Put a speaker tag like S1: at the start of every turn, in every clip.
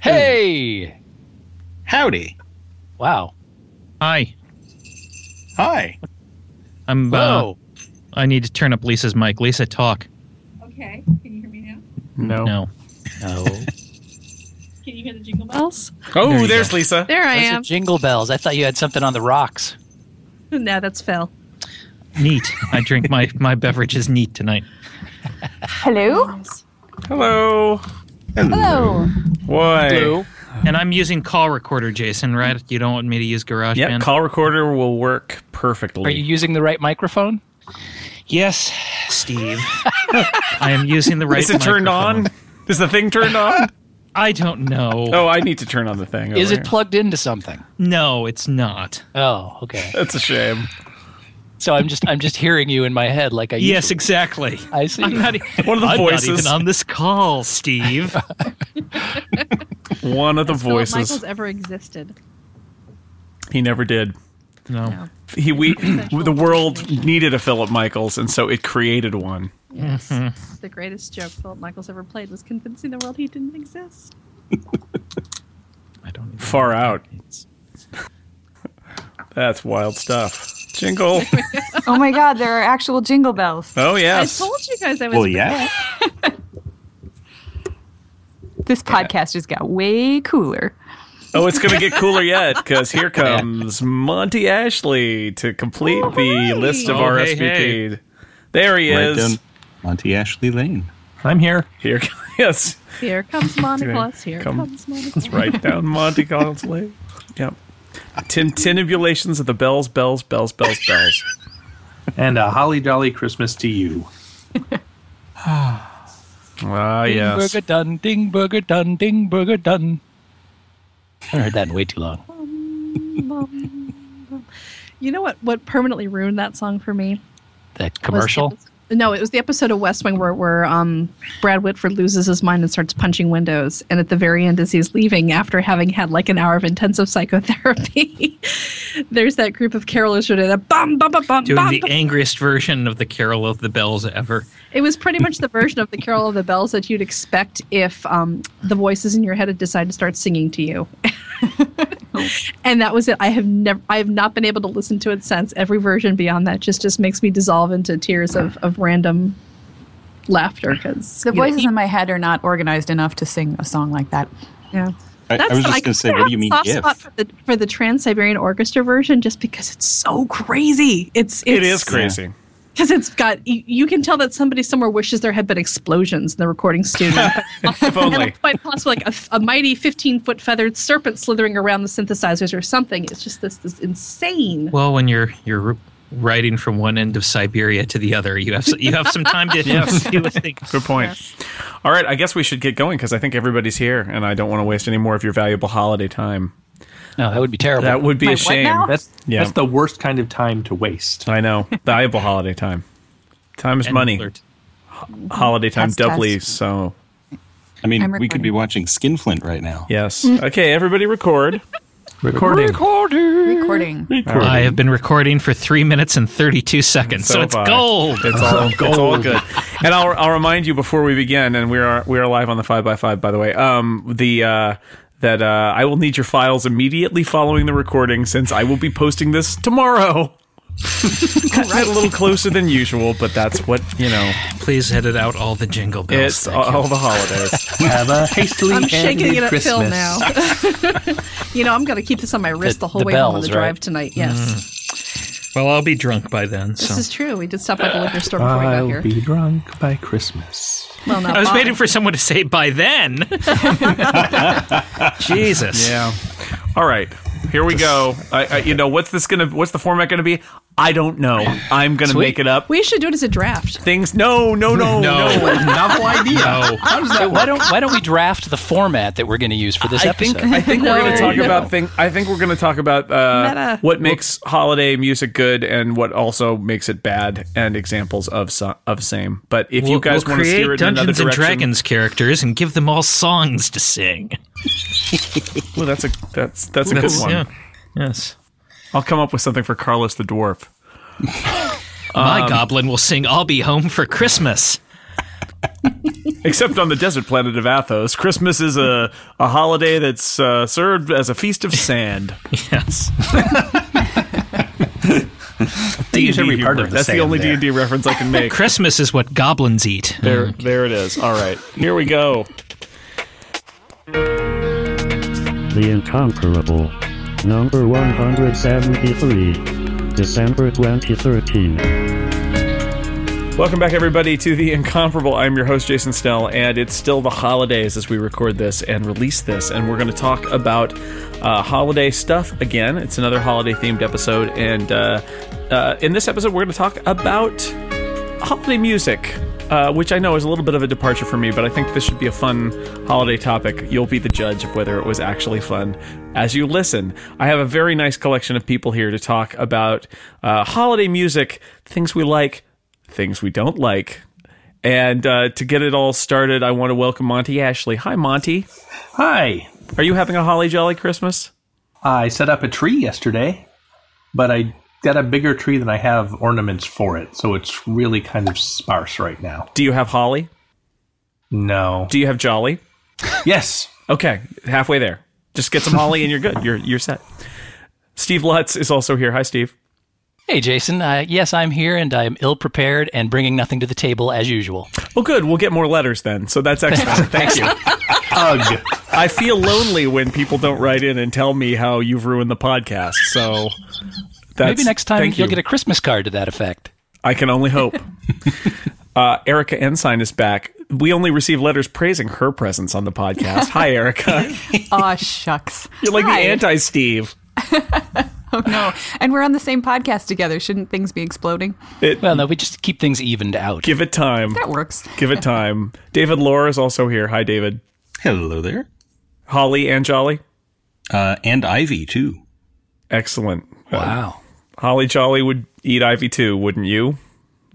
S1: Hey!
S2: Howdy.
S1: Wow.
S3: Hi.
S2: Hi.
S3: I'm. Uh,
S1: Whoa.
S3: I need to turn up Lisa's mic. Lisa, talk.
S4: Okay. Can you hear me now?
S5: No.
S3: No.
S1: No.
S4: Can you hear the jingle bells?
S5: Oh,
S3: There you
S5: there's
S3: go.
S5: Lisa.
S4: There I
S1: Those are
S4: am.
S1: jingle bells. I thought you had something on the rocks.
S4: no, that's Phil.
S3: Neat. I drink my my beverage is neat tonight.
S6: Hello?
S5: Hello.
S6: Hello.
S5: Why?
S3: And I'm using call recorder, Jason. Right? You don't want me to use GarageBand?
S5: Yep, call recorder will work perfectly.
S1: Are you using the right microphone?
S3: yes, Steve. I am using the right.
S5: Is it turned on?
S3: microphone.
S5: Is the thing turned on?
S3: I don't know.
S5: oh, I need to turn on the thing.
S1: Is
S5: over
S1: it
S5: here.
S1: plugged into something?
S3: No, it's not.
S1: Oh, okay.
S5: That's a shame.
S1: So I'm just I'm just hearing you in my head like I
S3: Yes,
S1: usually-
S3: exactly.
S1: I see.
S3: I'm not, e-
S5: One of the
S3: I'm
S5: voices.
S3: not even on this call, Steve.
S5: One of the voices.
S4: Michaels ever existed.
S5: He never did.
S3: No.
S4: No.
S5: He we
S4: Sexual
S5: the world
S4: discrimination.
S5: needed a Philip Michaels, and so it created one.
S4: Yes. The greatest joke Philip Michaels ever played was convincing the world he didn't exist.
S3: I don't. Even
S5: Far out.
S3: It's-
S5: That's wild stuff. Jingle.
S6: Oh my god, there are actual jingle bells.
S5: Oh yes.
S4: I told you guys I was.
S2: Well, yeah.
S6: This podcast just got way cooler.
S5: Oh, it's going to get cooler yet because here comes Monty Ashley to complete the list of
S3: Oh, hey,
S5: RSVP'd. There he
S2: Right
S5: is.
S2: down Monty Ashley Lane.
S5: I'm here. Here, yes,
S4: Here comes Monty Claus. Here
S5: Come.
S4: comes Monty Claus.
S5: right down Monty Collins Lane. Yep. Tin tinibulations of the bells, bells, bells, bells, bells.
S7: And a holly jolly Christmas to you. Oh,
S5: Ah,
S1: Ding
S5: yes.
S1: burger done, ding burger done, ding burger done. I haven't heard that in way too long.
S4: Bum, bum, bum. You know what? What permanently ruined that song for me?
S1: That
S4: was the
S1: commercial.
S4: episode- no, it was the episode of West Wing where, where um, Brad Whitford loses his mind and starts punching windows. And at the very end, as he's leaving after having had like an hour of intensive psychotherapy, there's that group of carolers who did a bum, bum, bum, bum,
S3: doing
S4: bum.
S3: the angriest version of the Carol of the Bells ever.
S4: It was pretty much the version of the Carol of the Bells that you'd expect if um, the voices in your head had decided to start singing to you. and that was it. I have never, I have not been able to listen to it since. Every version beyond that just just makes me dissolve into tears of, of random laughter because
S6: The voices in my head are not organized enough to sing a song like that.
S4: yeah.
S2: I, I was
S4: the-
S2: just going to say,
S4: kinda
S2: what do
S4: have
S2: you
S4: a
S2: mean
S4: soft
S2: if?
S4: spot for the for the Trans Siberian Orchestra version just because it's so crazy. It's, it's
S5: It is crazy.
S4: because it's got you, you can tell that somebody somewhere wishes there had been explosions in the recording studio.
S5: If only.
S4: and it's quite possible like a, a mighty 15 foot feathered serpent slithering around the synthesizers or something it's just this this insane
S3: Well, when you're you're riding from one end of Siberia to the other, you have you have some time to do a thing.
S5: Good point. All right, I guess we should get going because I think everybody's here, and I don't want to waste any more of your valuable holiday time.
S1: No, that would be terrible.
S5: That would be
S6: My
S5: a
S6: what
S5: shame.
S6: now?
S7: That's
S5: Yeah.
S7: that's the worst kind of time to waste.
S5: I know. Valuable holiday time. Time is
S3: And
S5: money.
S3: alert.
S5: Holiday time
S6: Test,
S5: doubly
S6: test.
S5: so.
S2: I mean,
S6: I'm
S2: we could be
S6: recording.
S2: watching Skinflint right now.
S5: Yes.
S8: Mm.
S5: Okay, everybody record.
S7: Recording.
S6: Recording.
S3: I have been recording for three minutes and thirty-two seconds, so,
S5: So
S3: it's
S5: have I.
S3: gold.
S5: It's all, it's all good. And I'll, I'll remind you before we begin, and we are we are live on the five by five, by the way. Um, the uh, that uh, I will need your files immediately following the recording, since I will be posting this tomorrow. Got that a little closer than usual, but that's what you know.
S3: Please edit out all the jingle bells.
S5: It's
S3: Thank you.
S5: all the holidays.
S7: Have a hastily
S4: i'm shaking
S7: edited
S4: it up
S7: Christmas.
S4: phil now you know i'm going to keep this on my wrist
S1: The-
S4: the, whole
S1: the
S4: way home on
S1: bells,
S4: the
S1: right?
S4: drive tonight yes
S3: well, I'll be drunk by then. Mm. So
S4: this is true we did stop by the liquor store before we got
S7: I'll
S4: here
S7: be drunk by Christmas.
S4: well not
S3: I was
S4: by.
S3: waiting for someone to say by then. Jesus.
S5: yeah. All right. Here we go. I, I, you know what's this gonna? What's the format gonna be? I don't know. I'm gonna make it up.
S4: we should do it as a draft
S5: Things. No. No. No.
S3: No.
S7: Novel idea.
S3: No.
S7: How does that
S1: why don't why don't we draft the format that we're going to use for this
S5: I
S1: episode?
S5: think I think we're going to talk about thing. I think we're going to talk about uh,
S4: Meta.
S5: what makes holiday music good and what also makes it bad, and examples of so- of same. But if you
S3: We'll-
S5: guys
S3: we'll
S5: want to steer
S3: create
S5: it in another
S3: Dungeons and
S5: direction,
S3: Dragons characters and give them all songs to sing.
S5: Ooh, that's a that's that's a
S3: That's-
S5: good one.
S3: yeah. Yes.
S5: I'll come up with something for Carlos the dwarf. Um,
S3: My goblin will sing "I'll Be Home for Christmas."
S5: Except on the desert planet of Athos, Christmas is a, a holiday that's uh, served as a feast of sand.
S3: Yes.
S5: D&D
S7: every part
S5: humor.
S7: of the
S5: That's the
S7: sand
S5: only
S7: there.
S5: D&D reference I can make.
S3: Christmas is what goblins eat. Mm.
S5: There, there it is. All right, here we go.
S9: The Incomparable. Number 173. December 2013.
S5: Welcome back, everybody, to the Incomparable. I'm your host, Jason Snell, and it's still the holidays as we record this and release this, and we're going to talk about uh, holiday stuff again. It's another holiday-themed episode, and uh, uh, in this episode, we're going to talk about holiday music, uh, which I know is a little bit of a departure for me, but I think this should be a fun holiday topic. You'll be the judge of whether it was actually fun as you listen. I have a very nice collection of people here to talk about uh, holiday music, things we like, things we don't like. And uh, to get it all started, I want to welcome Monty Ashley. Hi, Monty.
S7: Hi.
S5: Are you having a holly jolly Christmas?
S7: I set up a tree yesterday, but I got a bigger tree than I have ornaments for it, so it's really kind of sparse right now.
S5: Do you have holly?
S7: No.
S5: Do you have jolly?
S7: Yes.
S5: Okay, halfway there. Just get some holly and you're good. You're you're set. Steve Lutz is also here. Hi, Steve.
S8: Hey, Jason. Uh, yes, I'm here and I am ill prepared and bringing nothing to the table as usual.
S5: Well, good. We'll get more letters then. So that's excellent. Thank you.
S7: Ugh.
S5: I feel lonely when people don't write in and tell me how you've ruined the podcast. So that's,
S8: Maybe next time
S5: thank
S8: you'll
S5: you.
S8: get a Christmas card to that effect.
S5: I can only hope. uh, Erica Ensign is back. We only receive letters praising her presence on the podcast. Hi, Erica.
S6: Aw, shucks.
S5: You're like
S6: Hi.
S5: the anti-Steve.
S6: Oh, no. And we're on the same podcast together. Shouldn't things be exploding?
S8: Well, no, we just keep things evened out.
S5: Give it time.
S6: That works.
S5: Give it time. David Lore is also here. Hi, David.
S2: Hello there.
S5: Holly and Jolly.
S2: Uh, and Ivy, too.
S5: Excellent.
S8: wow.
S5: Holly Jolly would eat Ivy too, wouldn't you?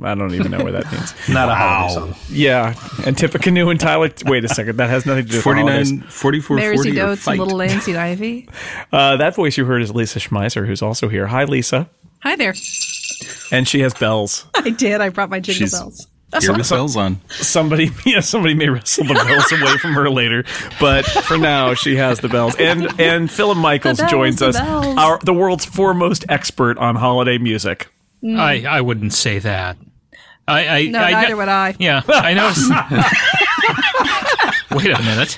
S5: I don't even know where that means.
S7: Not a holiday song.
S5: Yeah, Antipicanu and Tyler. Wait a second, that has nothing to do with 49.
S2: 49, 44,
S4: Mares
S2: 40
S4: and
S2: or
S4: goats
S2: fight.
S4: and little lambs eat ivy.
S5: Uh, that voice you heard is Lisa Schmeiser, who's also here. Hi, Lisa,
S4: Hi there.
S5: and she has bells.
S4: I did. I brought my jingle
S2: She's-
S4: bells.
S2: Here with bells on.
S5: Somebody, yeah, somebody may wrestle the bells away from her later, but for now she has the bells. And and Philip Michaels
S4: The bells,
S5: joins
S4: the
S5: us,
S4: bells.
S5: our the world's foremost expert on holiday music.
S4: Mm.
S3: I, I wouldn't say that. I, I
S4: No,
S3: I,
S4: neither would I.
S3: Yeah, I noticed. Wait a minute.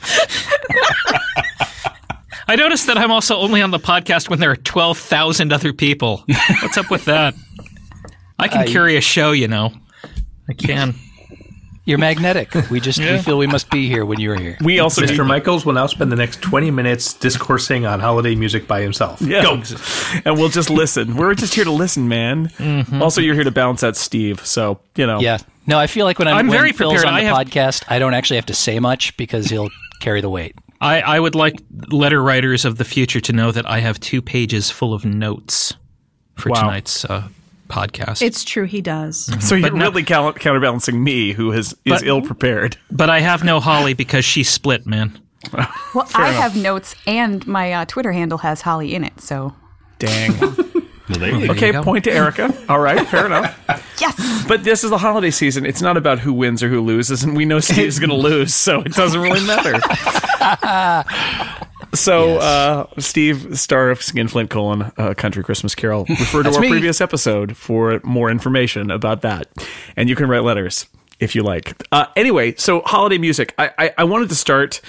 S3: I noticed that I'm also only on the podcast when there are 12,000 other people. What's up with that? I can carry a show, you know. I can.
S8: You're magnetic. We just we feel we must be here when you're here.
S5: We also
S7: Mr. Michaels will now spend the next 20 minutes discoursing on holiday music by himself.
S5: Yeah. And we'll just listen. We're just here to listen, man.
S3: Mm-hmm.
S5: Also, you're here to bounce at Steve. So, you know.
S8: Yeah. No, I feel like when I'm,
S3: I'm
S8: when
S3: very
S8: Phil's
S3: prepared.
S8: on the
S3: I have-
S8: podcast, I don't actually have to say much because he'll carry the weight.
S3: I, I would like letter writers of the future to know that I have two pages full of notes for
S5: Wow.
S3: tonight's uh, podcast. Mm-hmm.
S4: It's true. He does.
S5: So you're really count- counterbalancing me, who is, is
S3: But-
S5: ill prepared.
S3: but I have no Holly because she split, man.
S6: Well, I have notes, and my uh, Twitter handle has Holly in it. So,
S5: Dang.
S2: Well, there you go.
S5: okay, point to Erica. All right, fair enough.
S6: yes.
S5: But this is the holiday season. It's not about who wins or who loses, and we know Steve's going to lose, so it doesn't really matter. So, uh, Steve, star of Skinflint colon uh, Country Christmas Carol, refer to our
S8: me.
S5: previous episode for more information about that. And you can write letters if you like. Uh, anyway, so holiday music. I, I, I wanted to start.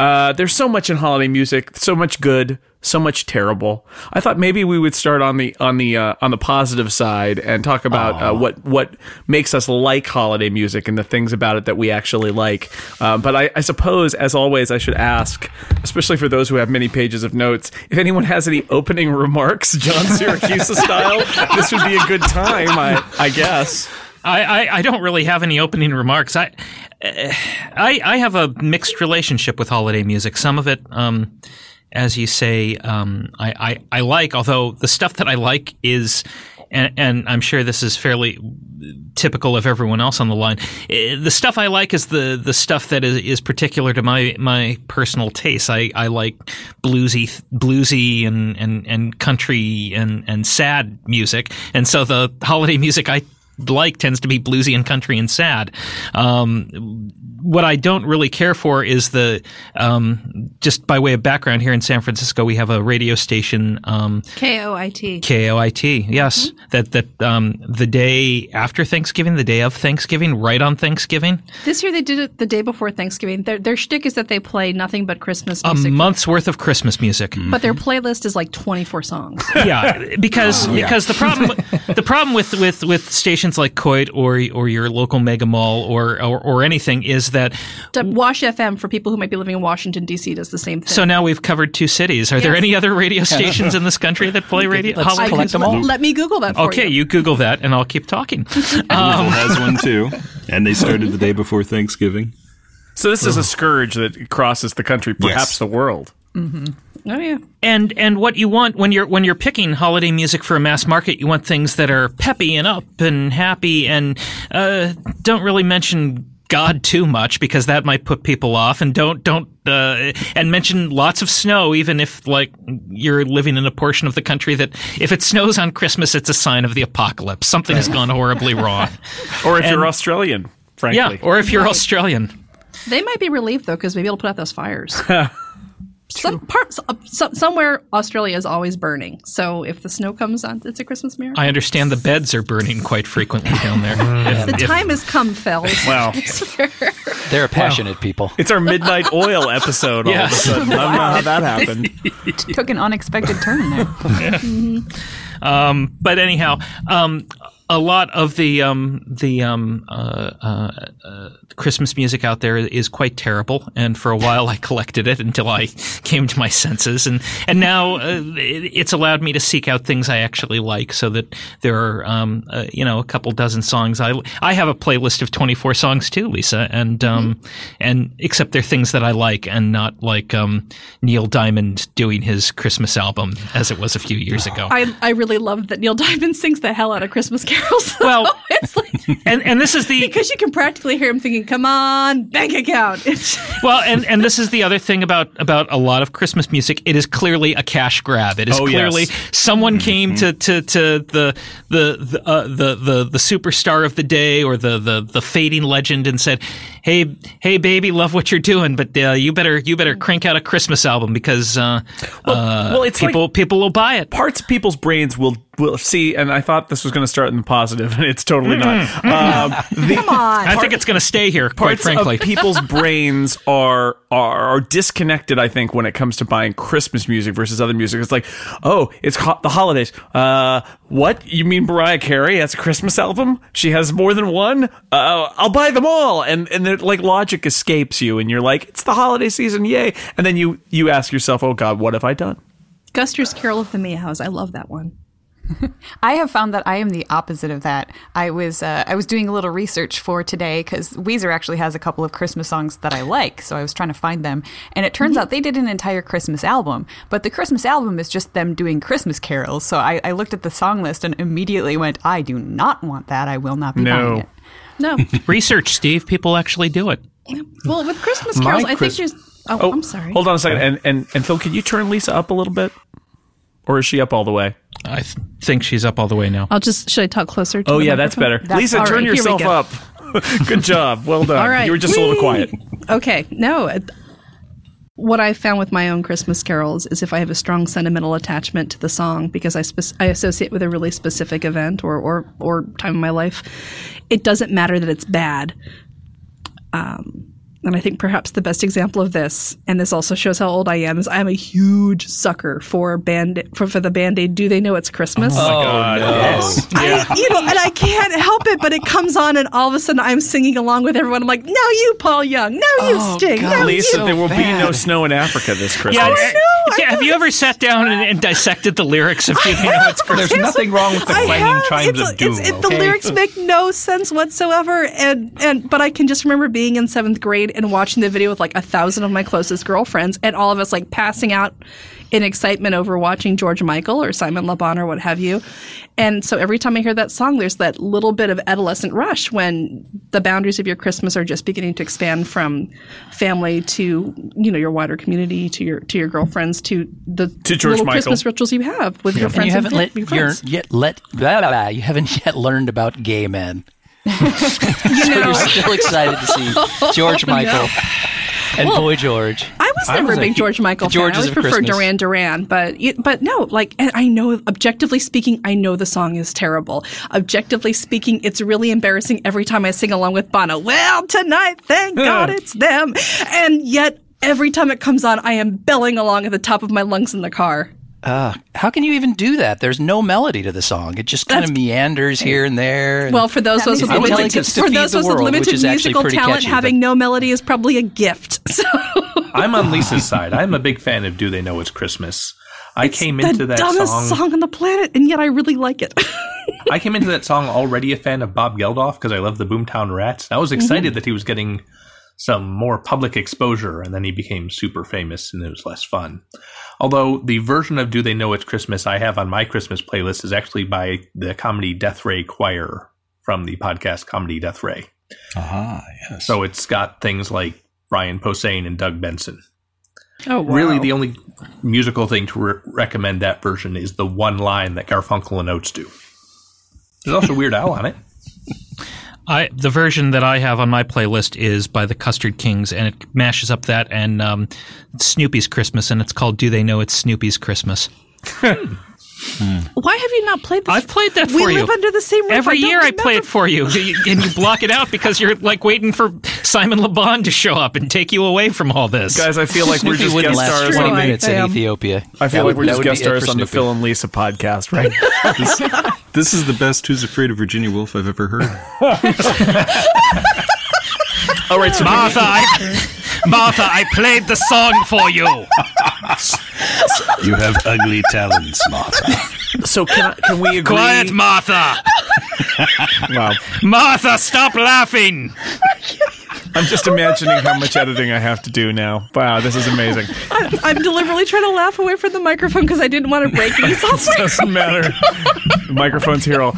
S5: Uh, there's so much in holiday music, so much good, so much terrible. I thought maybe we would start on the on the uh, on the positive side and talk about uh, what what makes us like holiday music and the things about it that we actually like. Uh, but I, I suppose, as always, I should ask, especially for those who have many pages of notes, if anyone has any opening remarks, John Syracuse style, this would be a good time, I, I guess.
S3: I, I, I don't really have any opening remarks. I, eh, I I have a mixed relationship with holiday music. Some of it, um, as you say, um, I, I I like. Although the stuff that I like is, and, and I'm sure this is fairly typical of everyone else on the line. eh, The stuff I like is the the stuff that is, is particular to my my personal tastes. I, I like bluesy bluesy and, and, and country and, and sad music. And so the holiday music I like tends to be bluesy and country and sad. Um, what I don't really care for is the um, just by way of background here in San Francisco, we have a radio station. Um,
S4: K O I T.
S3: KOIT, yes. That that um, the day after Thanksgiving, the day of Thanksgiving, right on Thanksgiving,
S4: This year they did it the day before Thanksgiving. Their, their shtick is that they play nothing but Christmas
S3: a
S4: music, Mm.
S3: month's worth of Christmas music.
S4: but their playlist is like 24 songs.
S3: mm-hmm.
S4: Um,
S3: yeah, because because the problem the problem with, with, with stations like Coit or or your local mega mall or or, or anything is that
S4: To Wash FM for people who might be living in Washington D.C. does the same thing.
S3: so now we've covered two cities. Are there any other radio stations in this country that play radio?
S8: Let's
S3: holiday-
S4: I
S8: collect
S4: could-
S8: them all.
S4: Let me Google that. For
S3: Okay,
S4: you.
S3: you Google that, and I'll keep talking.
S5: Um,
S3: Um,
S2: Google has one too. And they started the day before Thanksgiving.
S5: So this is a scourge that crosses the country, perhaps
S2: Yes.
S5: the world.
S4: Oh yeah.
S3: and and what you want when you're when you're picking holiday music for a mass market, you want things that are peppy and up and happy and uh, don't really mention God too much because that might put people off. And don't don't uh, and mention lots of snow, even if like you're living in a portion of the country that if it snows on Christmas, it's a sign of the apocalypse. Something has gone horribly wrong.
S5: Or if
S3: And-
S5: you're Australian,
S3: yeah,
S5: frankly.
S3: or if you're Australian.
S4: They might be relieved though because maybe it'll put out those fires. Some parts, uh, so, somewhere Australia is always burning. So if the snow comes on, it's a Christmas miracle.
S3: I understand the beds are burning quite frequently down there. If-
S4: the
S3: if-
S4: time has come, fellas.
S5: wow.
S8: They're passionate people.
S5: It's our midnight oil episode all of a
S8: Yes.
S5: sudden. I don't know how that happened.
S6: Took an unexpected turn there. Mm-hmm.
S3: but anyhow, um, a lot of the um, the um, uh, uh, uh, Christmas music out there is quite terrible, and for a while I collected it until I came to my senses, and and now uh, it- it's allowed me to seek out things I actually like, so that there are um, uh, you know a couple dozen songs. I I have a playlist of twenty four songs too, Lisa, and um, and except they're things that I like, and not like um, Neil Diamond doing his Christmas album as it was a few years ago.
S4: I, I really love that Neil Diamond sings the hell out of Christmas carols. though.
S3: Well-
S4: it's like
S3: and and this is the
S4: because you can practically hear him thinking, "Come on, bank account." It's,
S3: well and and this is the other thing about about a lot of christmas music it is clearly a cash grab it is
S5: Oh, yes. Mm-hmm.
S3: clearly someone came to to to the the the, uh, the the the superstar of the day or the the the fading legend and said hey hey baby love what you're doing but uh, you better you better crank out a christmas album because uh, uh,
S5: well, it's like-
S3: people people will buy it
S5: parts of people's brains will will see. And I thought this was going to start in the positive, and it's totally
S3: Mm-hmm.
S5: not. Um, the
S4: Come on.
S3: uh, I think it's going to stay here, quite
S5: parts
S3: frankly.
S5: of people's brains are, are are disconnected. I think when it comes to buying Christmas music versus other music, it's like, oh, it's ho- the holidays. Uh, what you mean, Mariah Carey has a Christmas album? She has more than one. Uh, I'll buy them all, and and they're- like logic escapes you, and you're like, it's the holiday season, yay! And then you you ask yourself, oh God, what have I done?
S4: Guster's Carol of the Meows. I love that one.
S6: I have found that I am the opposite of that. I was uh, I was doing a little research for today because Weezer actually has a couple of Christmas songs that I like, so I was trying to find them. And it
S5: Mm-hmm.
S6: turns out they did an entire Christmas album, but the Christmas album is just them doing Christmas carols. So I, I looked at the song list and immediately went, I do not want that. I will not be
S5: No.
S6: buying it.
S4: No,
S3: Research, Steve. People actually do it.
S4: well, with Christmas carols, I
S7: Christ-
S4: think there's. Oh, I'm sorry.
S5: Hold on a second, and and and Phil, can you turn Lisa up a little bit, or is she up all the way?
S3: I th- think she's up all the way now.
S4: I'll just should I talk closer? to
S5: Oh
S4: the
S5: yeah, that's better.
S4: microphone?
S5: Lisa,
S4: all
S5: turn
S4: right, here we
S5: yourself
S4: go.
S5: up. Good job. Well done.
S4: All right.
S5: You were just a little
S4: Whee!
S5: quiet.
S4: Okay, no. it- What I found with my own Christmas carols is if I have a strong sentimental attachment to the song because I spec- I associate with a really specific event or or or time in my life, it doesn't matter that it's bad. Um, and I think perhaps the best example of this, and this also shows how old I am, is I am a huge sucker for band for, for the band aid. Do they know it's Christmas?
S5: Oh, yes.
S4: I, you know, and I can't help it, but it comes on, and all of a sudden I'm singing along with everyone. I'm like, no, you, Paul Young. No, you, Sting. No,
S5: Lisa,
S4: you.
S5: there will be no snow in Africa this Christmas.
S3: yeah, yeah, have you ever sat down and, and dissected the lyrics of Do You Know It's Christmas?
S7: There's nothing wrong with the
S4: I
S7: clanging
S4: have.
S7: chimes
S4: it's,
S7: of doom.
S4: It's, it, the
S7: okay?
S4: lyrics make no sense whatsoever, and and but I can just remember being in seventh grade grade and watching the video with like a thousand of my closest girlfriends, and all of us like passing out in excitement over watching George Michael or Simon Le Bon or what have you. And so every time I hear that song, there's that little bit of adolescent rush when the boundaries of your Christmas are just beginning to expand from family to you know your wider community to your to your girlfriends to the
S5: To George
S4: little
S5: Michael.
S4: Christmas rituals you have with your
S8: and
S4: friends.
S8: you haven't
S4: and
S8: let,
S4: your
S8: you're,
S4: friends.
S8: yet let blah, blah, blah, you haven't yet learned about gay men.
S4: You know,
S8: You're still excited to see George Michael and Boy George.
S4: I was never
S8: was
S4: a
S8: a
S4: big
S8: hu-
S4: George Michael
S8: the
S4: fan.
S8: Georges
S4: I always
S8: of
S4: preferred
S8: Christmas.
S4: Duran Duran, but it, but no, like and I know objectively speaking, I know the song is terrible. Objectively speaking, it's really embarrassing every time I sing along with Bono. Well, tonight, thank God it's them, and yet every time it comes on, I am belling along at the top of my lungs in the car.
S8: How can you even do that? There's no melody to the song. It just kind of meanders here and there. and-
S4: Well, for those of us with
S8: I would
S4: limited,
S8: like us to
S4: for
S8: feed
S4: those
S8: the
S4: of us with
S8: world, which
S4: limited
S8: is actually
S4: musical
S8: pretty
S4: talent,
S8: catchy, but-
S4: having no melody is probably a gift. So
S7: I'm on Lisa's side. I'm a big fan of "Do They Know It's Christmas." I came into
S4: the
S7: that
S4: dumbest song. on the planet, and yet I really like it.
S7: I came into that song already a fan of Bob Geldof because I love the Boomtown Rats. I was excited that he was getting some more public exposure, and then he became super famous, and it was less fun. Although the version of "Do They Know It's Christmas" I have on my Christmas playlist is actually by the comedy Death Ray Choir from the podcast Comedy Death Ray.
S2: Ah, yes.
S7: So it's got things like Brian Posehn and Doug Benson.
S4: oh, wow.
S7: Really, the only musical thing to re- recommend that version is the one line that Garfunkel and Oates do. There's also Weird Al on it.
S3: I the version that I have on my playlist is by the Custard Kings, and it mashes up that and um, Snoopy's Christmas, and it's called "Do They Know It's Snoopy's Christmas."
S4: Why have you not played this?
S3: I've played that
S4: we
S3: for
S4: live
S3: you.
S4: under the same roof.
S3: Every
S4: don't
S3: year I play it
S4: remember-
S3: for you, and you- and you block it out because you're like waiting for Simon LeBon to show up and take you away from all this.
S5: Guys, I feel like we're
S8: Snoopy
S5: just
S8: wouldn't
S5: guest
S8: last
S5: stars
S8: 20
S5: on the,
S8: minutes in
S4: Damn.
S8: Ethiopia.
S5: I feel
S8: That
S5: like
S8: would-
S5: we're
S8: that
S5: just
S8: would be
S5: guest
S8: it for
S5: stars on the
S8: Snoopy.
S5: Phil and Lisa podcast, right?
S2: this is the best Who's Afraid of Virginia Woolf I've ever heard.
S5: All right, so
S3: Martha, I, Martha, I played the song for you.
S2: you have ugly talents, Martha.
S5: so can, I, can we agree?
S3: Quiet, Martha.
S5: Wow.
S3: Martha, stop laughing.
S5: I'm just imagining how much editing I have to do now. Wow, this is amazing.
S4: I'm deliberately trying to laugh away from the microphone because I didn't want to break any software.
S5: Doesn't matter. The microphone's here. All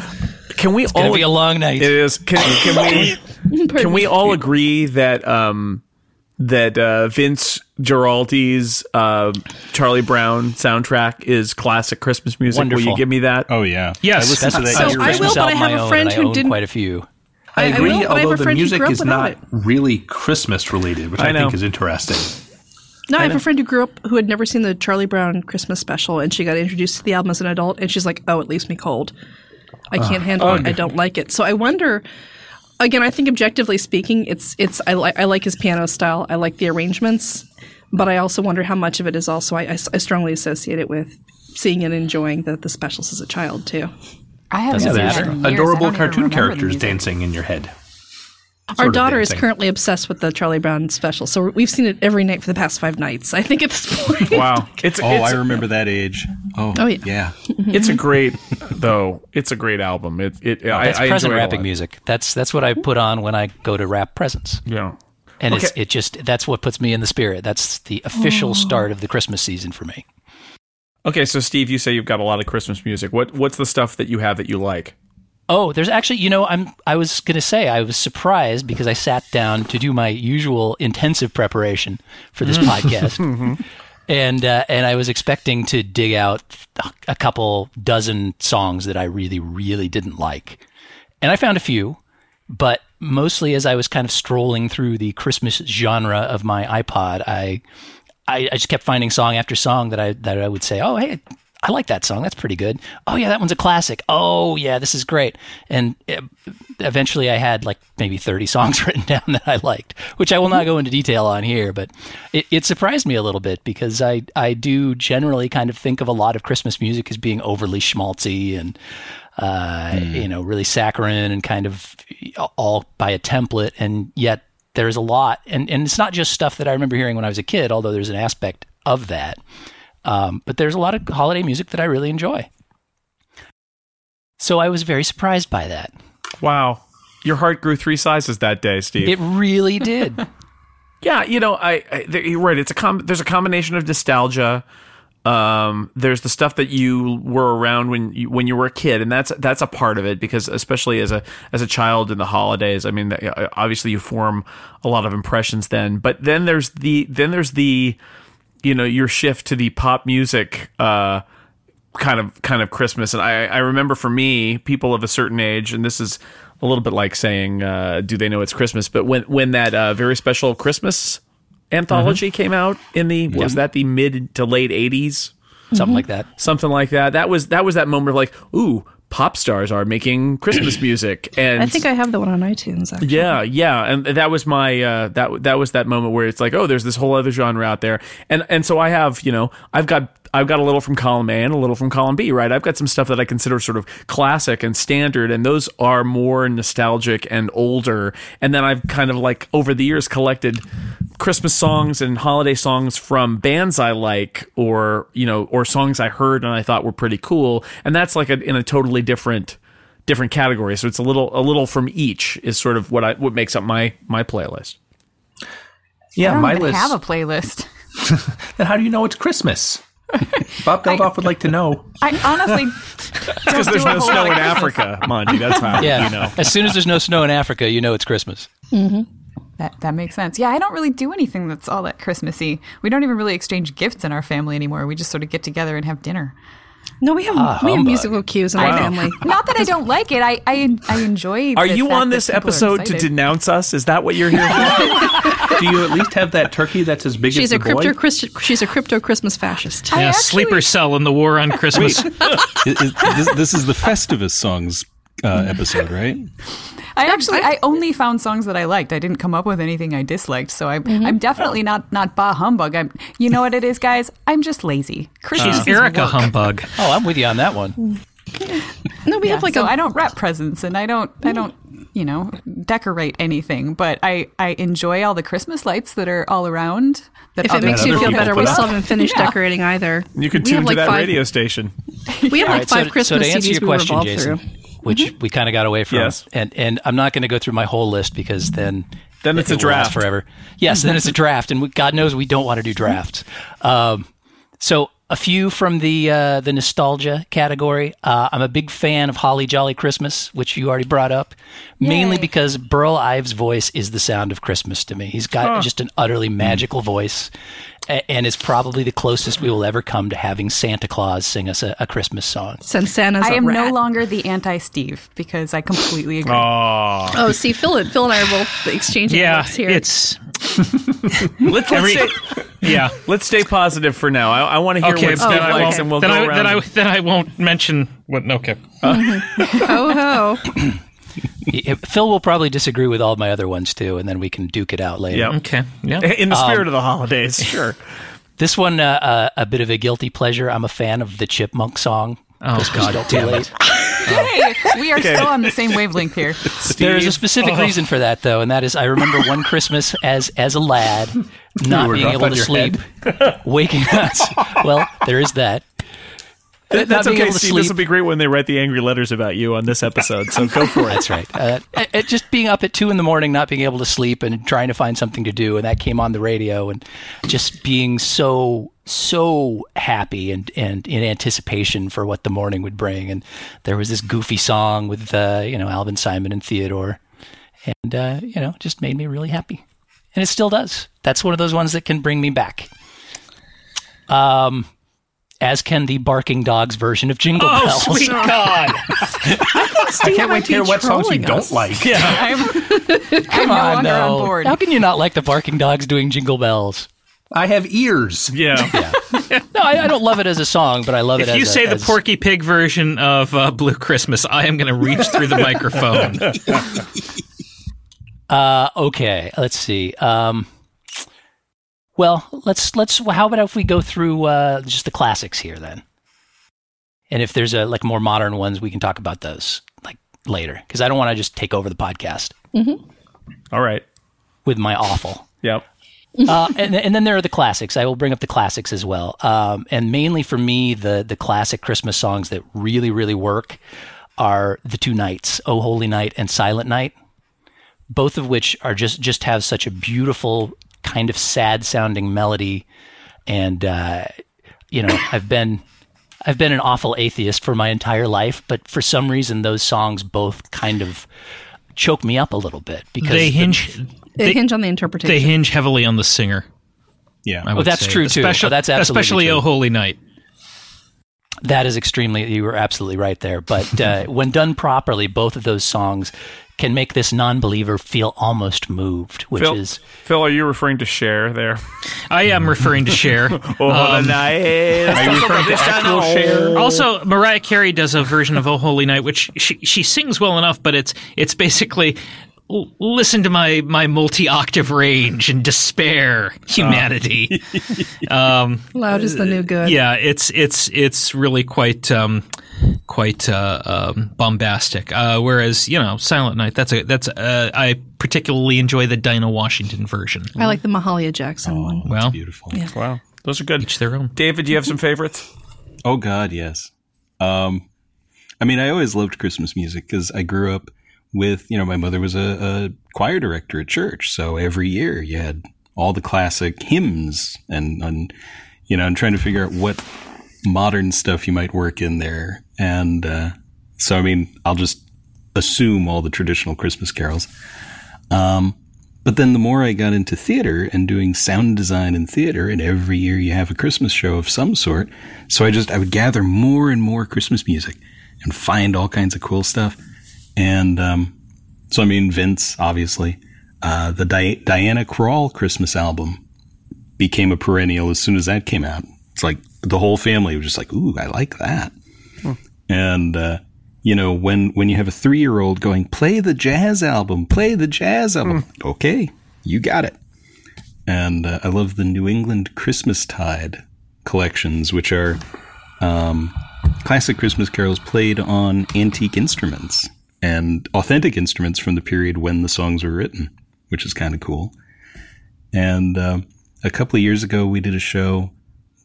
S5: can we
S8: It'll
S5: all
S8: be a long night.
S5: It is. Can, can we can we all agree that um that uh, Vince Giraldi's uh, Charlie Brown soundtrack is classic Christmas music? Will
S8: Wonderful.
S5: you give me that?
S2: Oh, yeah.
S3: Yes.
S2: I listened to that
S4: So
S2: yesterday.
S4: I will,
S8: Christmas
S4: but I
S8: album
S4: have a
S8: own,
S4: friend
S8: and
S4: who
S8: I own
S4: didn't-
S8: quite a few.
S7: I
S4: I
S7: agree,
S4: will, but I have a
S7: although the
S4: friend who
S7: music
S4: grew up
S7: is
S4: without
S7: not
S4: it.
S7: really Christmas related, which
S5: I
S7: I,
S5: know.
S7: think is interesting.
S4: No, I have a friend who grew up who had never seen the Charlie Brown Christmas special, and she got introduced to the album as an adult, and she's like, "Oh, it leaves me cold. I can't handle it. I don't like it." So I wonder. Again, I think objectively speaking, it's it's I, li- I like his piano style. I like the arrangements, but I also wonder how much of it is also I, I s- I strongly associate it with seeing and enjoying the the specials as a child too.
S6: I haven't
S8: Doesn't
S6: seen
S8: matter.
S6: that in years. I
S7: Adorable
S6: don't even
S7: cartoon
S6: remember the
S7: characters
S6: music.
S7: dancing in your head.
S4: Our
S7: sort of
S4: daughter is
S7: dancing.
S4: currently obsessed with the Charlie Brown special, so we've seen it every night for the past five nights. I think at this point.
S5: Wow, it's
S2: Oh, I
S5: it's,
S2: remember that age. Oh,
S4: Oh, yeah.
S5: it's a great though. It's a great album. It it I,
S8: That's
S5: I
S8: present
S5: enjoy it a
S8: wrapping
S5: lot.
S8: music. That's that's
S4: Mm-hmm.
S8: what I put on when I go to wrap presents.
S5: Yeah.
S8: And it's,
S5: Okay.
S8: it just that's what puts me in the spirit. That's the official
S4: Mm.
S8: start of the Christmas season for me.
S5: Okay, so Steve, you say you've got a lot of Christmas music. What what's the stuff that you have that you like?
S8: Oh, there's actually, you know, I'm I was going to say I was surprised because I sat down to do my usual intensive preparation for this podcast. And uh, and I was expecting to dig out a couple dozen songs that I really really didn't like. And I found a few, but mostly as I was kind of strolling through the Christmas genre of my iPod, I I, I just kept finding song after song that I that I would say, "Oh, hey, I like that song. That's pretty good. Oh yeah, that one's a classic. Oh yeah, this is great." And uh, eventually, I had like maybe thirty songs written down that I liked, which I will not go into detail on here. But it, it surprised me a little bit because I I do generally kind of think of a lot of Christmas music as being overly schmaltzy and uh, you know really saccharine and kind of all by a template, and yet there's a lot and, and it's not just stuff that i remember hearing when i was a kid although there's an aspect of that um, but there's a lot of holiday music that i really enjoy so i was very surprised by that
S5: Wow. Your heart grew three sizes that day, Steve.
S8: it really did
S5: Yeah, you know, I, I there, you're right. It's a com- there's a combination of nostalgia. Um, there's the stuff that you were around when you, when you were a kid, and that's that's a part of it because especially as a as a child in the holidays, I mean, that- obviously you form a lot of impressions then. But then there's the then there's the you know your shift to the pop music uh, kind of kind of Christmas. And I, I remember for me, people of a certain age, and this is a little bit like saying, uh, "Do they know it's Christmas?" But when when that uh, very special Christmas anthology
S8: Mm-hmm.
S5: came out in the was that the mid to late eighties,
S4: Mm-hmm.
S8: something like that.
S5: something like that. That was that was that moment of like, "Ooh, pop stars are making Christmas music." And
S4: I think I have the one on iTunes. Actually.
S5: yeah, yeah, and that was my uh, that that was that moment where it's like, oh, there's this whole other genre out there, and and so I have you know I've got I've got a little from column A and a little from column B, right? I've got some stuff that I consider sort of classic and standard, and those are more nostalgic and older, and then I've kind of like over the years collected Christmas songs and holiday songs from bands I like, or you know, or songs I heard and I thought were pretty cool, and that's like a, in a totally different different categories. So it's a little a little from each is sort of what I what makes up my my playlist.
S6: I
S7: Yeah,
S6: don't
S7: my
S6: even
S7: list.
S6: have a playlist.
S7: then how do you know it's Christmas? Bob Geldof would like to know.
S6: I honestly
S5: Because there's no snow in Africa, mind you. That's how
S8: Yeah,
S5: you know.
S8: as soon as there's no snow in Africa, you know it's Christmas.
S4: Mm-hmm.
S6: that that makes sense. Yeah, I don't really do anything that's all that Christmassy. We don't even really exchange gifts in our family anymore. We just sort of get together and have dinner.
S4: No, we have
S5: Ah,
S4: we have musical cues in our family.
S6: Not that I don't like it. I I, I enjoy.
S5: Are
S6: the
S5: you
S6: fact
S5: on
S6: that
S5: this
S6: people are
S5: episode to
S6: excited.
S5: denounce us? Is that what you're here for?
S7: Do you at least have that turkey that's as big as
S4: She's a
S7: the boy?
S4: crypto Christ- she's a crypto Christmas fascist.
S6: I
S3: Yeah,
S6: actually-
S3: sleeper cell in the war on Christmas.
S2: Is- is- this, this is the Festivus songs uh, episode, right?
S6: I actually I only found songs that I liked. I didn't come up with anything I disliked. So I'm
S4: Mm-hmm.
S6: I'm definitely not not bah humbug. I'm you know what it is, guys. I'm just lazy.
S5: Uh,
S6: Christmas
S3: She's
S6: is
S3: Erica
S6: work.
S3: Humbug.
S8: Oh, I'm with you on that one.
S4: No, we
S6: Yeah,
S4: have like
S6: so
S4: a
S6: I don't wrap presents and I don't I don't you know decorate anything, but I I enjoy all the Christmas lights that are all around. That
S4: if it
S6: other
S4: makes you
S6: people
S4: feel
S6: put
S4: better,
S6: up.
S4: we still haven't finished decorating either.
S5: You can
S4: We
S5: tune
S4: have
S5: to
S4: like
S5: that
S4: five-
S5: radio station.
S4: We have
S8: All
S4: like five
S8: right, so, so
S4: Christmas
S8: to answer
S4: CDs
S8: your
S4: we
S8: question,
S4: revolve
S8: Jason,
S4: through. Mm-hmm.
S8: which we kind of got away from,
S5: Yes.
S8: and and I'm not going to go through my whole list because then
S5: Then
S8: it-
S5: it's a
S8: it will last
S5: draft. Mm-hmm.
S8: forever. Yes, then it's a draft, and we, God knows we don't want to do drafts. Um, so a few from the uh, the nostalgia category. Uh, I'm a big fan of Holly Jolly Christmas, which you already brought up, mainly because Burl Ives' voice is the sound of Christmas to me. He's got just an utterly
S5: Hmm.
S8: magical voice, a- and is probably the closest we will ever come to having Santa Claus sing us a, a Christmas song.
S4: Since Santa's
S6: I
S4: a
S6: am
S4: rat.
S6: no longer the anti Steve because I completely agree.
S4: Oh, see, Phil and Phil and I are both exchanging
S3: Yeah,
S4: looks here.
S3: it's
S5: Let's, let's,
S3: Every-
S5: stay,
S3: yeah.
S5: let's stay positive for now. I, I want to hear
S3: Okay,
S5: what Steve
S3: then I
S5: likes,
S3: won't.
S5: and we'll
S3: then,
S5: go
S3: I,
S5: around.
S3: then I then I won't mention what. Okay.
S4: oh ho.
S8: Yeah, Phil will probably disagree with all my other ones too, and then we can duke it out later. Um,
S5: Yep.
S3: Okay. Yeah.
S5: in the spirit of the holidays, sure.
S8: This one, uh, uh, a bit of a guilty pleasure. I'm a fan of the Chipmunk song.
S3: Oh,
S8: Christmas
S3: God
S8: Don't Be Late.
S6: Hey, we are still on the same wavelength here. Oh.
S8: There is a specific reason for that, though, and that is I remember one Christmas as as a lad not
S7: were
S8: being
S7: up
S8: able
S7: on
S8: to
S7: your
S8: sleep, waking up. Well, there is that.
S5: Th-
S8: Not
S5: That's
S8: being
S5: okay,
S8: able to
S5: Steve. This will
S8: sleep.
S5: be great when they write the angry letters about you on this episode. So go for it.
S8: That's right. Uh, it- it just being up at two in the morning, not being able to sleep, and trying to find something to do, and that came on the radio, and just being so so happy and and in anticipation for what the morning would bring. And there was this goofy song with uh, you know Alvin Simon and Theodore, and uh, you know just made me really happy, and it still does. That's one of those ones that can bring me back. Um. As can the barking dogs version of Jingle
S3: Oh,
S8: Bells.
S3: sweet God.
S7: I can't wait to hear what songs you
S4: trolling
S7: don't
S4: us.
S7: like.
S6: I'm, I'm no
S8: Come on,
S6: longer
S8: no.
S6: on board.
S8: How can you not like the barking dogs doing jingle bells?
S7: I have ears.
S5: Yeah.
S8: No, I, I don't love it as a song, but I love it.
S3: If
S8: as
S3: you
S8: a-
S3: say the
S8: as-
S3: Porky Pig version of uh, Blue Christmas, I am going to reach through the microphone.
S8: uh, okay, let's see. Um, well, let's let's. well, How about if we go through uh, just the classics here then? And if there's a like more modern ones, we can talk about those like later because I don't want to just take over the podcast
S5: All right.
S8: with my awful.
S5: Yep.
S8: uh, and, and then there are the classics. I will bring up the classics as well. Um, and mainly for me, the the classic Christmas songs that really really work are the two nights, Oh "O Holy Night" and "Silent Night," both of which are just just have such a beautiful kind of sad sounding melody, and uh, you know I've been I've been an awful atheist for my entire life, but for some reason those songs both kind of choke me up a little bit because
S3: They
S8: the-
S3: hinge.
S4: They,
S3: They,
S4: hinge on the
S3: they
S4: interpretation.
S3: hinge heavily on the singer.
S2: Yeah.
S3: I
S8: Oh,
S3: would
S8: that's
S3: say.
S8: true, too.
S3: Especially,
S8: Oh, that's absolutely
S3: especially
S8: true.
S3: "O Holy Night."
S8: That is extremely, you were absolutely right there. But uh, when done properly, both of those songs can make this non believer feel almost moved, which
S5: Phil,
S8: is.
S5: Phil, are you referring to share there?
S3: I am referring to Cher. Um, Also, Mariah Carey does a version of "O Holy Night," which she she sings well enough, but it's it's basically "L- listen to my my multi octave range and despair humanity. Um,
S4: Loud is the new
S8: uh,
S4: good.
S3: yeah, it's it's it's really quite um, quite uh, um, bombastic. Uh, whereas you know, "Silent Night" that's a that's uh, I particularly enjoy the Dinah Washington version.
S4: I like the Mahalia Jackson one.
S8: Oh,
S3: Well,
S2: Beautiful.
S5: Wow, those are good.
S3: each their own.
S5: David, do you have some favorites?
S2: Oh God, yes. Um, I mean, I always loved Christmas music because I grew up with you know my mother was a, a choir director at church, so every year you had all the classic hymns and and you know I'm trying to figure out what modern stuff you might work in there, and uh, so I mean I'll just assume all the traditional Christmas carols. Um, but then the more I got into theater and doing sound design in theater, and every year you have a Christmas show of some sort. So I just, I would gather more and more Christmas music and find all kinds of cool stuff. And um, so, I mean, Vince, obviously, uh, the Di- Diana Krall Christmas album became a perennial as soon as that came out. It's like the whole family was just like, ooh, I like that. And, uh, you know, when when you have a three year old going, play the jazz album, play the jazz album. Okay, you got it. And uh, I love the New England Christmastide collections, which are um, classic Christmas carols played on antique instruments and authentic instruments from the period when the songs were written, which is kind of cool. And um a couple of years ago, we did a show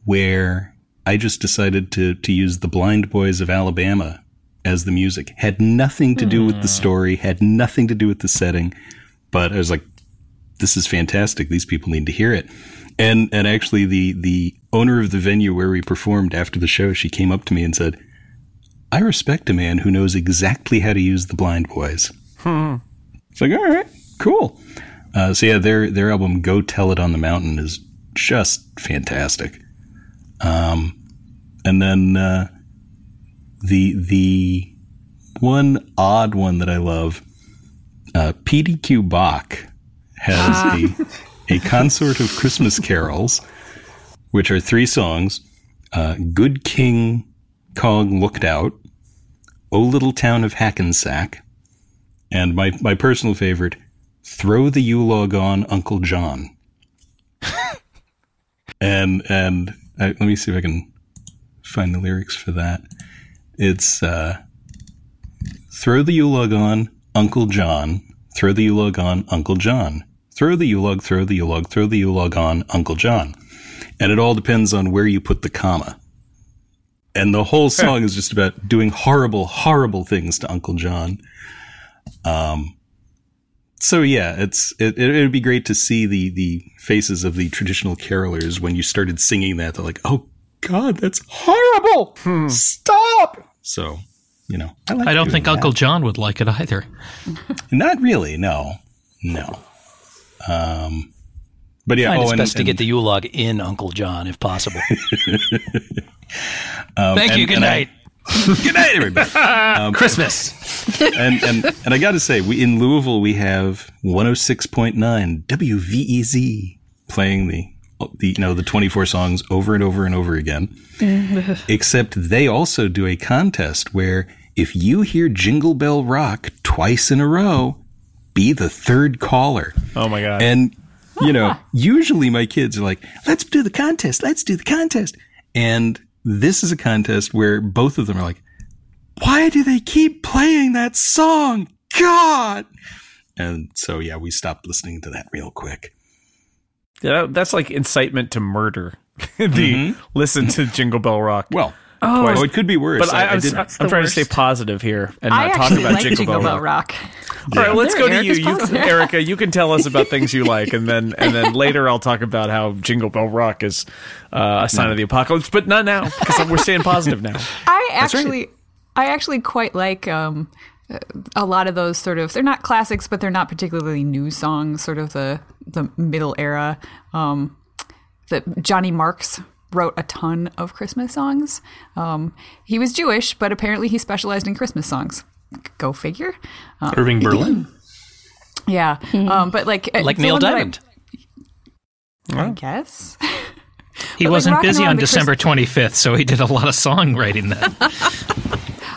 S2: where I just decided to to use the Blind Boys of Alabama as the music. Had nothing to do with the story, had nothing to do with the setting, but I was like, this is fantastic. These people need to hear it. And and actually the the owner of the venue where we performed after the show, she came up to me and said, I respect a man who knows exactly how to use the blind boys. It's like, all right, cool. Uh, so yeah, their their album "Go Tell It on the Mountain" is just fantastic. Um, and then uh, the the one odd one that I love, uh, PDQ Bach has a a consort of Christmas carols, which are three songs: uh, "Good King Kong Looked Out," "O Little Town of Hackensack," and my my personal favorite, "Throw the U log on, Uncle John." and and um, I, let me see if I can find the lyrics for that. It's uh, throw the ulog on Uncle John, throw the ulog on Uncle John, throw the ulog, throw the ulog, throw the ulog on Uncle John, and it all depends on where you put the comma. And the whole song is just about doing horrible, horrible things to Uncle John. Um. So yeah, it's it. It would be great to see the the faces of the traditional carolers when you started singing that. They're like, "Oh God, that's horrible! Stop!" So, you know, like
S3: I don't
S2: doing
S3: think
S2: that.
S3: Uncle John would like it either.
S2: Not really. No, no. Um, but yeah.
S8: I find
S2: oh,
S8: it's
S2: and,
S8: best to
S2: and-
S8: get the U log in Uncle John if possible.
S2: um,
S8: Thank you.
S2: and-
S8: Good
S2: and I-
S8: night.
S2: good night, everybody. Um,
S7: Christmas.
S2: and and and I got to say, we in Louisville we have 106.9 WVEZ E playing the the you know the 24 songs over and over and over again. Except they also do a contest where if you hear Jingle Bell Rock twice in a row, be the third caller.
S5: Oh my god.
S2: And you know, usually my kids are like, "Let's do the contest. Let's do the contest." And this is a contest where both of them are like, "Why do they keep playing that song? God!" And so yeah, we stopped listening to that real quick.
S5: Yeah, that- that's like incitement to murder. the listen to Jingle Bell Rock.
S2: Well, Oh, it could be worse.
S5: But I, I,
S2: I
S5: am
S2: did.
S5: trying to stay positive here and
S6: I
S5: not talk
S6: actually
S5: about
S6: like
S5: Jingle Bell Rock.
S6: Rock.
S5: All right, let's
S6: There,
S5: go to
S6: Eric
S5: you.
S6: is
S5: you
S6: positive.
S5: Erica, you can tell us about things you like, and then and then later I'll talk about how Jingle Bell Rock is uh, a sign of the apocalypse, but not now because we're staying positive now.
S6: I actually, I actually quite like um, uh, a lot of those sort of. They're not classics, but they're not particularly new songs. Sort of the the middle era. Um, that Johnny Marks wrote a ton of Christmas songs. Um, he was Jewish, but apparently he specialized in Christmas songs. Go figure. Uh,
S7: Irving Berlin.
S6: Yeah, um, but like uh,
S8: like
S6: the
S8: Neil
S6: ones that I-
S8: Diamond.
S6: I guess.
S3: He
S6: like,
S3: wasn't
S6: rocking
S3: busy
S6: around
S3: on
S6: the Christ-
S3: December 25th, so he did a lot of songwriting then.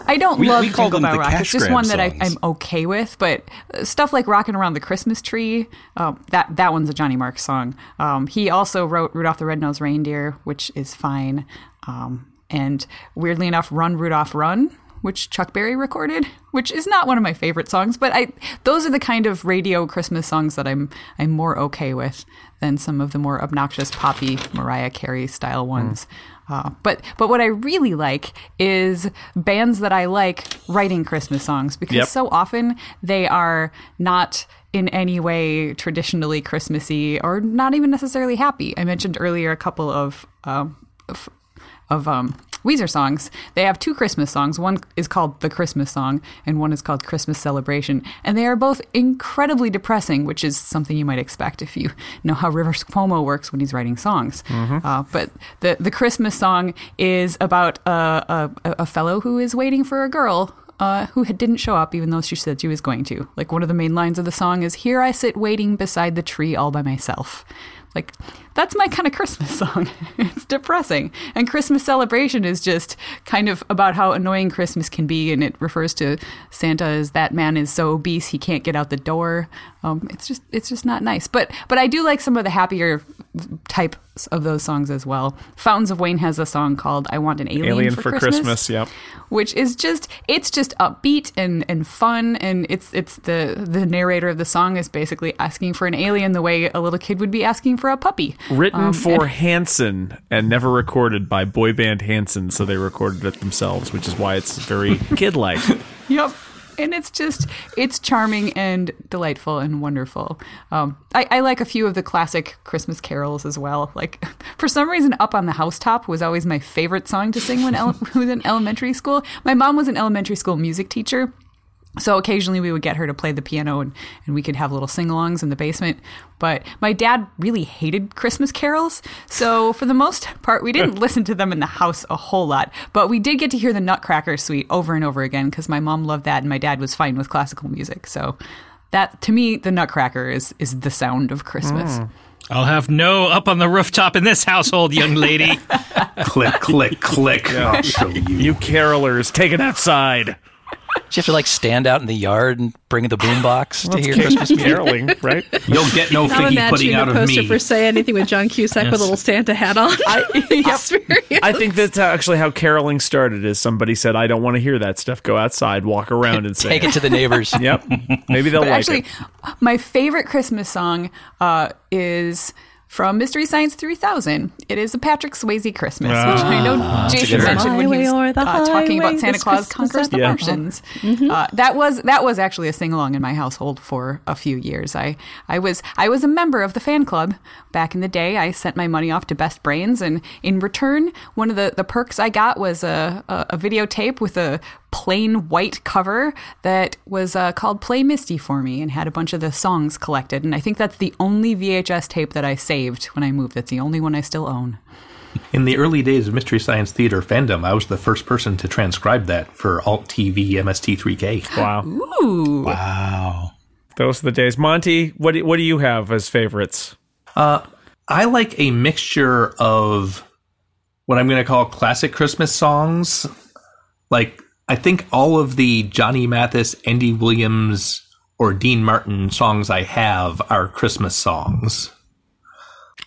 S6: I don't
S2: We-
S6: love
S2: we call
S6: Jingle
S2: them
S6: Bell
S2: the
S6: Rock.
S2: cash
S6: It's just
S2: grab
S6: one that I,
S2: songs.
S6: I'm okay with, but uh, stuff like "Rocking Around the Christmas Tree," um, that that one's a Johnny Marks song. Um, he also wrote "Rudolph the Red-Nosed Reindeer," which is fine, um, and weirdly enough, "Run Rudolph Run," which Chuck Berry recorded, which is not one of my favorite songs, but I those are the kind of radio Christmas songs that I'm I'm more okay with than some of the more obnoxious poppy Mariah Carey style ones. Uh, but but what I really like is bands that I like writing Christmas songs because
S5: Yep.
S6: so often they are not in any way traditionally Christmassy or not even necessarily happy. I mentioned earlier a couple of um, of, of um, Weezer songs. They have two Christmas songs. One is called the Christmas song, and one is called Christmas Celebration, and they are both incredibly depressing, which is something you might expect if you know how Rivers Cuomo works when he's writing songs. Uh, but the the Christmas song is about a, a, a fellow who is waiting for a girl uh, who had, didn't show up even though she said she was going to. Like one of the main lines of the song is "Here I sit waiting beside the tree all by myself." Like that's my kind of Christmas song. it's depressing, and Christmas celebration is just kind of about how annoying Christmas can be, and it refers to Santa as that man is so obese he can't get out the door. Um, it's just it's just not nice. But but I do like some of the happier types of those songs as well. Fountains of Wayne has a song called "I Want an Alien,
S5: Alien
S6: for,
S5: for Christmas, yep.
S6: which is just it's just upbeat and and fun and it's it's the the narrator of the song is basically asking for an alien the way a little kid would be asking for a puppy Um,
S5: Written
S8: Um,
S5: for Hanson and never recorded by boy band Hanson, so they recorded it themselves, which is why it's very kid like.
S6: yep and it's just it's charming and delightful and wonderful um, I, I like a few of the classic christmas carols as well like for some reason up on the housetop was always my favorite song to sing when ele- when I was in elementary school my mom was an elementary school music teacher So occasionally we would get her to play the piano and, and we could have little sing alongs in the basement. But my dad really hated Christmas carols. So for the most part, we didn't listen to them in the house a whole lot. But we did get to hear the Nutcracker Suite over and over again because my mom loved that and my dad was fine with classical music. So that to me, the Nutcracker is, is the sound of Christmas.
S3: Hmm.
S5: Mm.
S3: I'll have no up on the rooftop in this household, young lady.
S7: click, click, click. I'll show you.
S5: You carolers, take it outside.
S8: Do you have to like stand out in the yard and bring the boombox to hear Christmas music?
S5: Caroling, right?
S7: You'll get no
S4: I'm
S7: figgy pudding
S4: imagining a
S7: out of
S4: poster
S7: me.
S4: for Say Anything with John Cusack with a little Santa hat on. Experience.
S5: I think that's actually how caroling started is somebody said, I don't want to hear that stuff. Go outside, walk around and say
S8: Take it to the neighbors.
S5: Yep. Maybe they'll like
S6: actually,
S5: it.
S6: my favorite Christmas song uh, is from Mystery Science 3000. It is a Patrick Swayze Christmas, which I know Jason
S5: Ah. good one.
S6: mentioned when he
S4: Highway or
S6: was
S4: the
S6: uh, talking
S4: highway,
S6: about Santa
S4: this
S6: Claus
S4: Christmas
S6: conquers the
S5: Yeah.
S6: Martians. Uh, that was that was actually a sing along in my household for a few years. I I was I was a member of the fan club back in the day. I sent my money off to Best Brains, and in return, one of the, the perks I got was a, a, a videotape with a plain white cover that was uh, called Play Misty for Me and had a bunch of the songs collected. And I think that's the only VHS tape that I saved when I moved. That's the only one I still own.
S7: In the early days of Mystery Science Theater fandom, I was the first person to transcribe that for Alt TV MST3K.
S5: Wow.
S6: Ooh.
S2: wow.
S5: Those are the days. Monty, what do, what do you have as favorites?
S7: Uh, I like a mixture of what I'm going to call classic Christmas songs. Like, I think all of the Johnny Mathis, Andy Williams, or Dean Martin songs I have are Christmas songs.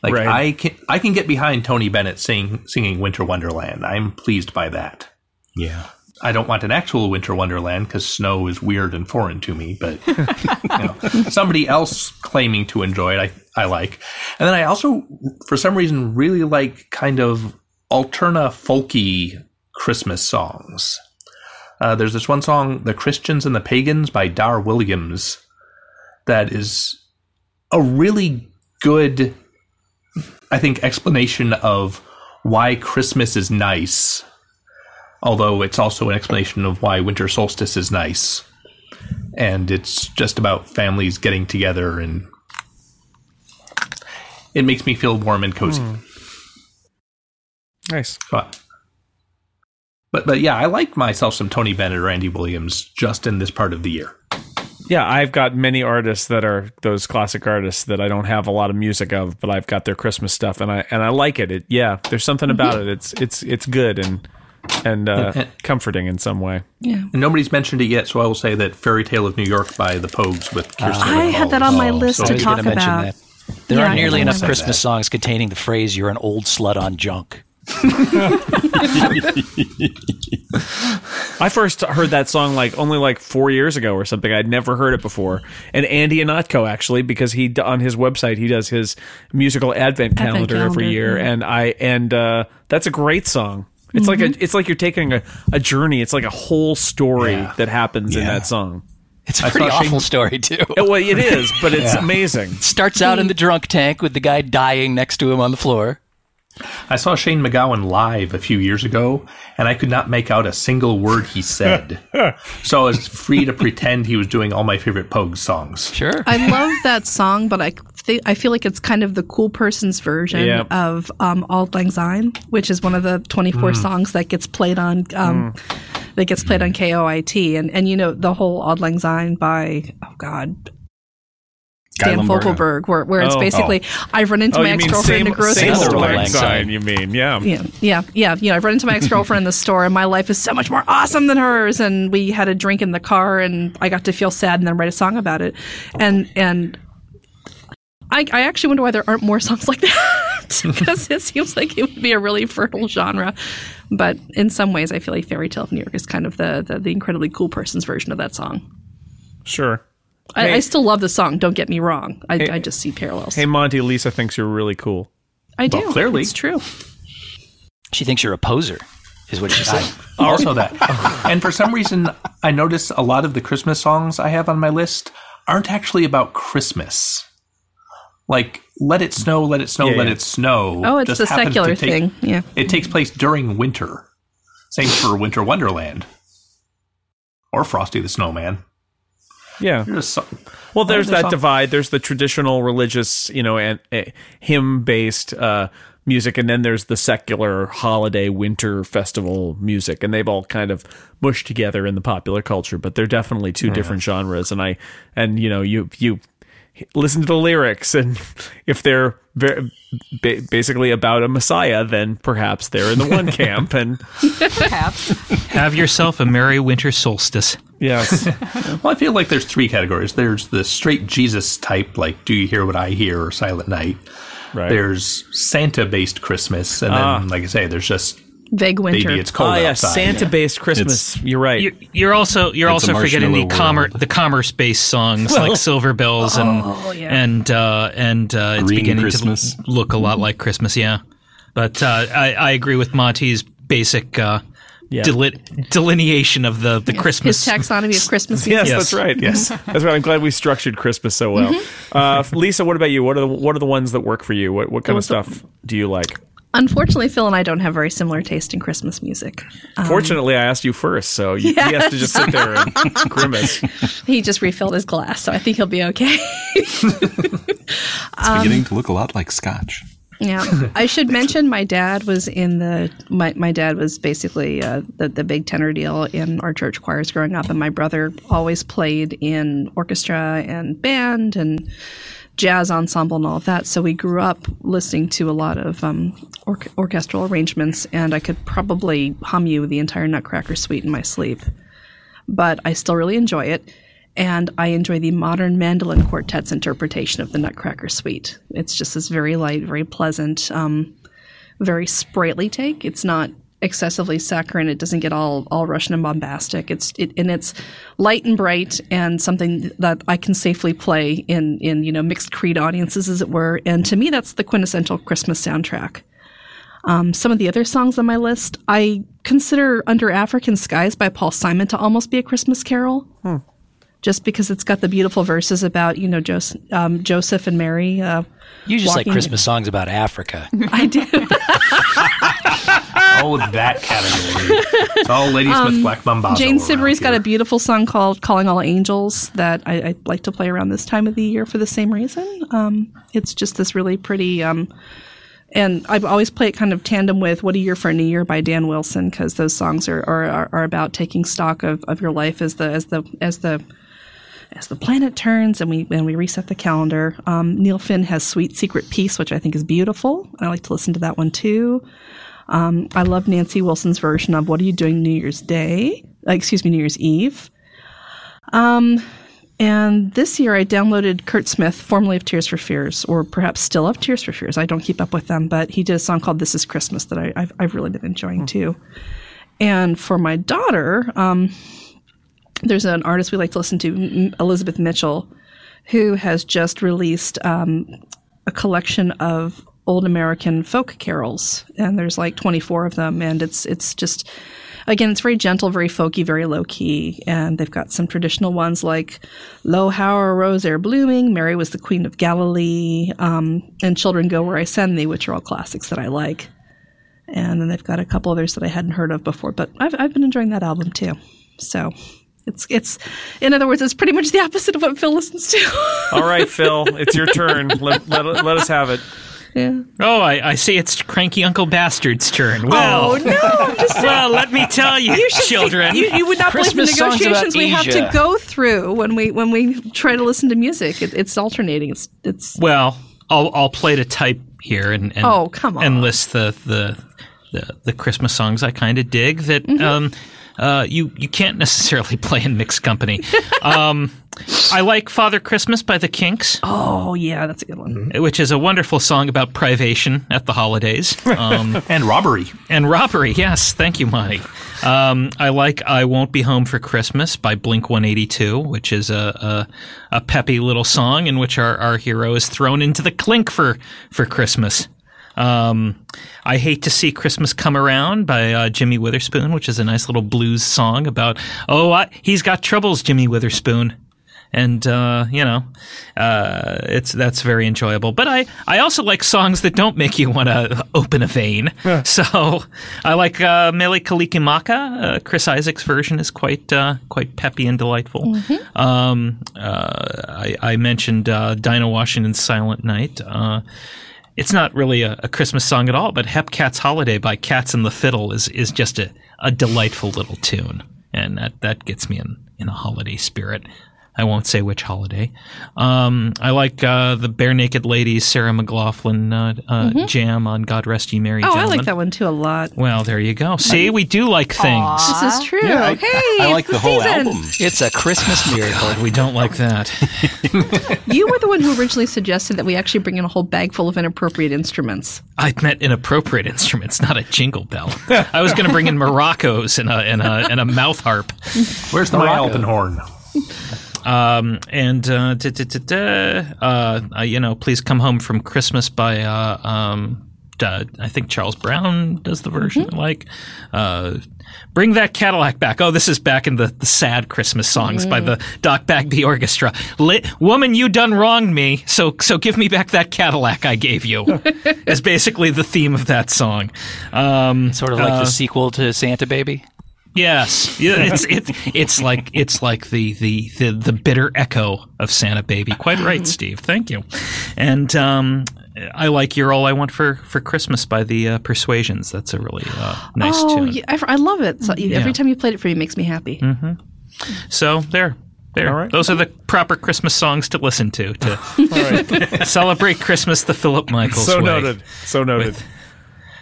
S7: Like
S5: Right.
S7: I can I can get behind Tony Bennett sing, singing Winter Wonderland. I'm pleased by that.
S2: Yeah.
S7: I don't want an actual winter wonderland because snow is weird and foreign to me, but you know, somebody else claiming to enjoy it, I, I like. And then I also, for some reason, really like kind of alterna folky Christmas songs. Uh, there's this one song, The Christians and the Pagans by Dar Williams, that is a really good, I think, explanation of why Christmas is nice, although it's also an explanation of why winter solstice is nice. And it's just about families getting together, and it makes me feel warm and cozy.
S5: Nice.
S7: But, but but yeah, I like myself some Tony Bennett or Andy Williams just in this part of the year.
S5: Yeah, I've got many artists that are those classic artists that I don't have a lot of music of, but I've got their Christmas stuff, and I and I like it. It yeah, there's something about it. It's it's it's good and Mm-hmm. and uh, comforting in some way.
S7: And nobody's mentioned it yet, so I will say that Fairy Tale of New York by the Pogues with
S8: Ah,
S7: Kirsten.
S4: I
S7: Ritter
S4: had that on my
S7: Bowles.
S4: list
S8: I
S4: to
S8: was
S4: talk
S8: going to mention
S4: about.
S8: that. There
S4: Yeah,
S8: aren't
S4: I
S8: nearly
S4: know.
S8: enough Christmas songs containing the phrase "you're an old slut on junk."
S5: I first heard that song like only like four years ago or something. I'd never heard it before. And Andy Anatko actually, because he d- on his website he does his musical advent calendar, every
S4: calendar,
S5: year, and I and uh, that's a great song. It's like a, it's like you're taking a, a journey. It's like a whole story that happens in
S2: Yeah.
S5: that song.
S8: It's a pretty
S7: saw
S8: awful story too.
S5: Yeah, well, it is, but it's amazing.
S8: Starts out in the drunk tank with the guy dying next to him on the floor.
S7: I saw Shane McGowan live a few years ago, and I could not make out a single word he said. so I was free to pretend he was doing all my favorite Pogues songs.
S8: Sure.
S4: I love that song, but I think I feel like it's kind of the cool person's version
S5: Yep.
S4: of um, "Auld Lang Syne," which is one of the 24 songs that gets played on um, that gets played on KOIT, and and you know the whole "Auld Lang Syne" by oh god.
S2: Guy
S4: Dan
S2: Lombardo.
S4: Vogelberg, where, where it's
S5: Oh.
S4: basically, I've run into my ex girlfriend in a grocery
S8: same old
S4: store.
S8: Lang Syne.
S5: You mean yeah?
S4: Yeah, yeah, yeah. You know, I've run into my ex girlfriend in the store, and my life is so much more awesome than hers. And we had a drink in the car, and I got to feel sad, and then write a song about it.
S5: Oh,
S4: And and I, I actually wonder why there aren't more songs like that because it seems like it would be a really fertile genre. But in some ways, I feel like Fairy Tale of New York is kind of the the, the incredibly cool person's version of that song.
S5: Sure.
S4: I, I still love the song. Don't get me wrong. I, I just see parallels.
S5: Hey Monty, Lisa thinks you're really cool.
S4: I do.
S7: well, clearly.
S4: it's true.
S8: She thinks you're a poser, is what she said.
S7: Also, that. and for some reason, I notice a lot of the Christmas songs I have on my list aren't actually about Christmas. Like, let it snow, let it snow,
S5: Yeah,
S7: let
S5: yeah.
S7: it snow.
S4: Oh, it's
S7: just
S4: the
S7: happens to
S4: secular
S7: take-
S4: thing. Yeah.
S7: It takes place during winter. Same for Winter Wonderland or Frosty the Snowman.
S5: Yeah.
S7: There's some-
S5: Well, there's
S7: there's
S5: that
S7: some-
S5: divide. There's the traditional religious, you know, and uh, hymn-based uh, music, and then there's the secular holiday winter festival music, and they've all kind of mushed together in the popular culture. But they're definitely two different genres, and I, and you know, you you listen to the lyrics, and if they're very, ba- basically about a messiah, then perhaps they're in the one camp, and
S6: Perhaps.
S3: Have yourself a merry winter solstice.
S5: yes,
S7: Well, I feel like there's three categories. There's the straight Jesus type, like "Do you hear what I hear?" or "Silent Night."
S5: right.
S7: There's Santa-based Christmas, and then, like I say, there's just
S4: Vague winter.
S7: baby, it's cold
S5: Oh yeah,
S7: outside.
S5: Santa-based Christmas. You're right.
S3: You, you're also you're
S2: It's a
S3: also forgetting the
S2: marshmallow
S3: commerce
S2: world.
S3: the commerce based songs like Silver Bells and
S5: oh,
S3: and uh, and uh, it's
S2: Green
S3: beginning
S2: Christmas.
S3: to l- look a lot like Christmas. Yeah, but uh, I, I agree with Monty's basic uh, deli- delineation of the the
S4: His
S3: Christmas.
S4: taxonomy of Christmas music.
S5: Yes,
S3: Yes.
S5: that's right. Yes, that's right. I'm glad we structured Christmas so well. Uh, Lisa, what about you? What are the what are the ones that work for you? What what kind of stuff do you like?
S4: Unfortunately, Phil and I don't have very similar taste in Christmas music.
S5: Fortunately, I asked you first, so you, he has to just sit there and grimace.
S4: Um, He just refilled his glass, so I think he'll be okay.
S2: It's
S4: Um,
S2: beginning to look a lot like Scotch.
S4: yeah, I should mention my dad was in the my, my dad was basically uh, the the big tenor deal in our church choirs growing up, and my brother always played in orchestra and band and jazz ensemble and all of that. So we grew up listening to a lot of um, or- orchestral arrangements, and I could probably hum you the entire Nutcracker Suite in my sleep. But I still really enjoy it, and I enjoy the modern mandolin quartet's interpretation of the Nutcracker Suite. It's just this very light, very pleasant, um, very sprightly take. It's not excessively saccharine. It doesn't get all all Russian and bombastic. It's it, and it's light and bright and something that I can safely play in in you know mixed creed audiences, as it were. And to me, that's the quintessential Christmas soundtrack. Um, some of the other songs on my list, I consider Under African Skies by Paul Simon to almost be a Christmas carol.
S8: Hmm.
S4: Just because it's got the beautiful verses about, you know, Joseph, um, Joseph and Mary. Uh,
S8: You just like
S4: Walking-
S8: Christmas songs about Africa.
S4: I do.
S7: All of Oh, that category. It's all
S4: Um,
S7: Ladysmith Black Mambazo.
S4: Jane
S7: around
S4: Sibley's got
S7: here.
S4: a beautiful song called "Calling All Angels" that I, I like to play around this time of the year for the same reason. Um, it's just this really pretty, um, and I always play it kind of tandem with "What a Year for a New Year" by Dan Wilson because those songs are, are, are are about taking stock of, of your life as the as the as the as the planet turns and we and we reset the calendar. Um, Neil Finn has "Sweet Secret Peace," which I think is beautiful. I like to listen to that one too. Um, I love Nancy Wilson's version of "What are you doing New Year's Day?" Uh, excuse me, New Year's Eve. Um, and this year I downloaded Kurt Smith, formerly of Tears for Fears, or perhaps still of Tears for Fears. I don't keep up with them, but he did a song called "This Is Christmas" that I, I've I've really been enjoying too. And for my daughter, um, there's an artist we like to listen to, M- Elizabeth Mitchell, who has just released um, a collection of old American folk carols, and there's like 24 of them, and it's it's just again it's very gentle, very folky, very low key, and they've got some traditional ones like "Lo, how a rose are blooming," "Mary was the Queen of Galilee," um, and "Children Go Where I Send Thee," which are all classics that I like. And then they've got a couple others that I hadn't heard of before, but I've I've been enjoying that album too. So. It's it's in other words, it's pretty much the opposite of what Phil listens to.
S5: All right, Phil, it's your turn. Let, let, let us have it.
S4: yeah.
S3: Oh, I, I see it's Cranky Uncle Bastard's turn. Well,
S4: Oh no! I'm just
S3: well, let me tell you,
S4: You should see-
S3: children.
S4: you, you would not
S8: Christmas
S4: believe the
S8: songs about
S4: negotiations we have to
S8: Asia.
S4: go through when we when we try to listen to music. It, it's alternating. It's it's
S3: well, I'll, I'll play to type here and, and
S4: Oh, come on.
S3: and list the the the, the Christmas songs I kind of dig that
S4: Mm-hmm.
S3: um, uh, you you can't necessarily play in mixed company. um, I like Father Christmas by the Kinks.
S4: oh yeah, that's a good one.
S7: Mm-hmm.
S3: which is a wonderful song about privation at the holidays um,
S7: and robbery.
S3: and robbery. Yes, thank you, Monty. Um, I like "I Won't Be Home for Christmas" by Blink One Eighty Two, which is a, a a peppy little song in which our, our hero is thrown into the clink for for Christmas. Um, I hate to see Christmas come around by uh, Jimmy Witherspoon, which is a nice little blues song about oh I, he's got troubles, Jimmy Witherspoon and uh, you know, uh, it's that's very enjoyable. But I, I also like songs that don't make you want to open a vein. So I like uh, Mele Kalikimaka. Uh, Chris Isaac's version is quite uh, quite peppy and delightful. Um, uh, I, I mentioned uh, Dinah Washington's Silent Night. Uh, it's not really a, a Christmas song at all, but Hep Cat's Holiday by Cats and the Fiddle is, is just a, a delightful little tune. And that, that gets me in, in a holiday spirit. I won't say which holiday. Um, I like uh, the Bare Naked Ladies, Sarah McLaughlin uh, uh, jam on God Rest You Merry
S4: Mm-hmm. Oh, I
S3: Gentlemen.
S4: like that one too a lot.
S3: Well, there you go. See, we do like things.
S4: This is true.
S2: Yeah, I,
S4: hey,
S2: I
S4: it's
S2: like the, whole
S4: season. Oh,
S2: album.
S8: It's a Christmas miracle.
S3: We don't like that.
S4: You were the one who originally suggested that we actually bring in a whole bag full of inappropriate instruments.
S3: I meant inappropriate instruments, not a jingle bell. I was going to bring in maracas and a, and a, and a mouth harp.
S7: Where's the my Alpenhorn?
S3: and uh, da, da, da, da, uh, uh, you know, please come home from Christmas by uh, um, da, I think Charles Brown does the version.
S2: Hmm.
S3: I Like, uh, bring that Cadillac back. Oh, this is back in the, the sad Christmas songs
S2: Hmm.
S3: by the Doc Bagby Orchestra. Lit, Woman, you done wronged me, so so give me back that Cadillac I gave you. is basically the theme of that song. Um,
S8: Sort of like the sequel to Santa Baby.
S3: Yes, yeah, it's it's it's like it's like the the the, the bitter echo of Santa Baby. Quite right, Steve. Thank you. And um, I like "You're All I Want for for Christmas" by the uh, Persuasions. That's a really uh, nice
S4: oh,
S3: tune.
S4: yeah, I, I love it. So, Every time you played it for me, it makes me happy.
S3: So there. There. Those are the proper Christmas songs to listen to to celebrate Christmas the Philip Michaels
S5: So
S3: way.
S5: noted. So noted.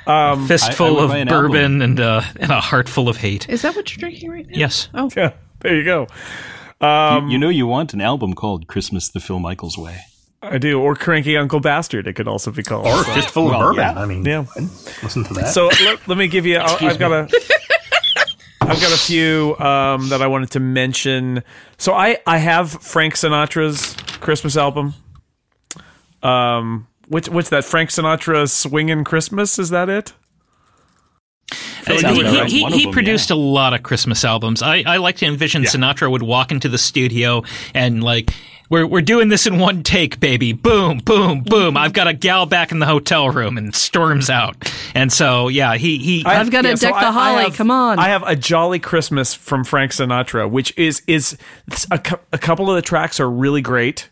S3: Fistful
S2: I- I would
S3: of
S2: buy an album.
S3: bourbon and uh, and a heart full of hate.
S4: Is that what you're drinking right now?
S3: Yes.
S4: Oh,
S5: Yeah, there you go. Um,
S2: you, you know you want an album called Christmas the Phil Michaels Way.
S5: I do. Or Cranky Uncle Bastard, it could also be called.
S7: Or fistful
S2: well,
S7: of bourbon.
S2: yeah.
S7: I mean,
S5: Yeah.
S7: listen to that.
S5: So let, let me give you. I'll, I've got a. I've got a few um, that I wanted to mention. So I I have Frank Sinatra's Christmas album. Um, which what's that? Frank Sinatra swinging Christmas? Is that it?
S3: Uh,
S2: sounds
S3: he,
S2: about right.
S3: he,
S2: One
S3: he
S2: of 'em,
S3: produced a lot of Christmas albums. I, I like to envision Sinatra would walk into the studio and like. We're, we're doing this in one take, baby. Boom, boom, boom. I've got a gal back in the hotel room and storms out. And so, yeah, he. he
S4: I've gotta deck the holly, come on.
S5: I have a jolly Christmas from Frank Sinatra, which is is it's a, cou- a couple of the tracks are really great,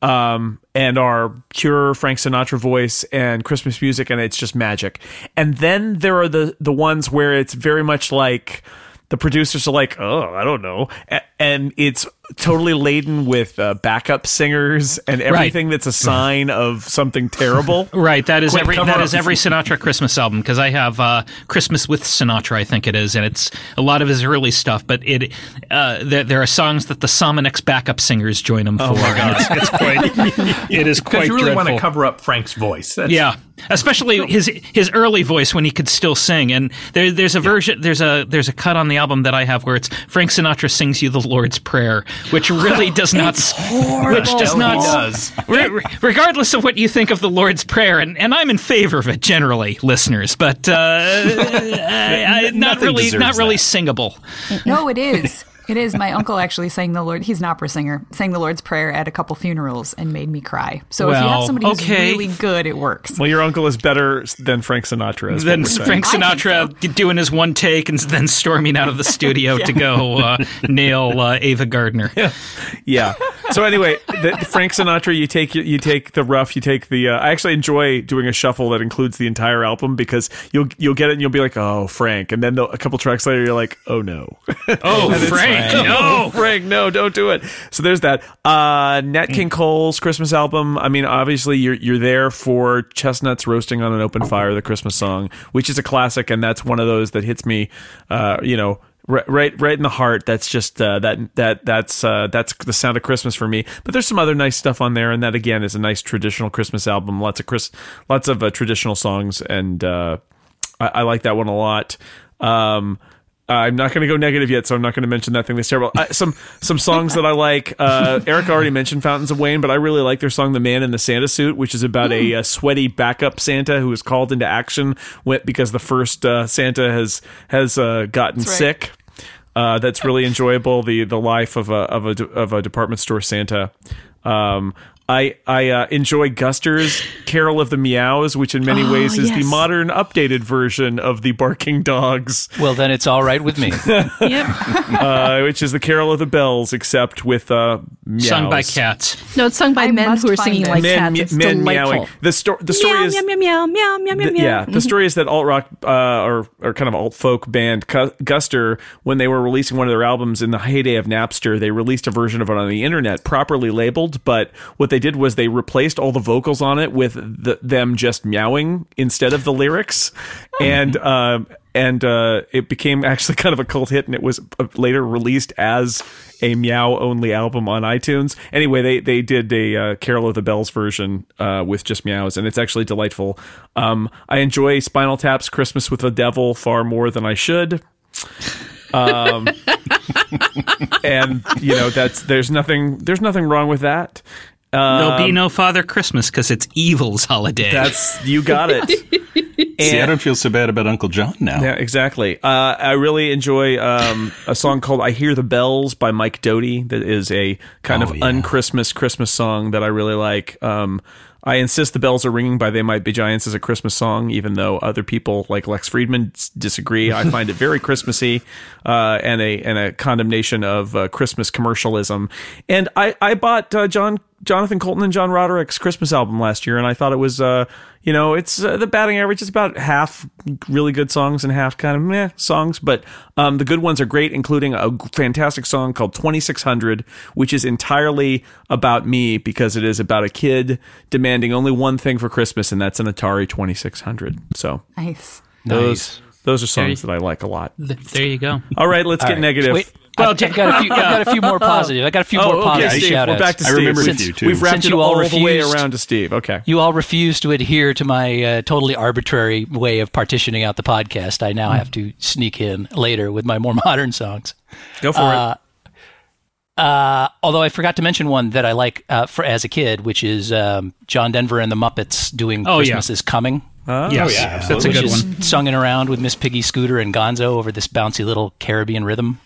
S5: um, and are pure Frank Sinatra voice and Christmas music, and it's just magic. And then there are the the ones where it's very much like. The producers are like, oh, I don't know, A- and it's totally laden with uh, backup singers and everything that's a sign of something terrible.
S3: Right, that is
S7: Quick,
S3: every
S7: cover
S3: that
S7: up.
S3: is every Sinatra Christmas album because I have uh, Christmas with Sinatra, I think it is, and it's a lot of his early stuff. But it uh, there, there are songs that the Somonex backup singers join him
S7: Oh,
S3: for. and it's-
S1: It's quite. It is
S7: Because
S1: quite
S7: you really want to
S1: dreadful.
S7: cover up Frank's voice. That's,
S3: Yeah, especially his his early voice when he could still sing. And there, there's a version, there's a there's a cut on the album that I have where it's Frank Sinatra sings you the Lord's Prayer, which really does not, which does
S7: Hell,
S3: not,
S7: he does.
S3: Re- re- regardless of what you think of the Lord's Prayer, and, and I'm in favor of it generally, listeners, but uh, I, I, not
S2: Nothing
S3: really
S2: deserves
S3: not really
S2: that.
S3: singable.
S6: No, it is. It is. My uncle actually sang the Lord. He's an opera singer. Sang the Lord's Prayer at a couple funerals and made me cry. So if you have
S3: Well,
S6: somebody who's
S3: okay.
S6: really good, it works.
S5: Well, your uncle is better than Frank Sinatra. Is what
S3: Then
S5: we're saying.
S3: Frank
S6: I think
S3: Sinatra doing his one take and then storming out of the studio to go uh, nail uh, Ava Gardner.
S5: Yeah. So anyway, the, the Frank Sinatra, you take you take the rough, you take the. Uh, I actually enjoy doing a shuffle that includes the entire album because you'll you'll get it and you'll be like, oh Frank, and then the, a couple tracks later you're like, oh no,
S3: Oh, Frank,
S5: oh Frank, no, don't do it. So there's that. Uh, Nat King Cole's Christmas album. I mean, obviously you're you're there for chestnuts roasting on an open fire, the Christmas song, which is a classic, and that's one of those that hits me. Uh, you know. Right, right, right in the heart. That's just uh, that that that's uh, that's the sound of Christmas for me. But there's some other nice stuff on there, and that again is a nice traditional Christmas album. Lots of Chris, lots of uh, traditional songs, and uh, I, I like that one a lot. Um, I'm not going to go negative yet, so I'm not going to mention that thing that's terrible. I, some some songs that I like. Uh, Eric already mentioned Fountains of Wayne, but I really like their song "The Man in the Santa Suit," which is about a, uh sweaty backup Santa who is called into action went because the first uh, Santa has has uh, gotten
S6: right.
S5: sick. Uh, that's really enjoyable. The the life of a of a of a department store Santa. Um, I I uh, enjoy Guster's Carol of the Meows, which in many
S4: Ah,
S6: Oh,
S5: ways is the
S6: yes.
S5: modern updated version of the barking dogs.
S8: Well, then it's all right with me.
S5: uh, which is the Carol of the Bells, except with uh, meows.
S3: sung by cats.
S4: No, it's sung by
S6: I
S4: men
S6: must
S4: who are
S6: find
S4: singing
S6: it.
S4: like
S5: Men,
S4: cats.
S5: me-
S4: It's
S5: men
S4: delightful.
S5: meowing. The, sto- the story
S4: Meow,
S5: is.
S4: meow, meow, meow, meow, meow, meow,
S5: th-
S4: meow.
S5: yeah, the story is that alt rock uh, or or kind of alt folk band Gu- Guster, when they were releasing one of their albums in the heyday of Napster, they released a version of it on the internet, properly labeled. But what they did was they replaced all the vocals on it with the, them just meowing instead of the lyrics, and um, and uh, it became actually kind of a cult hit, and it was uh, later released as a meow only album on iTunes. Anyway, they they did a uh, Carol of the Bells version uh, with just meows, and it's actually delightful. Um, I enjoy Spinal Tap's Christmas with the Devil far more than I should. Um, and you know that's there's nothing there's nothing wrong with that. Um,
S3: There'll be no Father Christmas because it's evil's holiday.
S5: That's you got it.
S2: See, I don't feel so bad about Uncle John now.
S5: Yeah, exactly. Uh, I really enjoy um, a song called "I Hear the Bells" by Mike Doty. That is a kind
S2: Oh,
S5: of
S2: yeah.
S5: un-Christmas Christmas song that I really like. Um, I insist the bells are ringing by "They Might Be Giants" as a Christmas song, even though other people like Lex Friedman s- disagree. I find it very Christmassy uh, and a and a condemnation of uh, Christmas commercialism. And I I bought uh, John. Jonathan Colton and John Roderick's Christmas album last year, and I thought it was, uh, you know, it's uh, the batting average is about half really good songs and half kind of meh songs, but um, the good ones are great, including a g- fantastic song called 2600, which is entirely about me because it is about a kid demanding only one thing for Christmas, and that's an Atari 2600. So
S6: Nice.
S5: those those are songs that I like a lot.
S8: Oh.
S3: there you go.
S5: All right, let's get negative.
S8: Wait,
S3: Well, Oh.
S8: I've, I've got a few. I've got a few more positive. I got a few more
S5: Oh, okay,
S8: positive
S5: Steve,
S8: shout
S5: we're
S8: outs.
S5: back to
S2: I
S5: Steve.
S2: remember
S5: We've-
S2: with you, too.
S5: We've wrapped
S8: Since
S5: it
S8: you
S5: all
S8: all
S5: the way
S8: refused-
S5: around to Steve. Okay.
S8: You all refuse to adhere to my uh, totally arbitrary way of partitioning out the podcast. I now have to sneak in later with my more modern songs. Uh,
S5: Go for it.
S8: Although I forgot to mention one that I like uh, for as a kid, which is um, John Denver and the Muppets doing
S3: Oh, yeah.
S8: "Christmas is Coming."
S3: yes,
S10: yeah,
S3: that's a
S10: absolutely.
S3: good
S8: which is
S3: one.
S8: sunging around with Miss Piggy Scooter and Gonzo over this bouncy little Caribbean rhythm.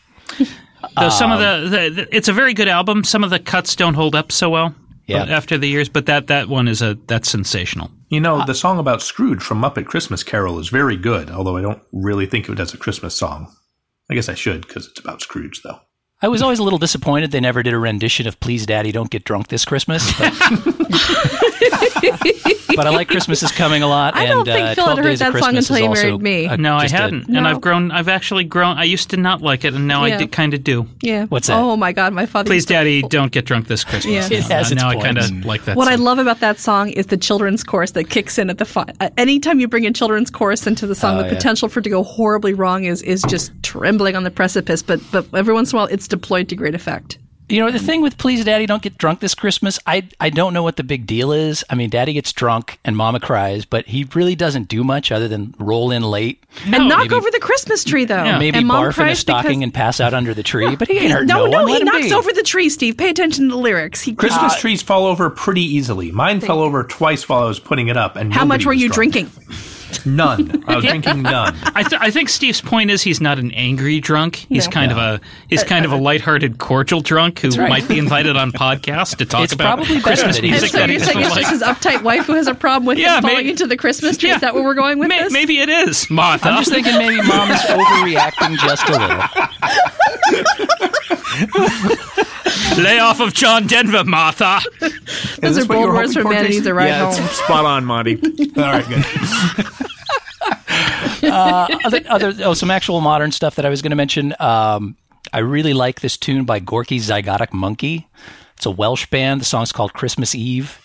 S3: Though some of
S8: Um,
S3: the, the, the- it's a very good album. Some of the cuts don't hold up so well
S8: Yeah.
S3: uh, after the years, but that that one is a that's sensational.
S7: You know,
S5: Uh,
S7: the song about Scrooge from Muppet Christmas Carol is very good, although I don't really think of it as a Christmas song. I guess I should because it's about Scrooge, though.
S8: I was always a little disappointed they never did a rendition of "Please, Daddy, Don't Get Drunk This Christmas." But, but I like Christmas is coming a lot.
S4: I
S8: and,
S4: don't think
S8: uh,
S4: Phil had
S8: 12
S4: heard
S8: Days of
S4: that song
S8: Christmas
S4: until he
S8: is also
S4: married me.
S8: a-
S3: No, I
S8: just a-
S3: hadn't, and
S4: No.
S3: I've grown. I've actually grown. I used to not like it, and now I
S4: Yeah.
S3: did kind of do.
S4: Yeah.
S8: What's that?
S4: Oh my God, my father.
S3: Please,
S4: used to-
S3: Daddy, don't get drunk this Christmas.
S4: Yeah.
S8: It has
S3: now
S8: its
S3: I kind of
S8: points.
S3: like that.
S4: What I
S3: song.
S4: love about that song is the children's chorus that kicks in at the fi- uh, anytime you bring a children's chorus into the
S8: Ah,
S4: song, the potential for it to go horribly wrong is is just trembling on the precipice. But but every once in a while, it's deployed to great effect.
S8: You know the thing with "Please, Daddy, Don't Get Drunk This Christmas." I I don't know what the big deal is. I mean, Daddy gets drunk and Mama cries, but he really doesn't do much other than roll in late,
S4: and knock
S8: maybe-
S4: over the Christmas tree, though.
S8: maybe
S4: and Mom
S8: barf in a
S4: cries
S8: stocking
S4: because-
S8: and pass out under the tree. But he ain't hurt no,
S4: no, no,
S8: one.
S4: he
S8: Let him
S4: knocks
S8: be.
S4: over the tree, Steve. Pay attention to the lyrics. He Uh,
S7: Christmas trees fall over pretty easily. Mine fell over twice while I was putting it up. And
S4: How
S7: nobody
S4: much were
S7: was
S4: you
S7: drunk.
S4: drinking?
S7: None. I was drinking none.
S3: I, th- I think Steve's point is he's not an angry drunk. He's kind of a he's kind of a lighthearted, cordial drunk who
S8: right.
S3: might be invited on podcast to talk
S8: It's
S3: about
S8: probably better
S3: Christmas
S8: that he
S4: And
S3: music.
S8: doesn't.
S3: that
S4: so you're
S3: he
S4: saying it's
S3: doesn't
S4: just
S3: like.
S4: his uptight wife who has a problem with
S3: Yeah,
S4: him falling
S3: maybe-
S4: into the Christmas tree?
S3: Yeah.
S4: Is that where we're going with
S3: May-
S4: this?
S3: Maybe it is Martha.
S8: I'm just thinking maybe mom is overreacting just a little.
S3: Lay off of John Denver, Martha.
S7: this
S4: Those are
S7: what you
S4: bold
S7: were
S4: words
S7: hoping for,
S4: from Manatees
S7: Jason?
S4: that ride
S5: yeah,
S4: home.
S5: it's spot on, Monty.
S7: All right, good.
S8: Other, other oh, some actual modern stuff that I was going to mention. Um, I really like this tune by Gorky Zygotic Monkey. It's a Welsh band. The song's called Christmas Eve,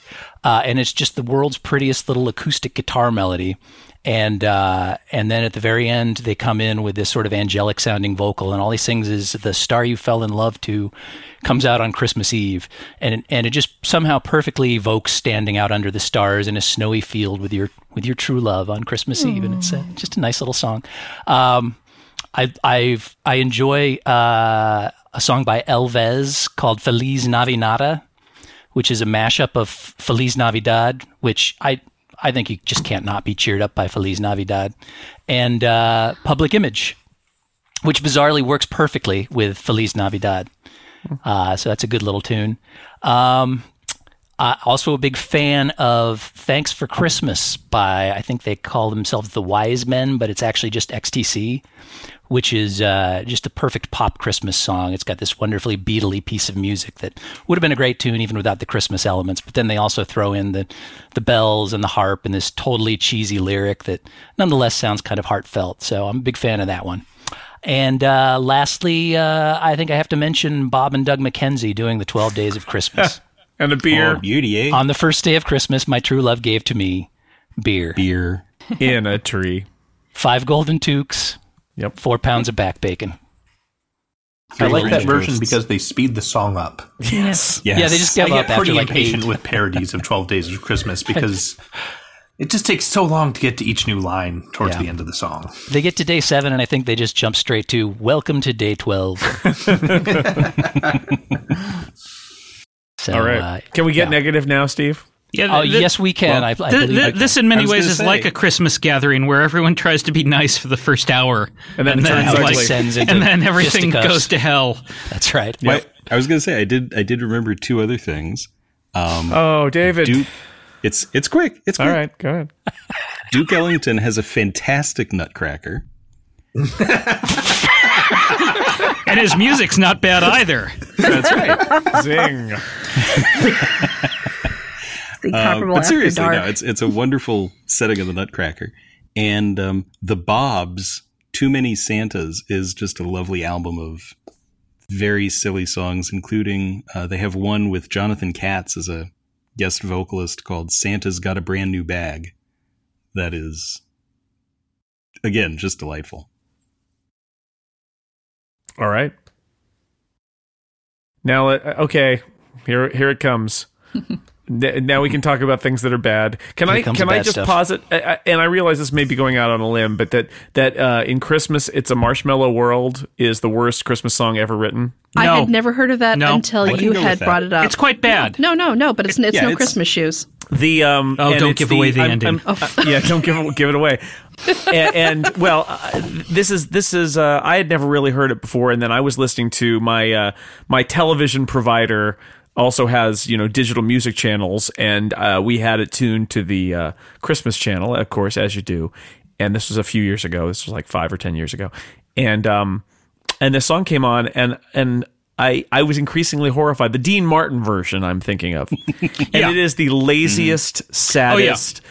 S8: uh, and it's just the world's prettiest little acoustic guitar melody. And uh, and then at the very end, they come in with this sort of angelic sounding vocal, and all he sings is "The Star You Fell in Love To" comes out on Christmas Eve, and and it just somehow perfectly evokes standing out under the stars in a snowy field with your with your true love on Christmas Eve, and it's a, just a nice little song. Um, I I've I enjoy uh, a song by Elvez called Feliz Navinata, which is a mashup of Feliz Navidad, which I I think you just can't not be cheered up by Feliz Navidad, and uh, Public Image, which bizarrely works perfectly with Feliz Navidad. Uh, so that's a good little tune. Um, uh, also a big fan of Thanks for Christmas by I think they call themselves the Wise Men, but it's actually just XTC which is uh, just a perfect pop Christmas song. It's got this wonderfully beatly piece of music that would have been a great tune even without the Christmas elements. But then they also throw in the the bells and the harp and this totally cheesy lyric that nonetheless sounds kind of heartfelt. So I'm a big fan of that one. And uh, lastly, uh, I think I have to mention Bob and Doug McKenzie doing the 12 Days of Christmas.
S5: And a beer
S2: Oh, beauty, eh?
S8: On the first day of Christmas, my true love gave to me beer,
S2: Beer.
S5: in a tree.
S8: five golden toques,
S5: Yep.
S8: four pounds of back bacon.
S7: I like
S2: Three
S7: that version
S2: roasts.
S7: because they speed the song up.
S2: Yes.
S8: Yeah, they just
S7: I
S8: give
S7: get
S8: up after
S7: pretty
S8: like eight.
S7: impatient with parodies of 12 Days of Christmas because it just takes so long to get to each new line towards the end of the song.
S8: They get to day seven, and I think they just jump straight to "Welcome to day 12. so,
S5: All
S8: uh,
S5: right. Can we get
S8: yeah.
S5: negative now, Steve?
S3: Yeah,
S8: Oh
S3: th- th-
S8: yes, we can.
S2: well,
S8: I, I
S3: th-
S8: believe.
S3: th-
S8: I can.
S3: this, in many
S2: I was
S3: ways,
S2: gonna
S3: is
S2: say.
S3: like a Christmas gathering where everyone tries to be nice for the first hour,
S5: And then it turns
S8: out
S3: like-
S8: it descends into
S3: and then everything
S8: fisticuffs.
S3: goes to hell.
S8: That's right.
S2: Why- I was gonna say I did. I did remember two other things. Um,
S5: Oh, David.
S2: Duke. It's it's quick. It's quick.
S5: All right, go ahead.
S2: Duke Ellington has a fantastic Nutcracker.
S3: And his music's not bad either.
S5: That's
S3: Mm-hmm.
S5: right. Zing.
S4: It's
S5: Uh,
S2: Uh,
S4: incomparable
S2: but
S4: after
S2: seriously,
S4: dark.
S2: no, it's it's a wonderful setting of the Nutcracker, and um, the Bob's "Too Many Santas" is just a lovely album of very silly songs, including uh, they have one with Jonathan Katz as a guest vocalist called "Santa's Got a Brand New Bag," that is again just delightful.
S5: All right. Now, let- okay, here here it comes. N- now we can talk about things that are bad. Can
S8: Here
S5: I
S8: comes
S5: can
S8: the
S5: I
S8: bad
S5: just
S8: stuff.
S5: posit? I, I, and I realize this may be going out on a limb, but that that uh, in Christmas, it's a Marshmallow World is the worst Christmas song ever written.
S4: I
S3: No.
S4: had never heard of that
S3: No.
S4: until
S2: I can
S4: you
S2: go with
S4: had
S2: that.
S4: brought it up.
S3: It's quite bad.
S4: No, no, no, but it's, it's
S2: yeah,
S4: no
S2: it's-
S4: Christmas shoes.
S5: The um,
S3: Oh,
S5: and
S3: don't
S5: it's
S3: give away the
S5: I'm-
S3: ending.
S5: I'm- uh, yeah, don't give give it away. and, and, well, uh, this is this is uh, I had never really heard it before, and then I was listening to my uh, my television provider also has you know digital music channels, and uh, we had it tuned to the uh, Christmas channel, of course, as you do. And this was a few years ago. This was like five or ten years ago, and um, and this song came on, and and. I, I was increasingly horrified. The Dean Martin version I'm thinking of. And it is the laziest,
S8: Mm.
S3: Oh,
S5: saddest,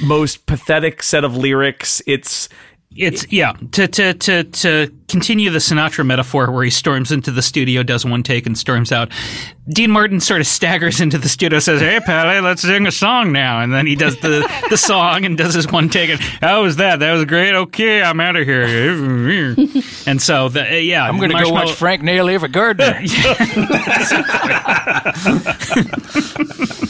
S5: most pathetic set of lyrics. It's
S3: It's yeah. To to to to continue the Sinatra metaphor, where he storms into the studio, does one take, and storms out. Dean Martin sort of staggers into the studio, says, "Hey, Pally, let's sing a song now," and then he does the the song and does his one take. And how was that? That was great. Okay, I'm out of here. and so the uh, yeah,
S8: I'm going to go watch Frank Naylor for Gardner. uh,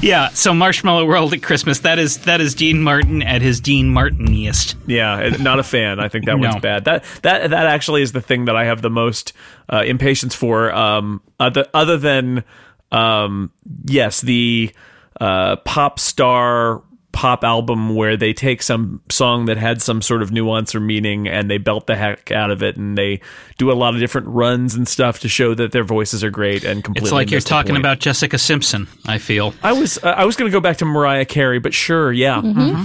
S3: yeah. So Marshmallow World at Christmas. That is that is Dean Martin at his Dean Martiniest.
S5: yeah, it- not a fan. I think that
S3: No.
S5: one's bad. That that that actually is the thing that I have the most uh, impatience for. Um, other other than um, yes, the uh, pop star pop album where they take some song that had some sort of nuance or meaning and they belt the heck out of it and they do a lot of different runs and stuff to show that their voices are great and completely
S3: It's like you're
S5: miss the
S3: talking
S5: point.
S3: about Jessica Simpson. I feel.
S5: I was uh, I was going to go back to Mariah Carey, but sure, yeah,
S3: Uh-huh.
S8: Mm-hmm.
S5: Mm-hmm.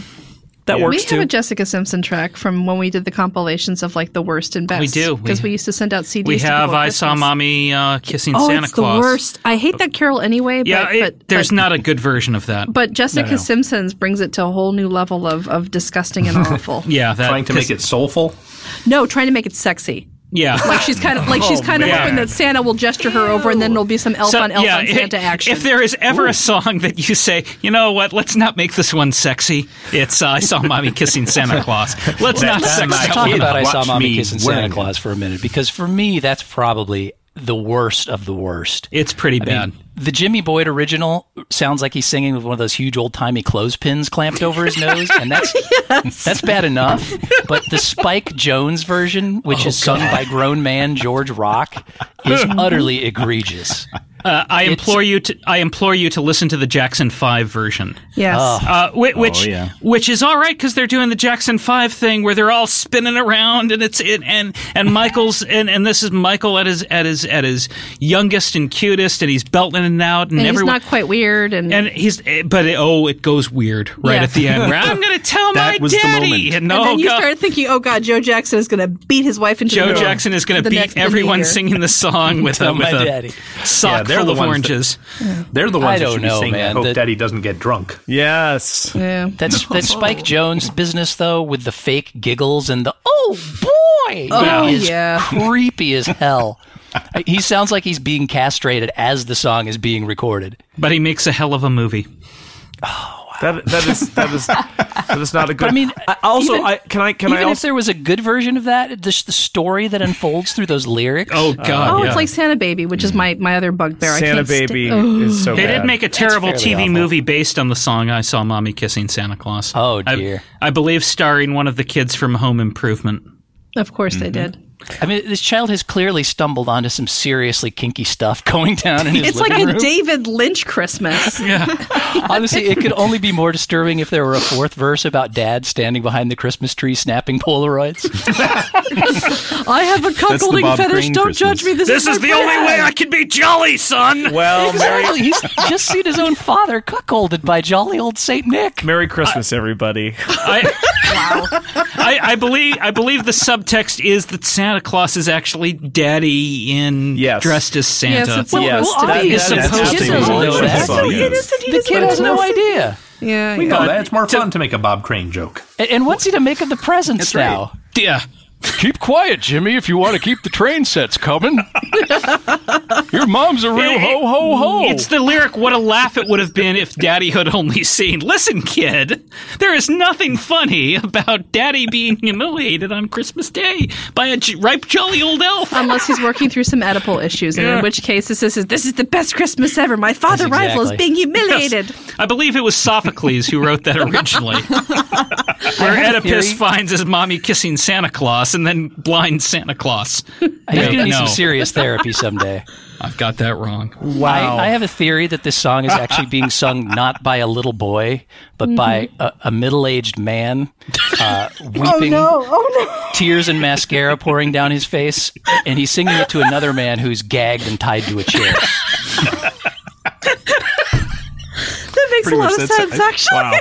S5: that
S4: Mm-hmm. we
S5: works
S4: have a
S5: too.
S4: Jessica Simpson track from when we did the compilations of like the worst and best.
S3: do. We-
S4: because we, used to send out CDs.
S3: We
S4: to
S3: have
S4: people at
S3: I saw
S4: Christmas.
S3: mommy uh, kissing
S4: Oh,
S3: Santa
S4: it's
S3: Claus.
S4: the worst. I hate that carol anyway. But,
S3: Yeah, it-
S4: but,
S3: there's
S4: but,
S3: not a good version of that.
S4: But Jessica Simpson's brings it to a whole new level of of disgusting and awful.
S3: yeah, that,
S7: Trying to make it soulful.
S4: No, trying to make it sexy.
S3: Yeah,
S4: Like she's kind of like she's kind of
S3: Oh, man.
S4: hoping that Santa will gesture her over, and then there'll be some elf on elf on Santa
S3: if,
S4: action.
S3: If there is ever a song that you say, you know what, let's not make this one sexy. It's uh, I saw mommy kissing Santa Claus. Let's not
S8: Let's
S3: sex
S8: talk about I saw
S7: watch
S8: Mommy
S7: me
S8: kissing Santa
S7: win.
S8: Claus for a minute because for me that's probably the worst of the worst.
S3: It's pretty bad.
S8: The Jimmy Boyd original sounds like he's singing with one of those huge old timey clothespins clamped over his nose, and that's that's bad enough. But the Spike Jones version,
S3: Oh,
S8: which is sung by grown man George Rock, is utterly egregious.
S3: uh, I implore you to I implore you to listen to the Jackson Five version.
S4: yes.
S3: Uh, which which,
S2: yeah.
S3: which is all right because they're doing the Jackson Five thing where they're all spinning around and it's it, and and Michael's and, and this is Michael at his at his at his youngest and cutest and he's belting it out and,
S4: and he's
S3: everyone
S4: not quite weird, and,
S3: and he's eh, but it, oh it goes weird right
S4: Yeah.
S3: at the end where I'm gonna tell
S2: That
S3: my
S2: was the
S3: daddy
S2: moment.
S3: and,
S4: and
S3: oh
S4: then you
S3: God.
S4: started thinking, oh god, Joe Jackson is going to beat his wife into the
S3: Joe
S4: ground
S3: Jackson is going
S4: for
S3: to
S4: the
S3: beat
S4: next
S3: everyone
S4: leader.
S3: singing the song with a,
S8: Tell
S3: with
S8: my
S3: a
S8: daddy.
S7: Yeah,
S3: sock
S7: they're
S3: full
S7: the
S3: of
S7: ones
S3: oranges.
S7: They're the
S8: I
S7: ones that
S8: don't
S7: should
S8: know,
S7: be singing.
S8: man.
S7: I hope
S8: The-
S7: Daddy doesn't get drunk.
S5: Yes,
S4: Yeah.
S8: That's that Spike Jones business though, with the fake giggles and the oh boy,
S4: Oh,
S8: is
S4: yeah.
S8: creepy as hell. he sounds like he's being castrated as the song is being recorded.
S3: But he makes a hell of a movie.
S5: that that is that is that is not a good.
S8: I mean,
S5: I, also,
S8: even-
S5: I can I can
S8: Even
S5: I
S8: if
S5: also
S8: there was a good version of that, the, the story that unfolds through those lyrics. uh,
S3: Oh God!
S4: Oh,
S3: yeah.
S4: it's like Santa Baby, which is my, my other bugbear. I
S5: Santa
S4: can't sta-
S5: Baby
S4: Ugh.
S5: is so
S3: Mm. They
S5: bad.
S3: did make a terrible
S8: fairly
S3: TV
S8: awful.
S3: movie based on the song "I Saw Mommy Kissing Santa Claus."
S8: Oh,
S3: I-
S8: dear.
S3: I, believe starring one of the kids from Home Improvement.
S4: Of course they
S3: Mm-hmm.
S4: did.
S8: I mean, this child has clearly stumbled onto some seriously kinky stuff going down in his
S4: It's like
S8: living
S4: a
S8: room.
S4: David Lynch Christmas.
S8: Honestly, it could only be more disturbing if there were a fourth verse about dad standing behind the Christmas tree snapping Polaroids.
S4: I have a cuckolding
S2: Bob
S4: fetish.
S2: Crane
S4: Don't
S2: Christmas.
S4: judge me. This, is, my present.
S3: can be jolly, son.
S5: well, Merry,
S8: Exactly. He's just seen his own father cuckolded by jolly old Saint Nick.
S5: Merry Christmas, everybody.
S3: I, I, I believe I believe the subtext is that Santa Claus is actually Daddy in
S5: Yes.
S3: dressed as Santa.
S4: Yes, it's well,
S5: Yes,
S4: well,
S5: that- that
S4: obviously.
S5: is
S3: supposed
S2: to
S4: He
S2: be
S4: doesn't
S2: what
S4: know
S2: the
S4: that.
S2: song is.
S4: innocent. He
S8: The
S4: doesn't
S8: kid
S4: know
S8: has no
S4: that.
S8: idea.
S4: Yeah,
S7: We
S4: yeah.
S7: know that. It's more fun to make a Bob Crane joke.
S8: And, and what's he to make of the presents
S2: right.
S8: now?
S3: yeah.
S8: Keep quiet, Jimmy, if you want to keep the train sets coming. Your mom's a real ho ho ho.
S3: It's the lyric, what a laugh it would have been if Daddy had only seen. Listen, kid, there is nothing funny about Daddy being humiliated on Christmas Day by a j- ripe, jolly old elf.
S4: Unless he's working through some Oedipal issues, and in which case this is this is the best Christmas ever. My father
S8: That's
S4: rival is
S8: exactly-
S4: being humiliated.
S3: I believe it was Sophocles who wrote that originally, where
S8: have a
S3: Oedipus
S8: theory.
S3: finds his mommy kissing Santa Claus and then blind Santa Claus.
S8: He's going to need
S3: No.
S8: some serious therapy someday.
S3: I've got that wrong.
S5: Wow.
S8: I, I have a theory that this song is actually being sung not by a little boy, but by
S6: Mm-hmm.
S8: a, a middle aged man uh,
S6: Oh,
S8: weeping,
S4: Oh,
S8: tears and mascara pouring down his face, and he's singing it to another man who's gagged and tied to a chair.
S4: That makes
S2: Pretty
S4: a lot
S2: much
S4: of
S2: that's-
S4: sense,
S2: I-
S4: actually.
S5: wow.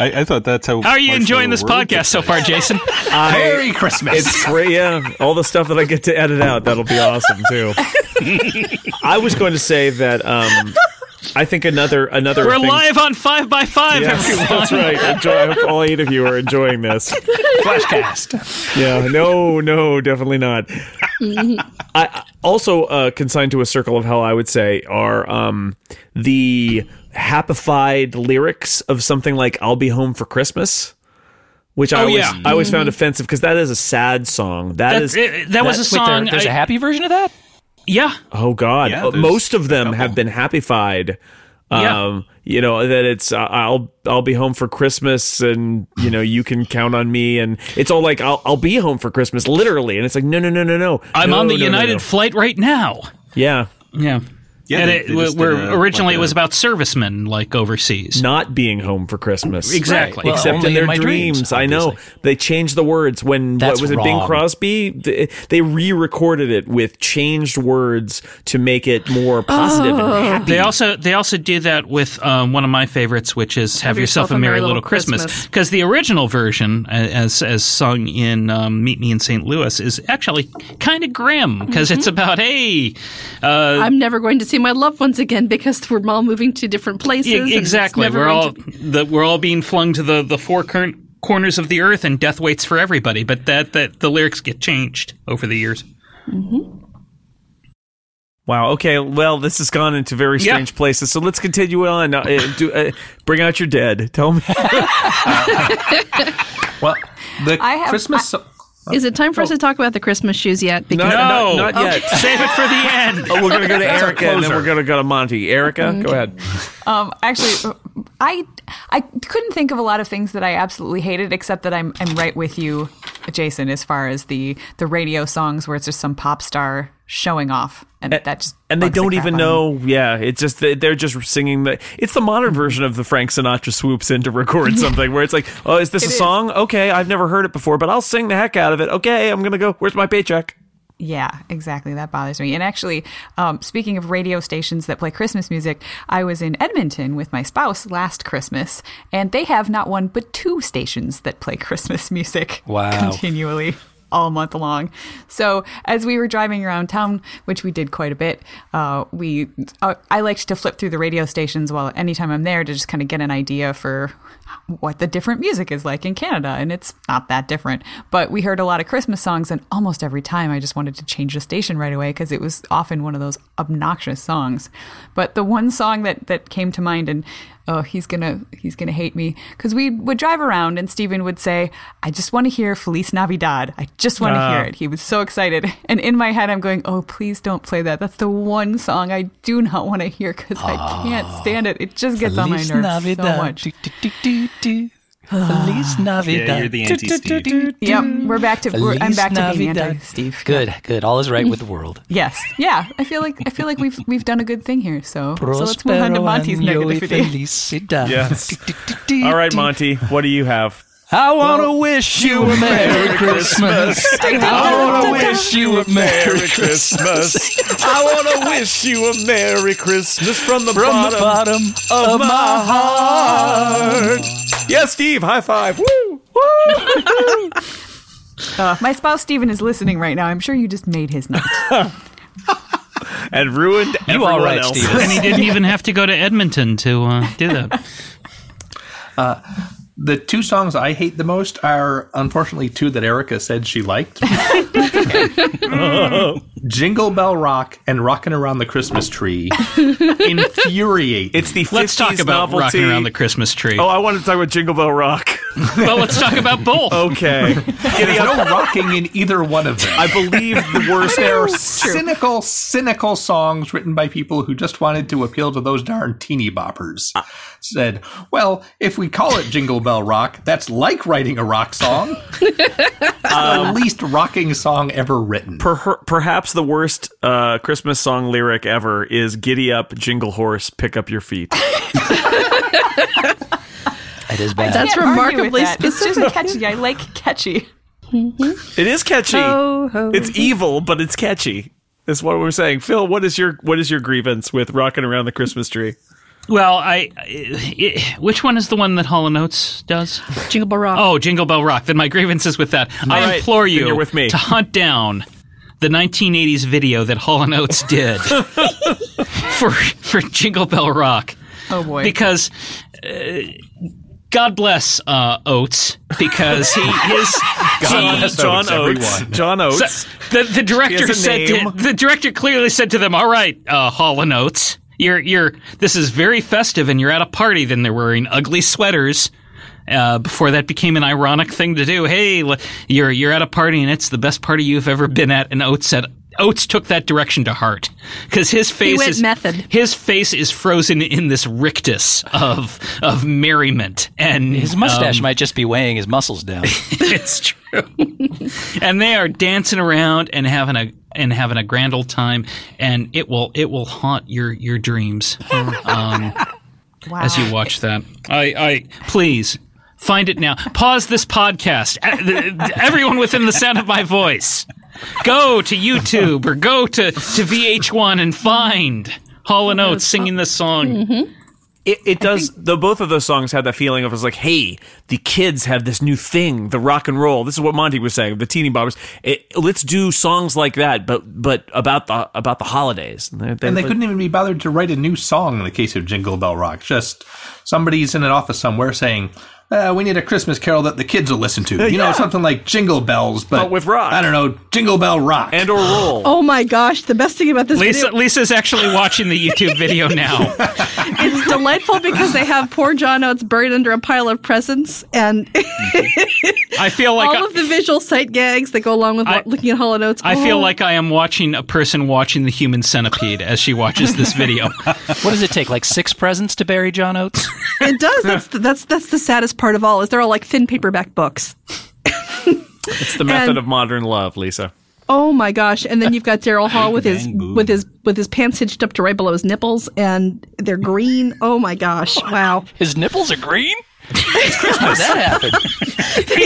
S2: I, I thought that's how.
S3: How are you
S2: Marshall
S3: enjoying this
S2: World
S3: podcast so
S2: did
S3: far, Jason?
S7: Merry Christmas.
S5: It's great, yeah. All the stuff that I get to edit out, that'll be awesome too. I was going to say that um, I think another another
S3: We're
S5: thing-
S3: live on Five by Five.
S5: Yes,
S3: everyone.
S5: that's right. Enjoy, I hope all eight of you are enjoying this.
S7: flashcast.
S5: Yeah, no, no, definitely not. I I- also uh, consigned to a circle of hell. I would say are um, the happified lyrics of something like "I'll Be Home for Christmas." Which I
S3: Oh,
S5: always,
S3: yeah.
S5: I always found offensive because that is a sad song.
S3: That,
S5: that is
S3: it- that was a
S8: Wait, there-
S3: song.
S8: there's a
S3: I-
S8: happy version of that?
S3: yeah,
S5: Oh God!
S2: Yeah,
S5: Uh,
S2: there's
S5: Most of them
S2: couple.
S5: have been happyfied. Um,
S3: Yeah.
S5: You know that it's uh, I'll I'll be home for Christmas, and you know you can count on me, and it's all like I'll I'll be home for Christmas, literally, and it's like no no no no no.
S3: I'm
S5: No,
S3: on the
S5: no, no,
S3: United
S5: no.
S3: flight right now.
S5: Yeah,
S3: Yeah.
S2: Yeah,
S3: and
S2: they-
S3: it,
S2: they just
S3: where
S2: did a-
S3: originally
S2: like
S3: it was
S2: a-
S3: about servicemen like overseas.
S5: not being home for Christmas.
S3: Exactly.
S8: Well,
S5: Except
S8: only
S5: in their
S8: my
S5: dreams.
S8: dreams,
S5: I know they changed the words when
S8: That's
S5: what was it? Bing
S8: wrong.
S5: Crosby. They, they re-recorded it with changed words to make it more positive and happy.
S3: Oh. They also they also do that with um, one of my favorites, which is "Have, yourself, a Merry Little Christmas,"
S4: Christmas.
S3: because the original version, a- as as sung in um, "Meet Me in St. Louis," is actually kind of grim because it's about hey, uh,
S4: I'm never going to see my loved ones again because we're all moving to different places.
S3: e-
S4: and it's
S3: exactly
S4: never
S3: we're
S4: going
S3: all
S4: to-
S3: the, we're all being flung to the the four current corners of the earth, and death waits for everybody. But that that the lyrics get changed over the years.
S6: Mm-hmm.
S5: Wow. Okay. Well, this has gone into very
S3: Yeah.
S5: strange places. So let's continue on. Uh, uh, do, uh, bring out your dead. Tell me.
S7: Well, the
S6: I have-
S7: Christmas. so-
S4: Is it time for us to talk about the Christmas shoes yet? Because
S5: No,
S3: No,
S5: not- not yet.
S3: Save it for the end.
S5: Oh, we're gonna go to
S7: That's our
S5: Erica, and then
S7: closer.
S5: we're gonna go to Monty. Erica,
S8: Mm-hmm.
S5: go ahead. oh.
S6: Um, actually, I I couldn't think of a lot of things that I absolutely hated, except that I'm I'm right with you, Jason, as far as the the radio songs where it's just some pop star showing off, and, that just
S5: And they
S6: bugs the
S5: don't
S6: crap
S5: even
S6: out of me.
S5: know. Yeah, it's just they- they're just singing the. It's the modern version of the Frank Sinatra swoops in to record something, where it's like, oh, is this a
S6: is.
S5: song? Okay, I've never heard it before, but I'll sing the heck out of it. Okay, I'm gonna go. Where's my paycheck?
S6: Yeah, exactly. That bothers me. And actually, um, speaking of radio stations that play Christmas music, I was in Edmonton with my spouse last Christmas, and they have not one but two stations that play Christmas music
S8: Wow.
S6: continually all month long. So as we were driving around town, which we did quite a bit, uh, we uh, I liked to flip through the radio stations while anytime I'm there to just kind of get an idea for what the different music is like in Canada, and it's not that different. But we heard a lot of Christmas songs, and almost every time I just wanted to change the station right away because it was often one of those obnoxious songs. But the one song that that came to mind, and oh, he's gonna he's gonna hate me because we would drive around, and Steven would say, "I just want to hear Feliz Navidad. I just want to
S8: Ah.
S6: hear it." He was so excited, and in my head, I'm going, "Oh, please don't play that. That's the one song I do not want to hear because I can't stand it. It just gets on my
S8: Ah. Feliz
S6: nerves so
S8: Navidad.
S6: much."
S8: Do, do, do, do, do. Feliz Navidad.
S2: Yeah, you're the anti-Steve.
S6: Yep, we're back to we're, I'm
S8: Feliz
S6: back to being
S8: Navidad.
S6: anti Steve. Mm.
S8: Good, good. All is right with the world.
S6: Yes. Yeah. I feel like I feel like we've we've done a good thing here. So, so let's move
S8: Prospero
S6: on to Monty's
S8: año y
S6: negativity.
S8: felicidad.
S5: Yes.
S8: Do, do, do, do,
S5: All right,
S8: do.
S5: Monty, what do you have?
S8: I want to wish you a Merry Christmas. I want to wish you a Merry Christmas.
S5: I want to wish you a Merry Christmas from the
S8: From the bottom of my
S5: heart. Yeah, Steve, high five. Woo! Woo!
S6: Uh, my spouse Steven is listening right now. I'm sure you just made his night.
S5: and ruined
S8: You
S5: everyone
S8: all right,
S5: else.
S8: Steven?
S3: and he didn't even have to go to Edmonton to uh, do that.
S7: uh, The two songs I hate the most are, unfortunately, two that Erica said she liked Jingle Bell Rock and Rockin' Around the Christmas Tree. Infuriate.
S5: It's the 50s
S3: Let's talk about
S5: novelty.
S3: rocking around the Christmas tree.
S5: Oh, I wanted to talk about Jingle Bell Rock.
S3: well, let's talk about both.
S5: Okay.
S7: There's no rocking in either one of them.
S5: I believe the worst.
S7: They're cynical, cynical songs written by people who just wanted to appeal to those darn teeny boppers.
S5: Ah.
S7: Said, well, if we call it Jingle Bell Rock, that's like writing a rock song. It's
S5: Um,
S7: the least rocking song ever written.
S5: Per- perhaps the worst uh, Christmas song lyric ever is "Giddy up, jingle horse, pick up your feet."
S8: It is bad.
S4: That's
S6: Can't argue with
S4: remarkably
S6: that. It's just catchy. I like catchy.
S5: It is catchy.
S4: Ho, ho.
S5: It's evil, but it's catchy. That's what we're saying. Phil, what is your what is your grievance with rocking around the Christmas tree?
S3: Well, I, I- i- which one is the one that Hall and Oates does?
S4: Jingle Bell Rock.
S3: Oh, Jingle Bell Rock. Then my grievance is with that. I
S5: right,
S3: implore
S5: then
S3: you
S5: you're with me.
S3: to hunt down the 1980s video that Hall and Oates did for for Jingle Bell Rock
S6: Oh boy.
S3: because uh, God bless uh, Oates because he his he-
S7: bless
S5: John
S7: Oates,
S5: Oates.
S7: everyone.
S5: John Oates.
S3: so, the the director
S5: has a
S3: said
S5: name.
S3: to, the director clearly said to them, "All right, uh, Hall and Oates, you're you're this is very festive, and you're at a party. Then they're wearing ugly sweaters." Uh, before that became an ironic thing to do. Hey, l- you're you're at a party and it's the best party you've ever been at. And Oates said Oates took that direction to heart because his face
S4: went
S3: is
S4: method.
S3: His face is frozen in this rictus of of merriment and um,
S8: His mustache might just be weighing his muscles down.
S3: it's true. and they are dancing around and having a and having a grand old time, and it will it will haunt your your dreams um,
S6: wow.
S3: as you watch that. I I please find it now. Pause this podcast. Uh, th- th- Everyone within the sound of my voice, go to YouTube or go to to VH1 and find Hall and Oates singing this song.
S4: Mm-hmm.
S5: It, it does. Though both of those songs had that feeling of it's like, hey, the kids have this new thing, the rock and roll. This is what Monty was saying, the teeny boppers. It, let's do songs like that, but but about the about the holidays. And they,
S7: And they couldn't even be bothered to write a new song in the case of Jingle Bell Rock. Just somebody's in an office somewhere saying, uh, we need a Christmas carol that the kids will listen to. You know, something like Jingle Bells, but,
S5: But with rock.
S7: I don't know, Jingle Bell Rock.
S5: and or roll.
S4: Oh my gosh, the best thing about this
S3: Lisa
S4: video,
S3: Lisa's actually watching the YouTube video now.
S4: it's delightful because they have poor John Oates buried under a pile of presents and
S3: I feel like
S4: all of the visual sight gags that go along with
S3: Oh I-
S4: looking at Hollow Notes. Oh,
S3: I feel like I am watching a person watching the human centipede as she watches this video.
S8: What does it take? Like six presents to bury John Oates?
S4: it does. That's the, that's that's the saddest part of all is they're all like thin paperback books.
S5: It's the method
S4: and-
S5: of modern love, Lisa.
S4: Oh my gosh! And then you've got Daryl Hall with his with his with his pants hitched up to right below his nipples, and they're green. Oh my gosh! Wow.
S8: His nipples are green? How did that happen?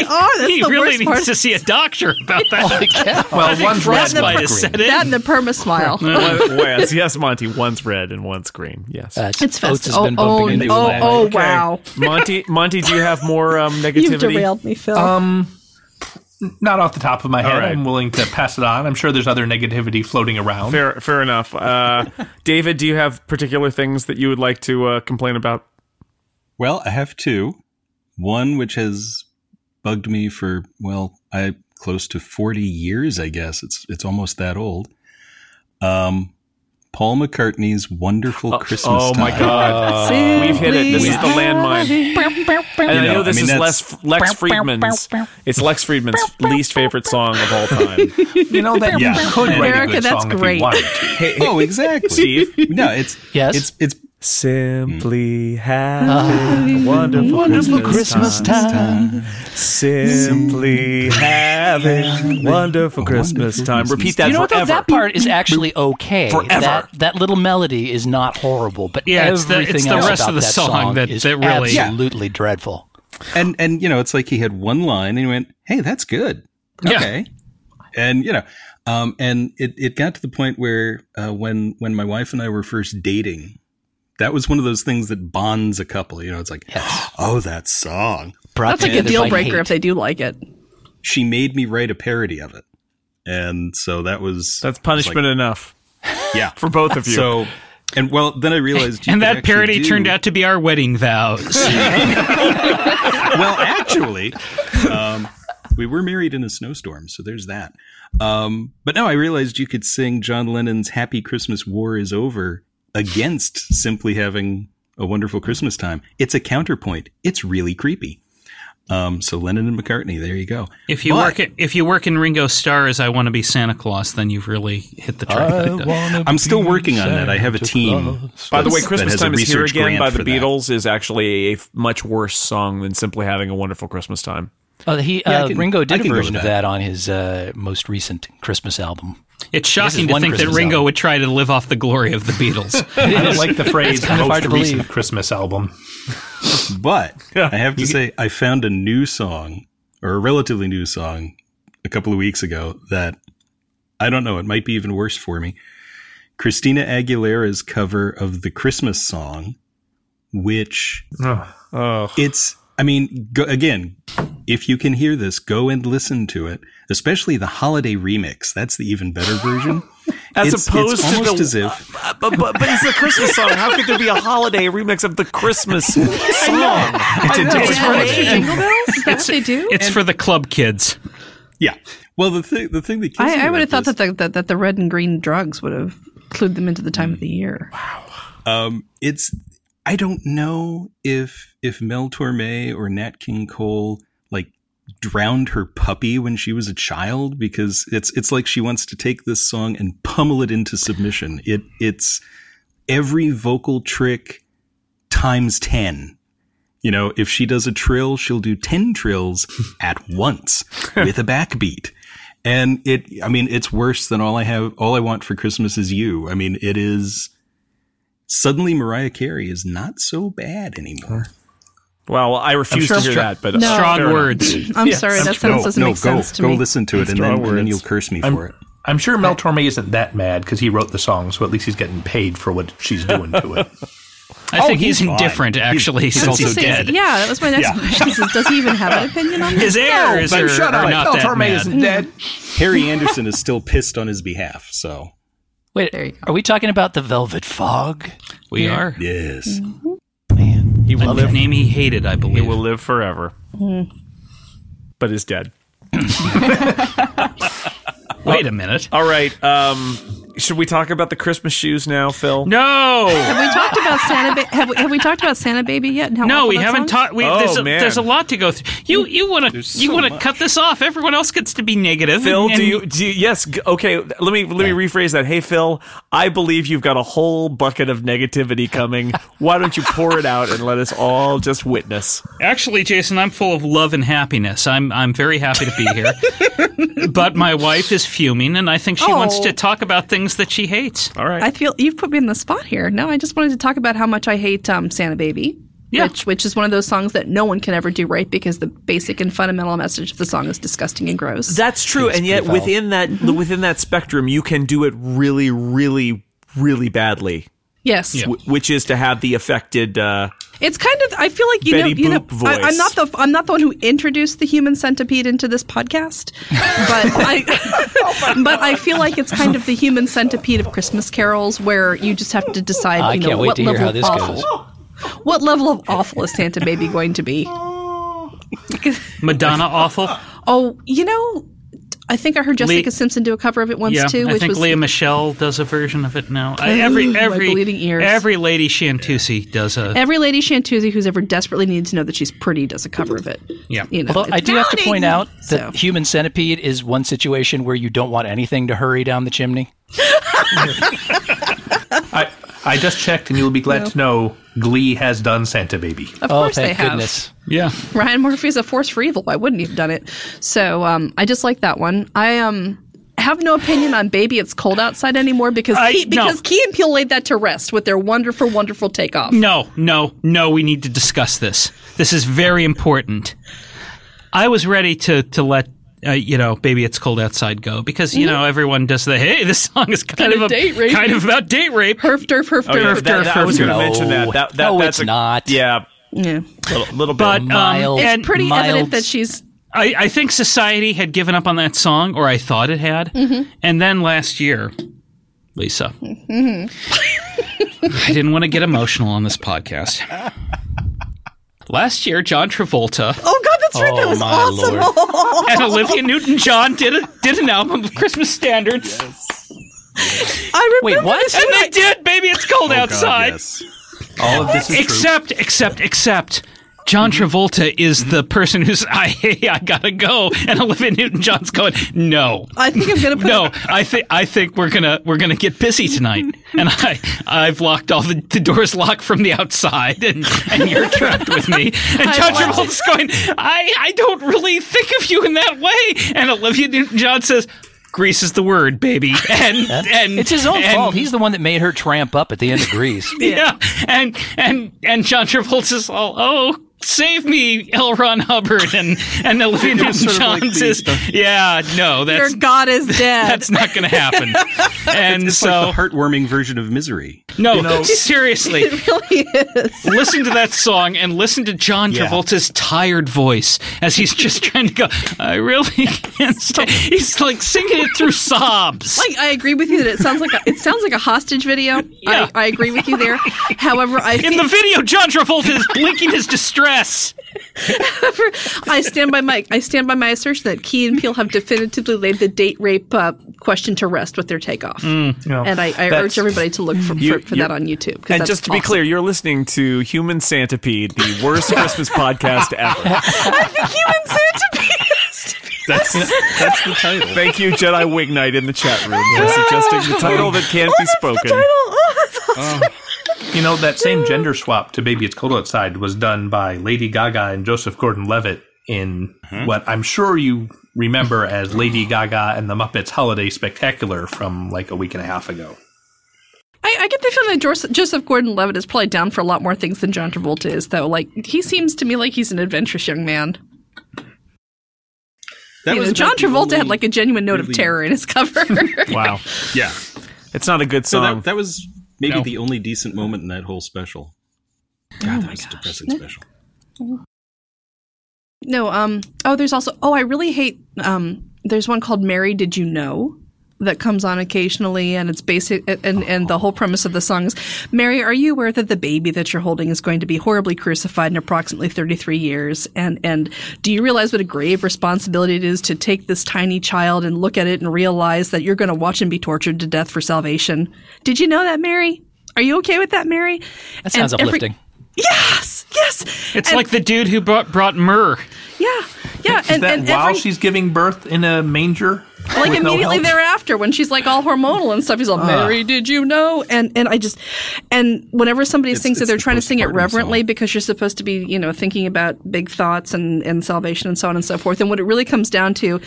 S4: Oh, that's
S3: he
S4: the
S3: really
S4: worst
S3: needs
S4: part.
S3: to see a doctor about that.
S8: Holy cow.
S7: well, one's red,
S4: Frostbite
S7: one's
S3: is
S7: green.
S3: set in.
S4: that and the perma smile.
S5: yes, yes, Monty. One's red and one's green. Yes.
S8: Uh,
S4: It's
S8: Oates
S4: festive.
S8: has
S4: Oh,
S8: been bumping
S4: oh,
S8: into his
S4: oh,
S8: leg.
S4: oh, wow!
S5: Monty, Monty, do you have more um,
S4: You've
S5: negativity?
S4: derailed me, Phil.
S3: Um,
S7: Not off the top of my head.
S5: right.
S7: I'm willing to pass it on. I'm sure there's other negativity floating around.
S5: fair, fair enough. Uh, David, do you have particular things that you would like to uh, complain about?
S2: Well, I have two. One which has bugged me for well, I close to forty years, I guess. It's it's almost that old. Um, Paul McCartney's wonderful Christmas.
S5: oh my
S2: Time.
S5: God, we've hit it. This is the
S4: Simply
S5: landmine. And I
S2: You
S5: know
S2: know,
S5: this
S2: I mean,
S5: is
S2: that's-
S5: Les, Lex Friedman's. It's Lex Friedman's least favorite song of all time.
S7: You know that
S2: Yeah.
S7: you could write a
S4: America,
S7: good
S4: that's
S7: song if
S4: great.
S7: you wanted to.
S2: Oh, exactly.
S5: Steve?
S2: No, it's
S8: Yes?
S2: It's it's
S5: Simply having a wonderful,
S8: Wonderful Christmas time.
S4: Mm.
S5: Simply having wonderful Christmas time. Repeat that
S8: You know what? Though?
S5: forever.
S8: That part is actually okay.
S5: Forever.
S8: That that little melody is not horrible, but
S3: Yeah, it's the-
S8: everything
S3: it's the
S8: else
S3: rest
S8: about
S3: of the
S8: that
S3: song that-
S8: is
S3: that really- Yeah.
S8: absolutely dreadful.
S2: and and you know it's like he had one line and he went hey that's good
S3: Yeah.
S2: okay and you know um and it it got to the point where uh when when my wife and i were first dating that was one of those things that bonds a couple you know it's like oh that song
S8: Brought
S4: that's like a
S8: together by
S4: deal breaker
S8: hate.
S4: if they do like it.
S2: she made me write a parody of it and so that was
S5: That's punishment enough
S2: yeah
S5: for both of you.
S2: so and well then i realized you
S3: and
S2: could
S3: that
S2: actually
S3: parody
S2: do-
S3: turned out to be our wedding vows.
S2: well, actually, um, we were married in a snowstorm, so there's that. Um, but no, I realized you could sing John Lennon's "Happy Christmas, War is Over" against simply having a wonderful Christmas time. It's a counterpoint. It's really creepy. Um, so Lennon and McCartney, there you go.
S3: If you
S2: But-
S3: work, at, if you work in Ringo Starr's "I Want to Be Santa Claus," then you've really hit the trifecta.
S2: I'm still working on that. I have a team.
S5: By the way,
S2: that
S5: Christmas
S2: has a
S5: Time is Here
S2: research
S5: Again
S2: grant
S5: by the
S2: for that.
S5: Beatles is actually a f- much worse song than simply having a wonderful Christmas time.
S8: Oh, he
S2: Yeah, I
S8: uh,
S2: can-
S8: Ringo
S2: I
S8: did a
S2: can go
S8: version
S2: with
S8: of
S2: that.
S8: that on his uh, most recent Christmas album.
S3: It's shocking to
S8: one
S3: think
S8: Christmas
S3: that Ringo
S8: album.
S3: would try to live off the glory of the Beatles.
S7: I don't like the phrase
S8: kind of hard
S7: most
S8: to
S7: recent
S8: believe.
S7: Christmas album.
S2: But I have to say, I found a new song, or a relatively new song, a couple of weeks ago that I don't know. It might be even worse for me. Christina Aguilera's cover of the Christmas song, which
S7: Ugh.
S5: Oh,
S2: it's, I mean, go, again, if you can hear this, go and listen to it, especially the holiday remix. That's the even better version.
S5: As
S2: it's,
S5: opposed
S2: it's
S5: to
S2: almost
S5: the-
S2: as if
S5: but, but but it's a Christmas song. How could there be a holiday remix of the Christmas song?
S2: it's a different
S4: Extra jingle bells? Is that what they do?
S3: it's for the club kids.
S2: Yeah. Well, the thing, the thing that kills me
S4: I, I
S2: about
S4: would have thought
S2: this-
S4: that the, that, that the red and green drugs would have clued them into the time of the year.
S2: um, it's I don't know if if Mel Torme or Nat King Cole like drowned her puppy when she was a child because it's it's like she wants to take this song and pummel it into submission. It it's every vocal trick times 10. You know, if she does a trill, she'll do 10 trills at once with a backbeat. And it I mean, it's worse than all I have all I want for Christmas is you. I mean, it is suddenly Mariah Carey is not so bad anymore.
S5: Well, I refuse
S7: sure
S5: to hear that. But
S4: No.
S5: fair
S3: Strong
S5: enough.
S3: words.
S4: I'm sorry, that sentence doesn't
S2: no,
S4: make
S2: go,
S4: sense to
S2: go
S4: me.
S2: listen to it and then,
S5: Strong
S2: and then
S5: words.
S2: you'll curse me for it.
S7: I'm sure Mel Torme isn't that mad because he wrote the song, so at least he's getting paid for what she's doing to it.
S3: I think
S2: Oh, he's
S3: he's,
S2: fine.
S3: indifferent, actually,
S2: he's
S3: since
S2: also
S3: he's
S4: Just say-
S3: dead.
S4: Yeah, that was my next question. Is, does he even have an opinion on this?
S3: His heirs
S7: but
S3: are,
S7: shut
S3: are
S7: up.
S3: not
S7: Mel
S3: that
S7: Torme
S3: mad.
S7: isn't dead.
S2: Harry Anderson is still pissed on his behalf, so
S8: Wait,
S6: There you go.
S8: are we talking about the Velvet Fog?
S3: We are.
S2: yes.
S4: Mm-hmm.
S8: Man,
S5: He will
S3: A
S5: live.
S3: name he hated, I
S5: He
S3: believe.
S5: will live forever.
S4: Mm.
S5: But is dead.
S3: Wait a minute.
S5: All right. Um, should we talk about the Christmas shoes now, Phil?
S3: No,
S4: Have we talked about Santa? Ba- have, we, have we talked about Santa Baby yet? and how
S3: no,
S4: awful
S3: we
S4: that
S3: haven't
S4: song is?
S3: talked. We
S5: Oh,
S3: there's, a,
S5: man.
S3: there's a lot to go through. You you want to you want to cut this off? Everyone else gets to be negative.
S5: Phil,
S3: and-
S5: do
S3: and-
S5: you, do you? Yes. g- Okay. Let me let me rephrase that. Hey, Phil, I believe you've got a whole bucket of negativity coming. Why don't you pour it out and let us all just witness?
S3: Actually, Jason, I'm full of love and happiness. I'm I'm very happy to be here. but my wife is fuming, and I think she wants
S4: Oh.
S3: to talk about things that she hates.
S5: All right.
S4: I feel you've put me in the spot here. No, I just wanted to talk about how much I hate um, Santa Baby.
S3: Yeah.
S4: Which, which is one of those songs that no one can ever do right because the basic and fundamental message of the song is disgusting and gross.
S5: That's true, and yet within that within that spectrum, you can do it really, really, really badly,
S4: yes,
S5: wh- which is to have the affected. Uh,
S4: it's kind of. I feel like you
S5: Betty
S4: know, you know,
S5: Boop
S4: I, I'm
S5: voice.
S4: not the I'm not the one who introduced the human centipede into this podcast, but I but I feel like it's kind of the human centipede of Christmas carols where you just have to decide.
S8: I
S4: you know,
S8: can't wait
S4: what
S8: to hear
S4: level
S8: how
S4: of
S8: this
S4: awful,
S8: goes.
S4: What level of awful is Santa Baby going to be?
S3: Madonna awful.
S4: Oh, you know, I think I heard Jessica Simpson do a cover of it once
S3: Yeah,
S4: too,
S3: I
S4: which
S3: think
S4: was
S3: Leah Michelle does a version of it now. I-
S4: Ooh,
S3: every
S4: my
S3: every
S4: bleeding ears.
S3: every lady Shantusi does a.
S4: every lady Shantuzi who's ever desperately needed to know that she's pretty does a cover of it.
S3: Yeah.
S4: you know,
S8: Although I
S4: it's
S8: do have to point
S4: drowning!
S8: out
S4: So-
S8: that Human Centipede is one situation where you don't want anything to hurry down the chimney.
S7: I, I just checked, and you'll be glad to know Glee has done Santa Baby.
S4: Of
S8: oh,
S4: course
S8: thank
S4: they have.
S8: goodness.
S3: yeah.
S4: Ryan Murphy's a force for evil. Why wouldn't he have done it? So um, I just like that one. I um have no opinion on Baby It's Cold Outside anymore because
S3: I-
S4: Key,
S3: no.
S4: because Key and Peele laid that to rest with their wonderful, wonderful takeoff.
S3: No, no, no. We need to discuss this. This is very important. I was ready to to let. Uh, you know, baby, it's cold outside. Go because you know everyone does the. Hey, this song is kind,
S4: Kinda
S3: of a
S4: date rape.
S3: kind of about date Oh, rape.
S4: Herf derf, herf derf.
S5: that- Oh, that- I was going to
S8: No.
S5: mention that. uh, that, that
S8: No,
S5: that's
S8: it's
S5: a-
S8: not.
S5: Yeah,
S4: Yeah.
S5: little, little
S3: But
S5: bit.
S3: um,
S8: Mild.
S4: It's
S3: and
S4: pretty evident
S8: mild-
S4: that she's
S3: I, I think society had given up on that song, or I thought it had.
S4: Mm-hmm.
S3: And then last year, Lisa.
S4: mm-hmm.
S3: I didn't want to get emotional on this podcast. Last year, John Travolta
S4: Oh God, that's right. That
S8: Oh,
S4: was
S8: my
S4: awesome.
S3: and Olivia Newton-John did a, did an album of Christmas standards,
S4: I
S8: Wait,
S4: remember.
S8: what?
S4: this
S3: and
S4: when
S3: they did. Baby, it's cold
S2: Oh, God,
S3: outside.
S2: yes.
S7: All of this is true. Mm-hmm.
S3: Except, except, except John Travolta is the person who's I hey, I gotta go, and Olivia Newton John's going no.
S4: I think I'm gonna put
S3: no, I think I think we're gonna we're gonna get busy tonight, and I I've locked all the, the doors locked from the outside, and, and you're trapped with me. And John Travolta's going, I I don't really think of you in that way. And Olivia Newton John says, "Grease is the word, baby," and and
S8: It's his own
S3: and-
S8: fault. He's the one that made her tramp up at the end of Grease.
S3: yeah. And and and John Travolta's all, oh, save me, L. Ron Hubbard, and and Olivia Newton
S2: sort of like
S3: John
S2: the-
S3: says, yeah, no,
S4: Your
S3: that's
S4: God is dead.
S3: that's not going to happen. And
S2: It's
S3: so,
S2: like the heartwarming version of misery.
S3: no,
S7: know-
S3: seriously,
S4: it really is.
S3: listen to that song and listen to John
S2: Yeah.
S3: Travolta's tired voice as he's just trying to go. I really can't stop. He's like singing it through sobs.
S4: Like I agree with you that it sounds like a, it sounds like a hostage video.
S3: Yeah.
S4: I, I agree with you there. However, I
S3: in
S4: think,
S3: the video, John Travolta is blinking his distress.
S4: I stand by my I stand by my assertion that Key and Peele have definitively laid the date rape uh, question to rest with their takeoff. and I, I urge everybody to look for,
S5: You-
S4: for, for
S5: you-
S4: that on YouTube. 'cause
S5: And
S4: that's
S5: just to be
S4: awesome.
S5: clear, you're listening to Human Centipede, the worst Christmas podcast ever.
S2: That's that's the title.
S5: Thank you, Jedi Wignite, in the chat room for suggesting the title that can't be spoken.
S3: Oh,
S7: Uh, You know, that same gender swap to Baby It's Cold Outside was done by Lady Gaga and Joseph Gordon Levitt in
S5: Uh-huh.
S7: what I'm sure you remember as Lady Gaga and the Muppets Holiday Spectacular from like a week and a half ago.
S4: I, I get the feeling that Jors- Joseph Gordon-Levitt is probably down for a lot more things than John Travolta is, though. Like he seems to me like he's an adventurous young man.
S2: That
S4: You know,
S2: about
S4: John
S2: the
S4: Travolta had
S2: only-
S4: like a genuine note
S2: really-
S4: of terror in his cover.
S5: Wow.
S2: yeah.
S5: It's not a good
S2: So
S5: song.
S2: that that was maybe the only decent moment in that whole special.
S3: Oh,
S2: God, that was a depressing special.
S4: No, um oh there's also oh I really hate um there's one called Mary Did You Know that comes on occasionally and it's basic and and the whole premise of the song is Mary are you aware that the baby that you're holding is going to be horribly crucified in approximately 33 years and and do you realize what a grave responsibility it is to take this tiny child and look at it and realize that you're going to watch him be tortured to death for salvation Did you know that Mary Are you okay with that Mary
S8: That sounds
S4: And every-
S8: uplifting.
S4: Yes yes
S3: It's
S4: And-
S3: like the dude who brought, brought myrrh.
S4: yeah yeah
S7: Is that while she's giving birth in a manger?
S4: like
S7: with no
S4: immediately
S7: help?
S4: thereafter when she's like all hormonal and stuff he's all mary did you know and and i just and whenever somebody sings that
S2: it's
S4: they're
S2: the
S4: trying to sing it
S2: postpartum
S4: reverently
S2: song.
S4: because you're supposed to be you know thinking about big thoughts and and salvation and so on and so forth and what it really comes down to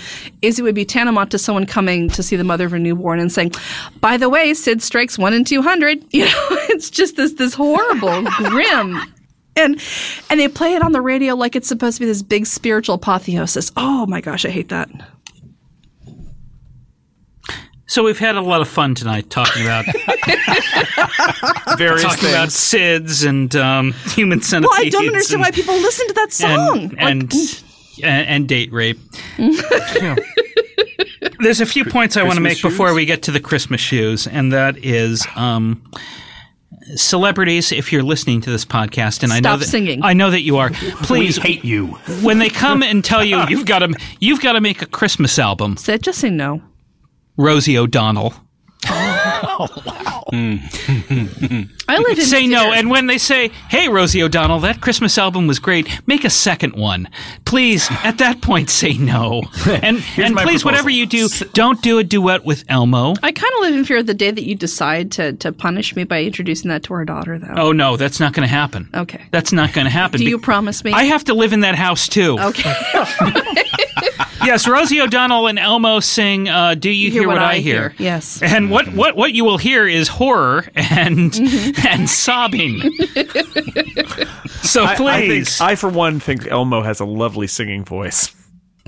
S4: is it would be tantamount to someone coming to see the mother of a newborn and saying by the way sid strikes one in 200 you know it's just this this horrible grim and and they play it on the radio like it's supposed to be this big spiritual apotheosis. Oh my gosh, I hate that.
S3: So we've had a lot of fun tonight talking about
S5: Various
S3: talking
S5: things.
S3: about SIDS and um, human centipedes.
S4: Well, I don't understand why
S3: and,
S4: people listen to that song.
S3: and, and, and and date rape.
S7: Mm.
S3: There's a few points I want to make
S2: Christmas
S3: before
S2: shoes?
S3: we get to the Christmas shoes, and that is um, celebrities. If you're listening to this podcast, and I know
S4: Stop
S3: that
S4: singing.
S3: I know that you are.
S7: We
S3: Please,
S7: hate you.
S3: when they come and tell you you've got to you've got to make a Christmas album,
S4: Said just say no.
S3: Rosie O'Donnell.
S7: Oh, Mm.
S4: I live in
S3: say
S4: fear.
S3: no. And when they say, "Hey, Rosie O'Donnell, that Christmas album was great. Make a second one, please." At that point, say no. And and
S7: my
S3: please,
S7: proposal.
S3: whatever you do, don't do a duet with Elmo.
S4: I kind of live in fear of the day that you decide to to punish me by introducing that to our daughter, though.
S3: Oh no, that's not going to happen.
S4: Okay.
S3: that's not going to happen.
S4: Do
S3: Be-
S4: you promise me?
S3: I have to live in that house too.
S4: okay.
S3: Yes, Rosie O'Donnell and Elmo sing uh, "Do You, Hear, What, I, Hear?"
S4: Yes.
S3: And what, what, what you will hear is horror and and sobbing. so
S5: I, I think
S3: please,
S5: I, for one, think Elmo has a lovely singing voice.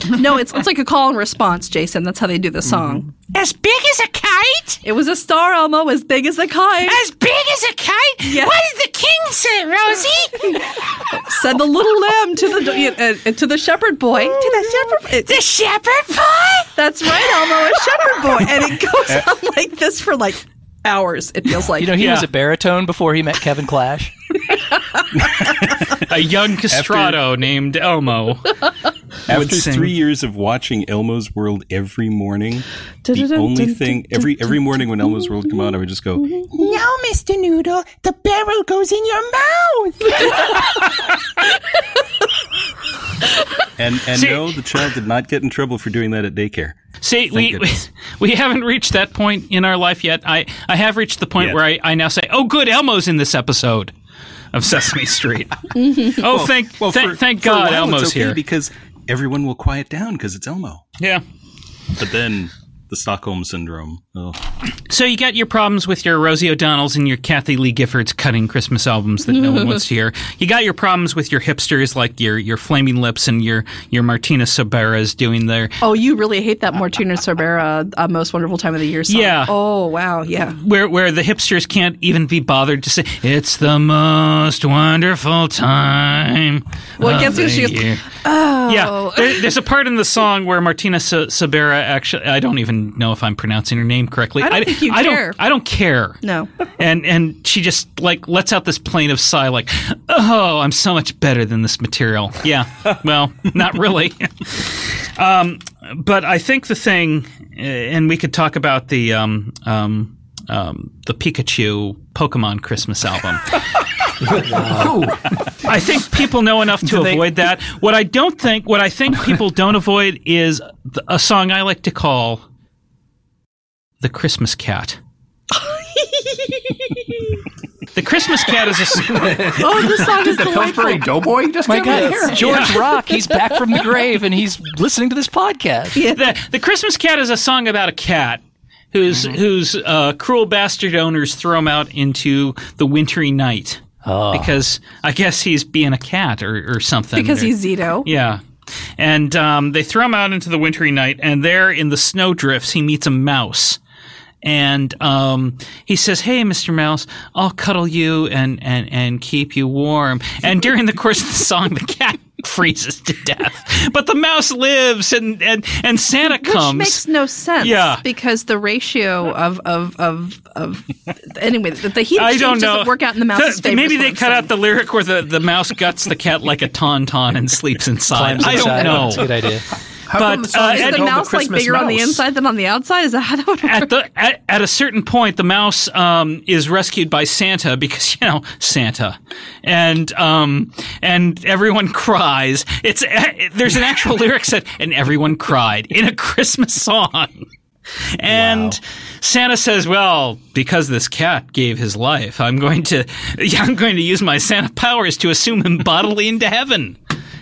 S4: No, it's it's like a call and response, Jason. That's how they do the song.
S3: as big as a kite.
S4: It was a star, Elmo, as big as a kite.
S3: As big as a kite?
S4: Yeah.
S3: What does the king say, Rosie?
S4: Said the little lamb to the uh, uh, to the shepherd boy. To the shepherd. It,
S3: the shepherd boy? Eh.
S4: that's right, Elmo, a shepherd boy, and it goes on like this for like hours. It feels like.
S8: You know, he was
S3: Yeah.
S8: a baritone before he met Kevin Clash.
S3: A young castrato named Elmo.
S2: After
S3: sing.
S2: three years of watching Elmo's World every morning, the only thing every every morning when Elmo's World come on, I would just go,
S10: Now, Mr. Noodle, the barrel goes in your mouth.
S2: and and no, the child did not get in trouble for doing that at daycare.
S3: See, we, we
S2: goodness.
S3: we haven't reached that point in our life yet. I I have reached the point
S2: Yet.
S3: where I, I now say, "Oh, good, Elmo's in this episode of Sesame Street." oh, thank thank,
S2: for-
S3: thank
S2: for a
S3: God,
S2: while it's
S3: Elmo's
S2: okay
S3: here.
S2: because everyone will quiet down because it's Elmo.
S3: yeah.
S2: But then the Stockholm syndrome. Ugh.
S3: So you got your problems with your Rosie O'Donnell's and your Kathy Lee Giffords cutting Christmas albums that no one wants to hear. You got your problems with your hipsters like your your Flaming Lips and your your Martina Soberas doing their
S4: Oh, you really hate that Martina Sorbera uh, Most Wonderful Time of the Year song.
S3: Yeah.
S4: Oh, wow. Yeah.
S3: where where the hipsters can't even be bothered to say it's the most wonderful time.
S4: Well,
S3: of
S4: guess who
S3: the
S4: she goes,
S3: year." Oh,
S4: Oh.
S3: Yeah, there, there's a part in the song where Martina S- Sabera actually. I don't even know if I'm pronouncing her name correctly.
S4: I don't think you
S3: I
S4: care.
S3: Don't, I don't care.
S4: No.
S3: And and she just like lets out this plaintive sigh, like, "Oh, I'm so much better than this material." Yeah. Well, not really. um, but I think the thing, uh, and we could talk about the um, um, um, the Pikachu Pokemon Christmas album. I think people know enough to avoid that. What I don't think, what I think people don't avoid is th- a song I like to call "The Christmas Cat." the Christmas Cat is a s-
S4: Oh, this song is
S7: The Pillsbury
S4: delightful.
S7: Doughboy just
S8: My
S7: came
S8: God,
S7: in here.
S8: it's George Rock. He's back from the grave and he's listening to this podcast.
S3: the, the Christmas Cat is a song about a cat. Whose,
S4: Mm-hmm.
S3: whose uh, cruel bastard owners throw him out into the wintry night
S4: Ah.
S3: because I guess he's being a cat or, or something.
S4: Because
S3: Or-
S4: he's Zito.
S3: Yeah. And um, they throw him out into the wintry night, and there in the snow drifts, he meets a mouse. And um, he says, Hey, Mr. Mouse, I'll cuddle you and, and, and keep you warm. And during the course of the song, the cat freezes to death. But the mouse lives, and, and, and Santa comes.
S4: Which makes no sense.
S3: Yeah.
S4: Because the ratio of of of of anyway, the, the heat
S3: I don't
S4: exchange
S3: know.
S4: doesn't work out in the
S3: Th-
S4: mouse's favor.
S3: Maybe
S4: is what
S3: they
S4: I'm
S3: cut
S4: saying.
S3: out the lyric where the, the mouse guts the cat like a tauntaun and sleeps inside.
S8: Climbs
S3: I
S8: inside.
S3: don't know.
S8: That's a good idea.
S7: How
S3: But,
S7: come the song
S3: uh, and-
S7: is
S4: Is the
S7: called
S4: mouse like
S7: Christmas
S4: bigger on the
S7: Mouse?
S4: inside than on the outside? Is that how that would work?
S3: at the at, at a certain point, the mouse um, is rescued by Santa because you know Santa, and um, and everyone cries. It's uh, there's an actual lyric that and everyone cried in a Christmas song. And Santa says, "Well, because this cat gave his life, I'm going to, I'm going to use my Santa powers to assume him bodily into heaven."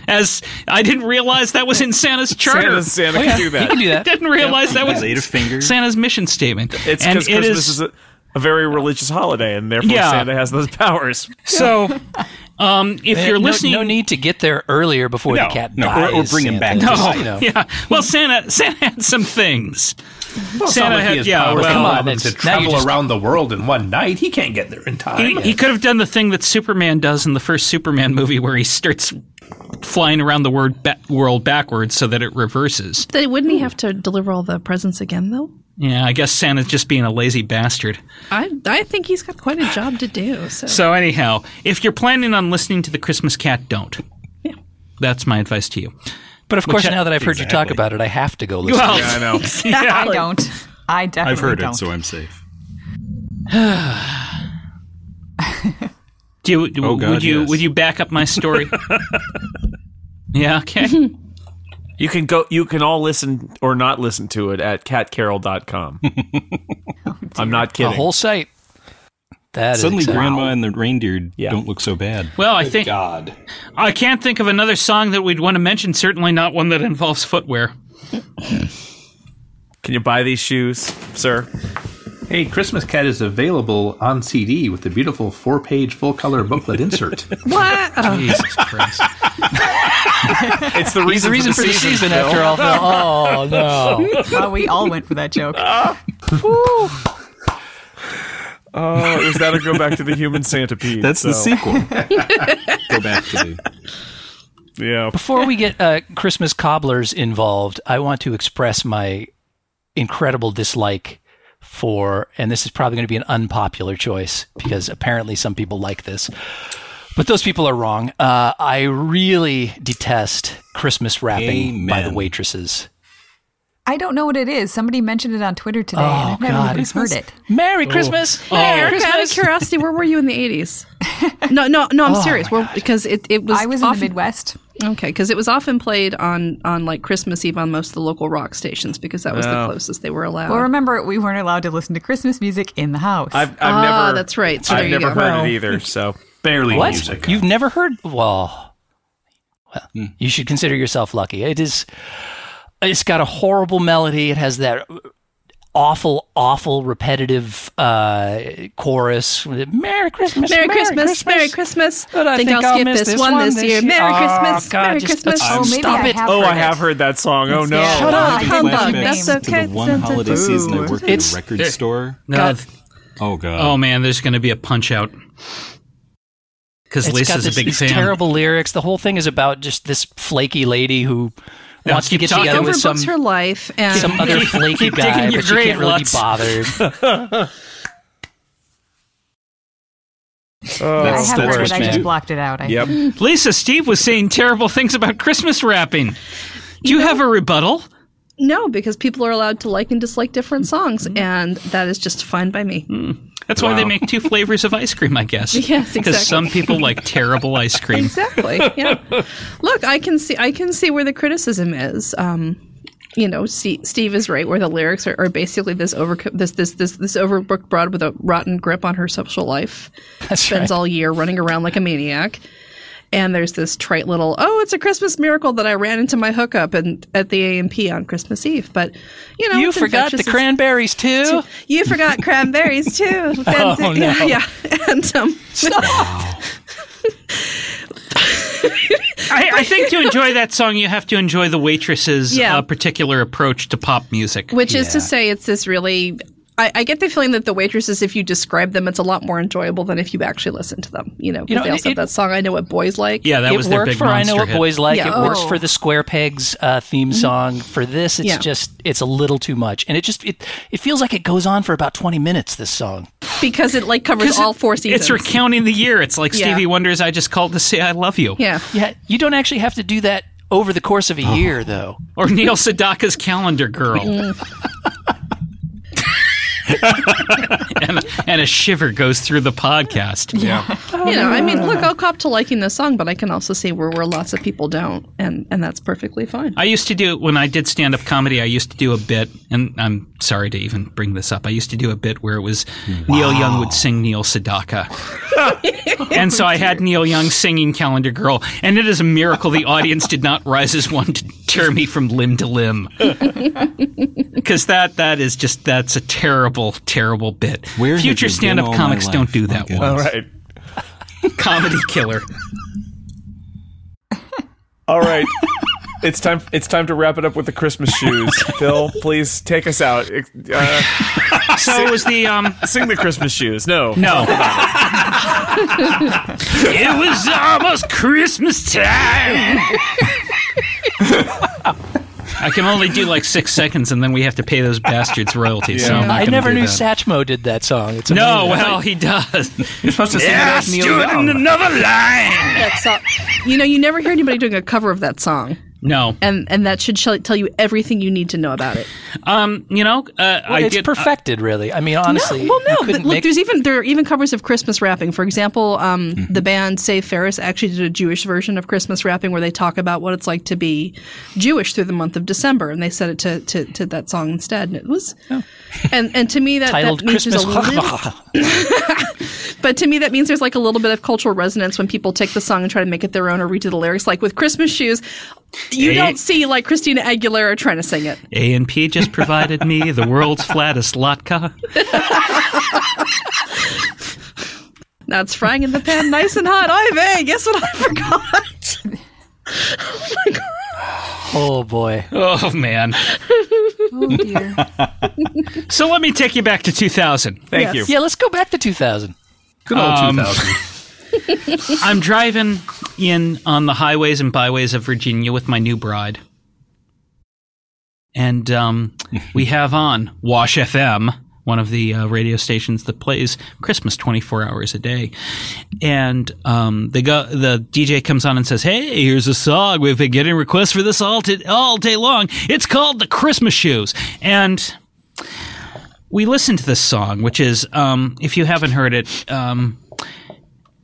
S3: As I didn't realize that was in Santa's charter. Oh,
S5: Santa, Santa can do
S8: You
S5: that.
S8: can do that.
S3: didn't realize that was
S2: Laid a finger.
S3: Santa's mission statement.
S5: It's
S3: and
S5: because
S3: it
S5: Christmas is, a, a very religious holiday, and therefore
S3: Yeah.
S5: Santa has those powers.
S3: so. Um, if you're
S8: No-
S3: listening,
S8: no, need to get there earlier before
S2: No,
S8: the cat
S2: no, or-
S8: dies.
S2: or bring
S8: Santa.
S2: him back.
S8: Just,
S3: Oh,
S8: you know.
S3: yeah. Well, Santa Santa had some things. Santa
S7: Like he
S3: had
S7: has
S3: yeah.
S7: powers
S8: come
S7: that
S8: on,
S7: allow
S3: Well,
S7: him
S8: that's-
S7: to
S8: now you
S7: travel
S8: just-
S7: around the world in one night. He can't get there in time.
S3: he, he could have done the thing that Superman does in the first Superman movie, where he starts flying around the word ba- world backwards so that it reverses.
S4: Then wouldn't he have to deliver all the presents again, though?
S3: Yeah, I guess Santa's just being a lazy bastard.
S4: I I think he's got quite a job to do. So,
S3: So anyhow, if you're planning on listening to the Christmas Cat, don't. That's my advice to you.
S8: But of course,
S3: I-
S8: now that I've heard you talk
S2: Exactly.
S8: about it, I have to go listen.
S3: Well,
S5: I know.
S6: I don't. I definitely
S2: I've heard
S6: don't.
S2: it, so I'm safe.
S3: do you, do-
S2: Oh, God,
S3: would you
S2: yes.
S3: would you back up my story? yeah. Okay.
S5: You can go. You can all listen or not listen to it at catcarol.com. I'm not
S8: the
S5: kidding.
S8: whole site. That is
S2: Suddenly,
S8: exciting.
S2: Grandma and the reindeer
S5: Yeah.
S2: don't look so bad.
S3: Well, I think
S7: God.
S3: I can't think of another song that we'd want to mention. Certainly not one that involves footwear.
S5: can you buy these shoes, sir?
S7: Hey, Christmas Cat is available on CD with the beautiful four-page full-color booklet insert.
S4: what? Oh,
S3: Jesus Christ!
S5: It's the
S8: He's the
S5: reason,
S8: reason for the season, after all. Oh no!
S6: Well, we all went for that joke.
S5: Ah. Oh, is that a go back to the human centipede?
S2: That's the
S5: So,
S2: sequel. Go back to the.
S5: Yeah.
S8: Before we get uh, Christmas cobblers involved, I want to express my incredible dislike for, and this is probably going to be an unpopular choice because apparently some people like this. But those people are wrong. Uh, I really detest Christmas wrapping by the
S2: Amen.
S8: waitresses.
S6: I don't know what it is. Somebody mentioned it on Twitter today, and
S8: Oh,
S6: I've never
S8: God.
S6: even heard it.
S8: Merry
S5: Oh.
S8: Christmas!
S4: Hey, Erica, out of curiosity, where were you in the eighties? No, no, no. I'm serious. Well, because it, it was
S6: I was in the
S4: often,
S6: Midwest.
S4: Okay, because it was often played on on like Christmas Eve on most of the local rock stations because that was the closest they were allowed.
S6: Well, remember, we weren't allowed to listen to Christmas music in the house.
S5: I've, I've
S4: Ah,
S5: never.
S4: that's right. So
S5: I've
S4: there you
S5: never
S4: go.
S3: Oh.
S5: heard
S4: Well,
S5: it either. So
S7: Barely
S8: What?
S7: music.
S8: You've never heard? Well, well,
S5: Hmm.
S8: you should consider yourself lucky. It is. It's got a horrible melody. It has that awful, awful, repetitive uh, chorus. Merry Christmas!
S4: Merry, Christmas, Merry Christmas. I think, I'll, skip this, one, this year. Merry
S8: Oh,
S4: Christmas,
S8: God,
S4: Merry
S8: just-
S4: Christmas.
S8: I'm
S6: oh, maybe
S8: stop
S6: I
S8: it.
S6: have
S5: oh,
S6: heard
S5: I
S6: it.
S5: have heard that song. Oh no.
S4: Shut up,
S2: It brings
S4: humbug.
S2: me
S4: That's
S2: back
S4: okay.
S2: To the one holiday season I worked
S8: It's-
S2: at a record store.
S3: No,
S8: God.
S3: th-
S2: Oh god.
S3: oh man, there's going to be a punch out because
S8: It's got
S3: Lisa's
S8: this,
S3: a big
S8: these
S3: fan.
S8: terrible lyrics. The whole thing is about just this flaky lady who
S3: No,
S8: wants to
S3: keep
S8: get
S3: talking.
S8: together with some
S4: Overbooks her life and
S8: some other flaky
S3: Keep digging
S8: guy,
S3: your
S8: but she
S3: grave,
S8: can't really be
S3: Lutz.
S8: bothered.
S6: I
S2: That's-
S6: have
S2: that's
S6: heard
S2: what
S6: it. I
S2: you
S6: just
S2: do.
S6: blocked it out. I
S5: Yep.
S3: Lisa, Steve was saying terrible things about Christmas wrapping. Do you have a rebuttal?
S4: no, because people are allowed to like and dislike different songs, and that is just fine by me.
S3: That's why they make two flavors of ice cream, I guess.
S4: Yes, exactly.
S3: Because some people like terrible ice cream.
S4: Exactly. Yeah. Look, I can see I can see where the criticism is. Um, you know, Ste Steve is right where the lyrics are, are basically this over this this this this overbooked broad with a rotten grip on her social life
S8: That's right.
S4: spends all year running around like a maniac. And there's this trite little, oh, it's a Christmas miracle that I ran into my hookup and at the A and P on Christmas Eve. But you know,
S8: You
S4: it's
S8: forgot the
S4: infectious.
S8: cranberries too.
S4: It's- You forgot cranberries too. And,
S8: Oh,
S4: yeah,
S8: no.
S4: yeah. And um,
S3: I, I think to enjoy that song, you have to enjoy the waitress's
S4: Yeah.
S3: uh, particular approach to pop music.
S4: Which is to say, it's this really. I, I get the feeling that the waitresses, if you describe them, it's a lot more enjoyable than if you actually listen to them. You know, 'cause
S8: You know,
S4: they also
S8: it-
S4: have that song. I know what boys like.
S3: yeah, that
S8: it
S3: was their
S8: worked
S3: big
S8: for I
S3: monster
S8: Know What
S3: hit.
S8: Boys Like.
S4: Yeah. Mm-hmm.
S8: It works
S6: Oh.
S8: for the Square Pegs uh, theme song. For this, it's
S4: Yeah.
S8: just it's a little too much, and it just it it feels like it goes on for about twenty minutes. This song.
S4: because it like covers
S3: 'Cause it-
S4: all four seasons.
S3: It's recounting the year. It's like
S4: Yeah.
S3: Stevie Wonder's "I Just Called to Say I Love You" Oh.
S4: yeah,
S8: Yeah, you don't actually have to do that over the course of a year, though. Mm.
S3: or Neil Sedaka's "Calendar Girl." and, and a shiver goes through the podcast.
S5: Yeah.
S4: you know. I mean,
S8: Oh.
S4: look, I'll cop to liking this song, but I can also see where where lots of people don't, and and that's perfectly fine.
S3: I used to do when I did stand up comedy. I used to do a bit, and I'm sorry to even bring this up. I used to do a bit where it was
S2: Hmm.
S3: Neil Young would sing Neil Sedaka, and so I had Neil Young singing Calendar Girl, and it is a miracle the audience did not rise as one to tear me from limb to limb, because that that is just that's a terrible terrible bit.
S2: Where have you
S3: Future
S2: been
S3: stand
S2: all
S3: up
S2: my
S3: comics
S2: life?
S3: don't do
S2: My
S3: that
S2: God.
S3: one.
S5: Oh, All right.
S3: Comedy killer.
S5: All right. It's time. It's time to wrap it up with the Christmas shoes. Phil, please take us out. Uh,
S3: So it was the um.
S5: sing the Christmas shoes. No.
S3: No. it was almost Christmas time. I can only do like six seconds, and then we have to pay those bastards royalties. So
S5: Yeah.
S3: I'm not
S8: I
S3: gonna
S8: never
S3: do
S8: knew
S3: that.
S8: Satchmo did that song. It's
S3: No,
S8: amazing.
S3: well, he does.
S7: You're supposed to sing it like Neil Young.
S3: another line.
S4: That song, you know, you never hear anybody doing a cover of that song,
S3: No,
S4: and and that should shall tell you everything you need to know about it.
S3: um, you know, uh, I
S8: it's
S3: did.
S8: perfected, really. I mean, honestly,
S4: well, no.
S8: you
S4: But
S8: couldn't
S4: look,
S8: make-
S4: there's even there are even covers of Christmas wrapping. For example, um, the band Save Ferris actually did a Jewish version of Christmas wrapping where they talk about what it's like to be Jewish through the month of December, and they set it to to, to that song instead, and it was. And and to me that,
S8: titled
S4: that means
S8: Christmas.
S4: there's a little, but to me that means there's like a little bit of cultural resonance when people take the song and try to make it their own or redo the lyrics. Like with Christmas shoes, you
S3: Eh.
S4: don't see like Christina Aguilera trying to sing it.
S3: A and P just provided me the world's flattest latke.
S4: Now it's frying in the pan, nice and hot. Ivy, guess what I forgot?
S8: oh boy,
S3: Oh man!
S6: Oh dear.
S3: So let me take you back to 2000.
S5: Thank you.
S8: yeah. Let's go back to 2000.
S7: Good old
S3: Um,
S7: 2000.
S3: I'm driving in on the highways and byways of Virginia with my new bride. And um, we have on Wash FM one of the uh, radio stations that plays Christmas 24 hours a day. And um, they go, the DJ comes on and says, Hey, here's a song. We've been getting requests for this all, t- all day long. It's called The Christmas Shoes. And we listened to this song, which is, um, if you haven't heard it, um,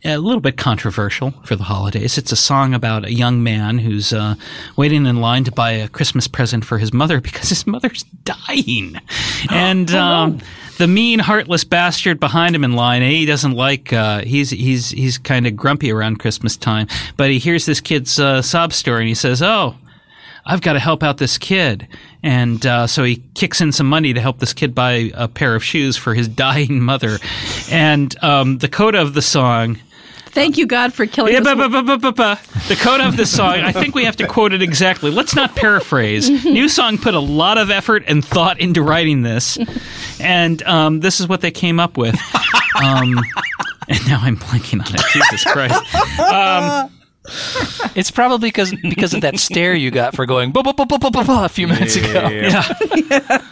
S3: a little bit controversial for the holidays. It's a song about a young man who's uh, waiting in line to buy a Christmas present for his mother because his mother's dying. And um, the mean, heartless bastard behind him in line, eh? he doesn't like. Uh, he's he's he's kind of grumpy around Christmas time, but he hears this kid's uh, sob story and he says, "Oh." I've got to help out this kid. And uh, so he kicks in some money to help this kid buy a pair of shoes for his dying mother. And um, the coda of the song.
S4: Thank you, God, for killing
S3: Yeah,
S4: this
S3: ba- ba- ba- ba- ba- ba. The coda of the song, I think we have to quote it exactly. Let's not paraphrase. New Song put a lot of effort and thought into writing this, and um, this is what they came up with. Um, and now I'm blanking on it. Jesus Christ. Um,
S8: It's probably because because of that stare you got for going ba ba ba ba ba ba ba a few minutes ago.
S3: yeah.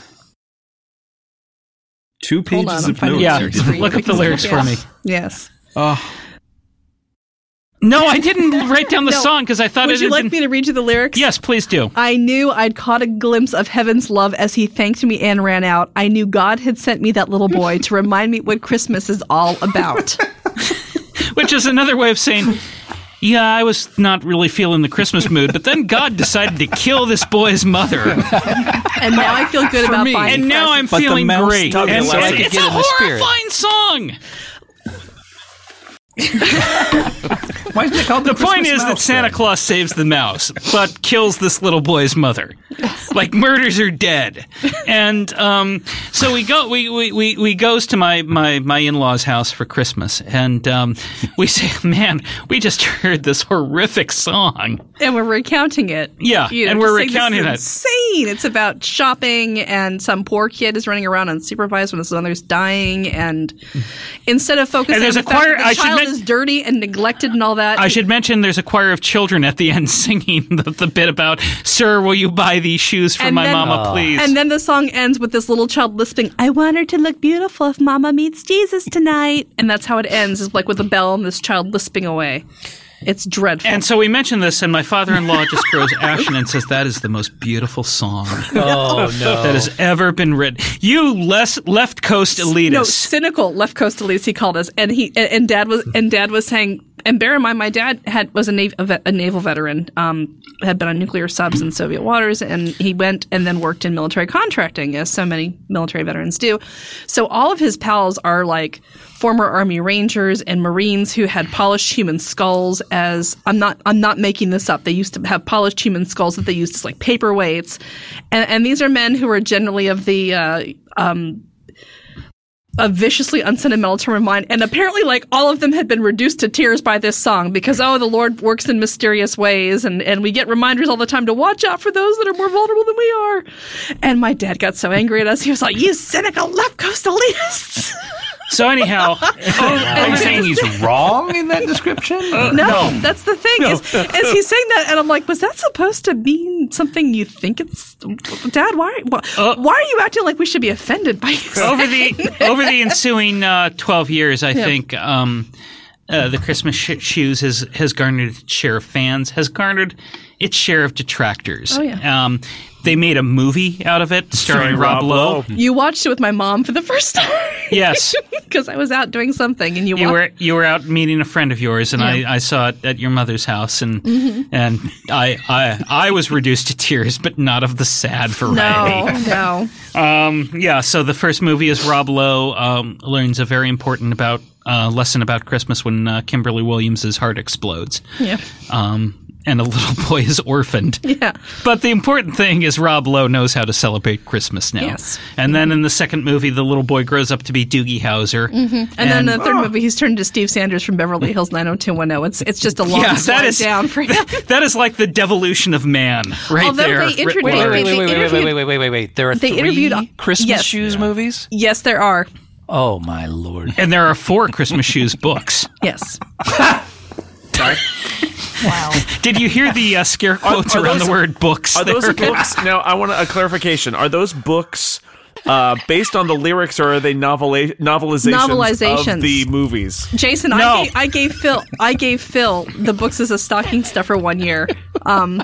S2: Two
S4: Hold
S2: pages
S4: on, I'm
S2: of
S4: finding
S2: notes.
S3: Yeah,
S2: are
S4: lyrics for you.
S3: look up the lyrics for me. Oh.
S4: Yes.
S3: No, I didn't write down the
S4: No.
S3: song because I thought
S4: Would
S3: it
S4: you
S3: had
S4: like
S3: been-
S4: me to read you the lyrics?
S3: Yes, please do.
S4: I knew I'd caught a glimpse of heaven's love as he thanked me and ran out. I knew God had sent me that little boy to remind me what Christmas is all about.
S3: Which is another way of saying, yeah, I was not really feeling the Christmas mood, but then God decided to kill this boy's mother,
S4: and now I feel good about
S8: me.
S4: buying
S3: and now I'm
S4: presents.
S2: But the
S3: feeling
S2: mouse
S3: great.
S2: dug
S3: And
S2: it
S3: so
S2: out.
S3: I could
S8: It's
S3: get
S8: a
S3: in the spirit.
S8: horrifying
S3: it's a horrifying song.
S7: Why isn't it called the,
S3: The point
S7: Christmas
S3: is that
S7: Mouse,
S3: Santa
S7: then?
S3: Claus saves the mouse, but kills this little boy's mother. Like murders her dead, and um, so we go. We, we, we, we goes to my my my in laws' house for Christmas, and um, we say, "Man, we just heard this horrific song."
S4: And we're recounting it.
S3: Yeah,
S4: You know,
S3: and we're
S4: just saying,
S3: recounting
S4: this is Insane! It's about shopping, and some poor kid is running around unsupervised when his mother's dying. And instead of focusing
S3: And
S4: on
S3: there's
S4: the
S3: a choir-
S4: fact that the
S3: I should
S4: child
S3: men-
S4: is dirty and neglected and all that,
S3: I should mention there's a choir of children at the end singing the, the bit about, "Sir, will you buy these shoes for
S4: And
S3: my
S4: then-
S3: mama, please?"
S4: And then the song ends with this little child lisping, I want her to look beautiful if mama meets Jesus tonight. And that's how it ends, is like with a bell and this child lisping away. It's dreadful.
S3: And so we mentioned this, and my father-in-law just grows ashen and says, "That is the most beautiful song
S8: Oh no.
S3: that has ever been written." You less left coast
S4: no,
S3: elitists.
S4: cynical left coast elise he called us, and he and, and dad was and dad was saying. And bear in mind, my dad had was a, nav- a, vet- a naval veteran, um, had been on nuclear subs in Soviet waters, and he went and then worked in military contracting, as so many military veterans do. So all of his pals are like former Army Rangers and Marines who had polished human skulls. As I'm not, I'm not making this up. They used to have polished human skulls that they used as like paperweights, and, and these are men who are generally of the uh, a viciously unsentimental turn of mind. And apparently, like, all of them had been reduced to tears by this song because, oh, the Lord works in mysterious ways. And, and we get reminders all the time to watch out for those that are more vulnerable than we are. And my dad got so angry at us. He was like, you cynical left Oh, coast elitists.
S3: So anyhow,
S7: Are you saying he's wrong in that description?
S4: Uh, no, that's the thing. Is, is he's saying that, and I'm like, was that supposed to mean something you think it's, Dad? Why? Why, why are you acting like we should be offended by you?
S3: over the over the ensuing uh, twelve years, I think um, uh, the Christmas sh- shoes has has garnered its share of fans, has garnered its share of detractors.
S4: Oh, yeah.
S3: Um, they made a movie out of it starring Rob Lowe.
S4: You watched it with my mom for the first time.
S3: Oh. Yes.
S4: because I was out doing something, and you,
S3: You
S4: walked-
S3: were you were out meeting a friend of yours, and I, I saw it at your mother's house, and
S4: Mm-hmm.
S3: and I, I I was reduced to tears, but not of the sad variety.
S4: No, no.
S3: Um, yeah. So the first movie is Rob Lowe um, learns a very important about uh, lesson about Christmas when uh, Kimberly Williams' heart explodes,
S4: Yeah.
S3: um, and a little boy is orphaned.
S4: Yeah.
S3: But the important thing is Rob Lowe knows how to celebrate Christmas now.
S4: Yes.
S3: And then in the second movie, the little boy grows up to be Doogie Howser.
S4: Mm. Mm-hmm. And, then the third movie, he's turned to Steve Sanders from Beverly Hills 90210. It's it's just a long
S3: Yeah, that
S4: slide
S3: is
S4: down for him.
S3: that is like the devolution of man, right
S4: Although
S3: there.
S4: they introduced-
S3: Wait,
S8: Wait,
S3: wait,
S8: wait, wait, wait, wait, wait,
S4: They- they interviewed-
S8: wait, wait, wait, wait, wait. There are
S4: they
S8: three
S4: interviewed- uh,
S8: Christmas
S4: yes.
S8: shoes movies.
S4: yes, there are.
S8: Oh my lord!
S3: And there are four Christmas shoes books.
S4: Yes.
S3: Did you hear the uh, scare quotes
S5: are
S3: around
S5: those-
S3: the word books?
S5: Are those
S3: there?
S5: books? Now, I want a clarification. Are those books uh, based on the lyrics, or are they novela- novelizations,
S4: Novelizations.
S5: of the movies?
S4: Jason,
S3: No.
S4: I, gave, I gave Phil I gave Phil the books as a stocking stuffer one year, um,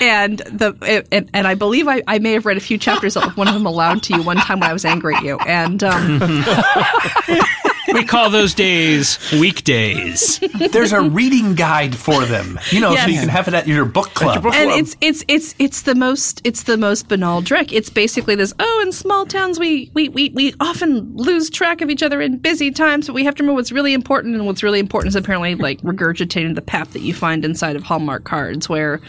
S4: and the it, and, and I believe I, I may have read a few chapters of one of them aloud to you one time when I was angry at you, and um,
S3: we call those days weekdays.
S7: There's a reading guide for them, you know, so you
S4: Yes.
S7: can have it at your book club.
S4: and it's it's it's it's the most it's the most banal trick. It's basically this. Oh, in small towns we we we we often lose track of each other in busy times, but we have to remember what's really important, and what's really important is apparently like regurgitating the pap that you find inside of Hallmark cards, where.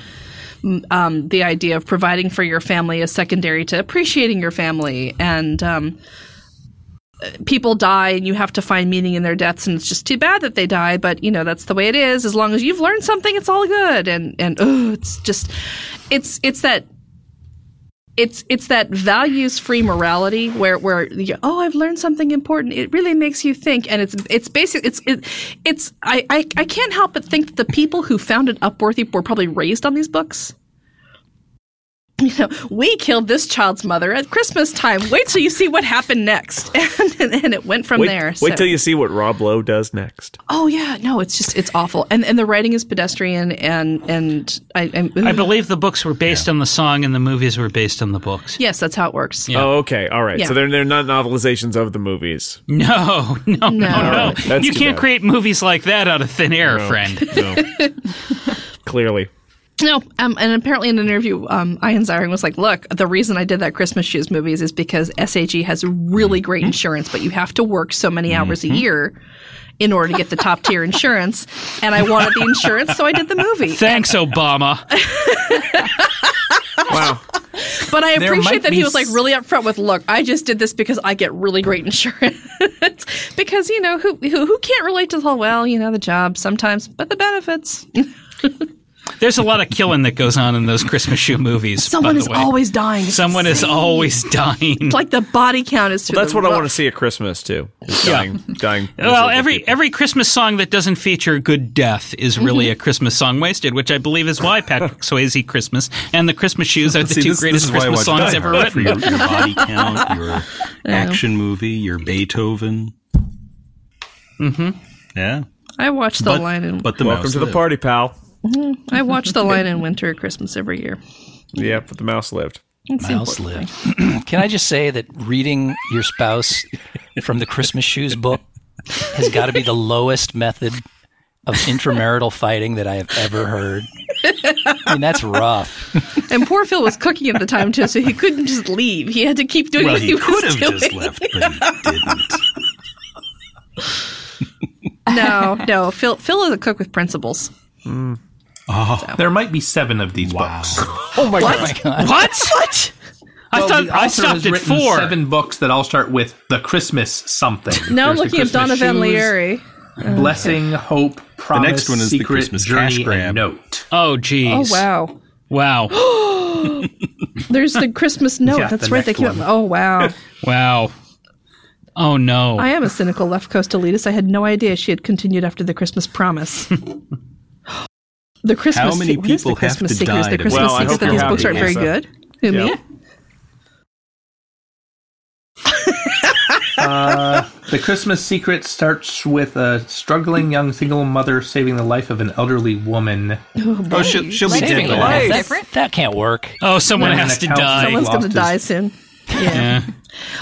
S4: um, the idea of providing for your family is secondary to appreciating your family and um, uh, people die and you have to find meaning in their deaths and it's just too bad that they die but you know that's the way it is as long as you've learned something it's all good and and oh it's just it's it's that it's it's that values free morality where where you, oh I've learned something important it really makes you think and it's it's basic it's it, it's I, I I can't help but think that the people who founded Upworthy were probably raised on these books you know, we killed this child's mother at Christmas time. Wait till you see what happened next. And, and, it went from
S5: wait,
S4: there.
S5: wait
S4: so-
S5: till you see what Rob Lowe does next.
S4: Oh yeah, no, it's just it's awful. And and the writing is pedestrian and and I I'm,
S3: I believe the books were based on the song and the movies were based on the books.
S4: Yes, that's how it works.
S5: Oh, okay, all right.
S4: Yeah.
S5: So they're they're not novelizations of the movies.
S3: No, no, no, no.
S5: That's
S3: you
S5: too
S3: can't
S5: bad.
S3: create movies like that out of thin air, friend.
S5: No. Clearly,
S4: No, um, and apparently in an interview, um, Ian Ziering was like, "Look, the reason I did that Christmas shoes movies is because SAG has really great insurance, but you have to work so many hours a year in order to get the top tier insurance, and I wanted the insurance, so I did the movie.
S3: Thanks, Obama.
S5: wow.
S4: But I
S7: There might
S4: appreciate that
S7: be
S4: he was like
S7: s-
S4: really upfront with, "Look, I just did this because I get really great insurance, because you know who, who who can't relate to the whole well, you know the job sometimes, but the benefits.
S3: There's a lot of killing that goes on in those Christmas shoe movies.
S4: Someone
S3: by the
S4: is
S3: way.
S4: always dying. It's
S3: someone is always dying.
S4: like the body count is.
S5: That's what I want to
S4: see.
S5: see at Christmas too. is Dying, dying.
S3: Well,
S5: miserable
S3: every
S5: people.
S3: every Christmas song that doesn't feature good death is
S2: Mm-hmm.
S3: really a Christmas song wasted, which I believe is why Patrick Swayze Christmas and the Christmas shoes are the
S2: See,
S3: two
S2: this- this
S3: greatest
S2: is why I
S3: Christmas
S2: watch Die
S3: songs ever
S2: Hard, for
S3: written.
S2: Your, your body count, your action movie, your Beethoven. Mm-hmm. Yeah.
S4: I watch the
S2: But,
S4: line in
S2: but the
S5: Welcome
S2: mouse
S5: to the
S2: lived.
S5: party, pal.
S4: Mm-hmm. I watch the line in winter at Christmas every year.
S5: Yeah, but the mouse lived.
S4: It's the
S8: Miles
S4: important
S8: lived. Can I just say that reading your spouse from the Christmas Shoes book has got to be the lowest method of intramarital fighting that I have ever heard. I mean, that's rough.
S4: thing. And poor Phil was cooking at the time too, so he couldn't just leave. He had to keep doing
S2: Well,
S4: what he,
S2: he
S4: was
S2: could have
S4: doing.
S2: just left, but he didn't.
S4: No, no, Phil. Phil is a cook with principles.
S2: Uh-huh.
S7: there might be seven of these books.
S4: Oh
S7: Oh
S3: What? what? I thought I
S7: the author has
S3: stopped at
S7: written
S3: four.
S7: Seven books that all start with the Christmas something.
S4: Now I'm
S7: There's the
S4: looking at
S7: Christmas
S4: Donovan
S7: shoes,
S4: Leary.
S7: Blessing, hope, promise.
S2: next one is Uh, the
S7: secret,
S2: Christmas
S7: journey,
S2: cash grab.
S7: and note.
S3: Oh,
S4: Oh
S3: geez.
S4: wow.
S3: Wow.
S4: There's the Christmas note.
S7: Yeah,
S4: That's
S7: the
S4: right. They
S7: next
S4: came.
S7: one.
S4: Oh wow.
S3: Wow. Oh no.
S4: I am a cynical left coast elitist. I had no idea she had continued after the Christmas promise. the Christmas.
S2: How many
S4: se- what is
S2: people
S4: the
S2: have
S4: Christmas
S2: to
S4: secret? Is
S2: die
S4: the
S2: to-
S4: Christmas
S5: Well, I hope
S4: secret that
S5: you're
S4: these books aren't
S5: happy,
S4: very
S5: Lisa.
S4: good? I mean,
S5: Yep.
S7: Uh, the Christmas secret starts with a struggling young single mother saving the life of an elderly woman.
S2: Oh, she'll, she'll be
S8: Saving
S2: dead.
S8: a
S2: by
S8: life.
S2: then.
S8: That, that can't work.
S3: oh, someone
S7: Then an
S3: has to
S7: account-
S3: die.
S4: Someone's going
S7: Lost
S4: to
S7: his-
S4: die soon. Yeah.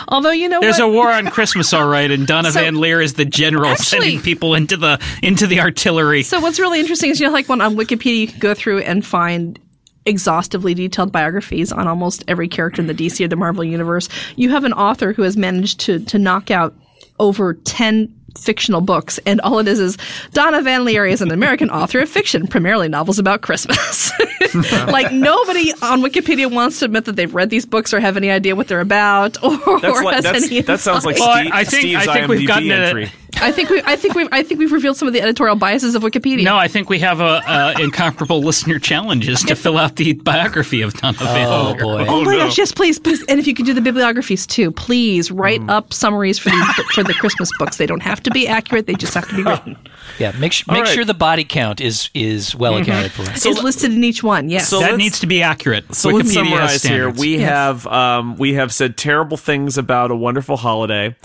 S4: Although you know
S3: There's
S4: what?
S3: a war on Christmas, all right, and Donovan
S4: So-
S3: Lear is the general
S4: Actually-
S3: sending people into the into the artillery.
S4: So what's really interesting is you know like when on Wikipedia you can go through and find exhaustively detailed biographies on almost every character in the DC or the Marvel universe. You have an author who has managed to to knock out over 10 fictional books and all it is is Donna Van Leary is an American author of fiction, primarily novels about Christmas. like nobody on Wikipedia wants to admit that they've read these books or have any idea what they're about or,
S5: That's
S4: or
S5: like
S4: has
S5: that's,
S4: any
S5: that sounds like
S3: Well,
S5: Steve,
S3: I think-
S5: Steve's
S3: I think
S5: IMDb
S3: we've gotten a-
S5: entry.
S4: I think we I think we I think we've revealed some of the editorial biases of Wikipedia.
S3: No, I think we have a, a incomparable listener challenges to fill out the biography of Donna
S8: Oh,
S3: Vale.
S8: boy.
S4: Oh, my gosh! Yes, please, please, and if you could do the bibliographies too, please write up summaries for the for the Christmas books. They don't have to be accurate; they just have to be written.
S8: Yeah, make, su- make
S5: right.
S8: sure the body count is is well
S2: Mm-hmm.
S8: accounted for.
S4: it's listed in each one. Yes.
S5: So-
S3: that
S5: let's-
S3: needs to be accurate.
S5: So
S3: Wikipedia
S5: let's summarize here.
S3: standards.
S5: We
S4: Yes.
S5: have um, we have said terrible things about a wonderful holiday.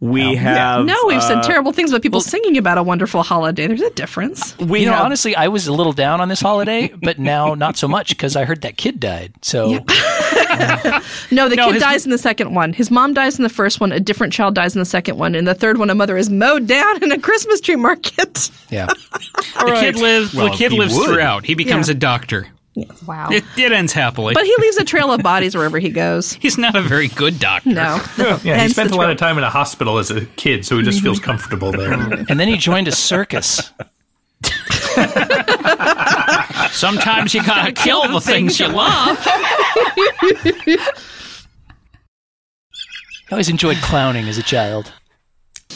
S5: We have
S4: no, we've
S5: uh,
S4: said terrible things about people singing about a wonderful holiday. There's a difference.
S5: We
S8: you know,
S5: have,
S8: honestly, I was a little down on this holiday, but now not so much because I heard that kid died. So
S4: No, the
S3: No,
S4: kid
S3: his-
S4: dies in the second one. His mom dies in the first one. A different child dies in the second one. In the third one, a mother is mowed down in a Christmas tree market.
S8: yeah,
S3: the kid lives.
S2: Well,
S3: the kid
S2: he
S3: lives
S2: would.
S3: throughout. He becomes
S4: Yeah.
S3: a doctor.
S6: Wow.
S3: It, it ends happily.
S4: But he leaves a trail of bodies wherever he goes.
S3: he's not a very good doctor.
S4: No.
S7: Yeah, he
S4: Hence
S7: spent a
S4: the
S7: lot
S4: trope.
S7: of time in a hospital as a kid, so he just feels comfortable there.
S8: and then he joined a circus.
S3: Sometimes you gotta kill the things you love.
S8: I always enjoyed clowning as a child.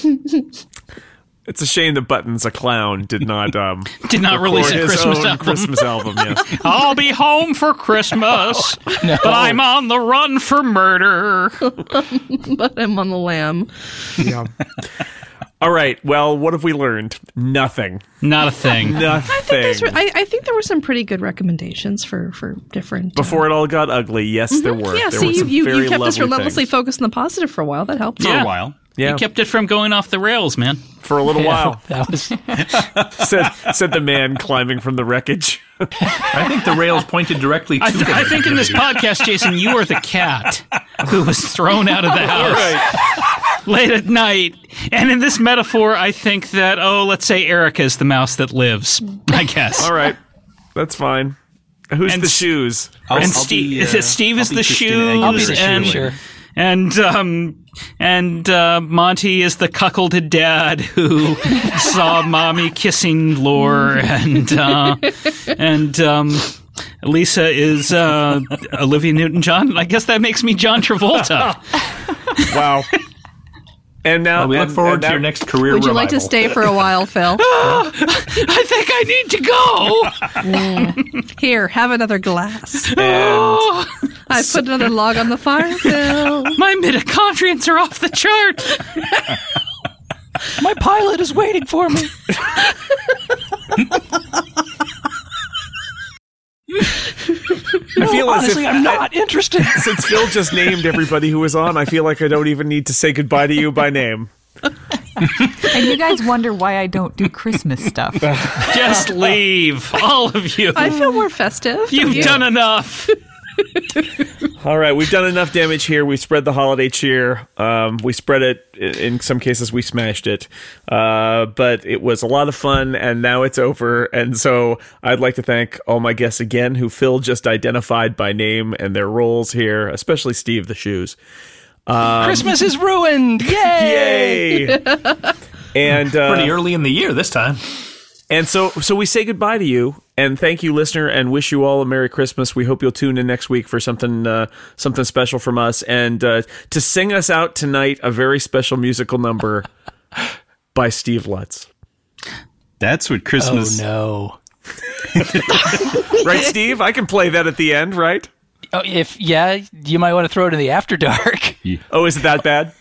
S5: it's a shame that Buttons a clown did not um,
S3: Did not release
S5: record
S3: a
S5: his
S3: Christmas
S5: own
S3: album.
S5: Christmas album. Yes. Oh,
S3: I'll be home for Christmas, but I'm on the run for murder.
S4: but I'm on the lamb.
S5: All right. Well, what have we learned? Nothing.
S3: Not a thing.
S5: Nothing.
S4: Those were- I, I think there were some pretty good recommendations for for different. uh,
S5: Before it all got ugly, yes, there were.
S4: Mm-hmm.
S5: there
S4: yeah, see,
S5: were
S4: you,
S5: some
S4: you,
S5: very
S4: you kept us
S5: lovely
S4: relentlessly
S5: things.
S4: focused on the positive for a while. That helped.
S3: Yeah.
S2: for a while.
S5: Yeah,
S3: He kept it from going off the rails, man.
S5: for a little while.
S8: That was
S5: said said the man climbing from the wreckage.
S7: I think the rails pointed directly to
S3: I,
S7: the
S3: I think in this podcast, Jason, you were the cat who was thrown out of the house late at night. And in this metaphor, I think that, oh, let's say Erica is the mouse that lives, I guess.
S5: All right, that's fine. Who's
S3: And
S5: the
S3: s-
S5: shoes?
S2: I'll-
S3: and
S2: I'll
S3: Steve,
S2: be,
S3: is
S2: uh,
S3: it Steve
S2: I'll
S3: is
S2: be
S3: the
S2: Christina
S3: shoes,
S2: Aguilera.
S8: I'll be the
S3: and
S8: shoe later.
S3: and um, and uh, Monty is the cuckolded dad who saw mommy kissing Lore, and uh, and um, Lisa is uh, Olivia Newton-John. I guess that makes me John Travolta.
S5: Wow. And now
S7: We look
S5: and-
S7: forward
S5: and
S7: to
S5: now-
S7: your next career
S4: Would you like to
S7: revival.
S4: stay for a while, Phil?
S3: I think I need to go.
S4: Mm. Here, have another glass.
S5: and-
S3: Oh.
S4: I put another log on the fire, Phil.
S3: My mitochondrions are off the chart.
S8: my pilot is waiting for me.
S5: I feel as
S8: Honestly,
S5: if
S8: I'm not interested.
S5: since Phil just named everybody who was on, I feel like I don't even need to say goodbye to you by name.
S6: And you guys wonder why I don't do Christmas stuff.
S3: Just leave, all of you.
S4: I feel more festive.
S3: You've done enough.
S5: All right, we've done enough damage here. We spread the holiday cheer. Um, we spread it. I- In some cases, we smashed it. Uh, but it was a lot of fun, and now it's over. And so I'd like to thank all my guests again, who Phil just identified by name and their roles here, especially Steve the Shoes. Um,
S8: Christmas is ruined. Yay!
S5: Yay!
S2: Oh,
S5: and uh,
S7: Pretty early in the year this time.
S5: And so, so we say goodbye to you, and thank you, listener, and wish you all a Merry Christmas. We hope you'll tune in next week for something, uh, something special from us, and uh, to sing us out tonight a very special musical number by Steve Lutz.
S2: That's what
S8: Oh
S2: Christmas.
S8: no.
S5: Right, Steve? I can play that at the end, right?
S8: Oh, if yeah, you might want to throw it in the after dark.
S5: Oh, is it that bad?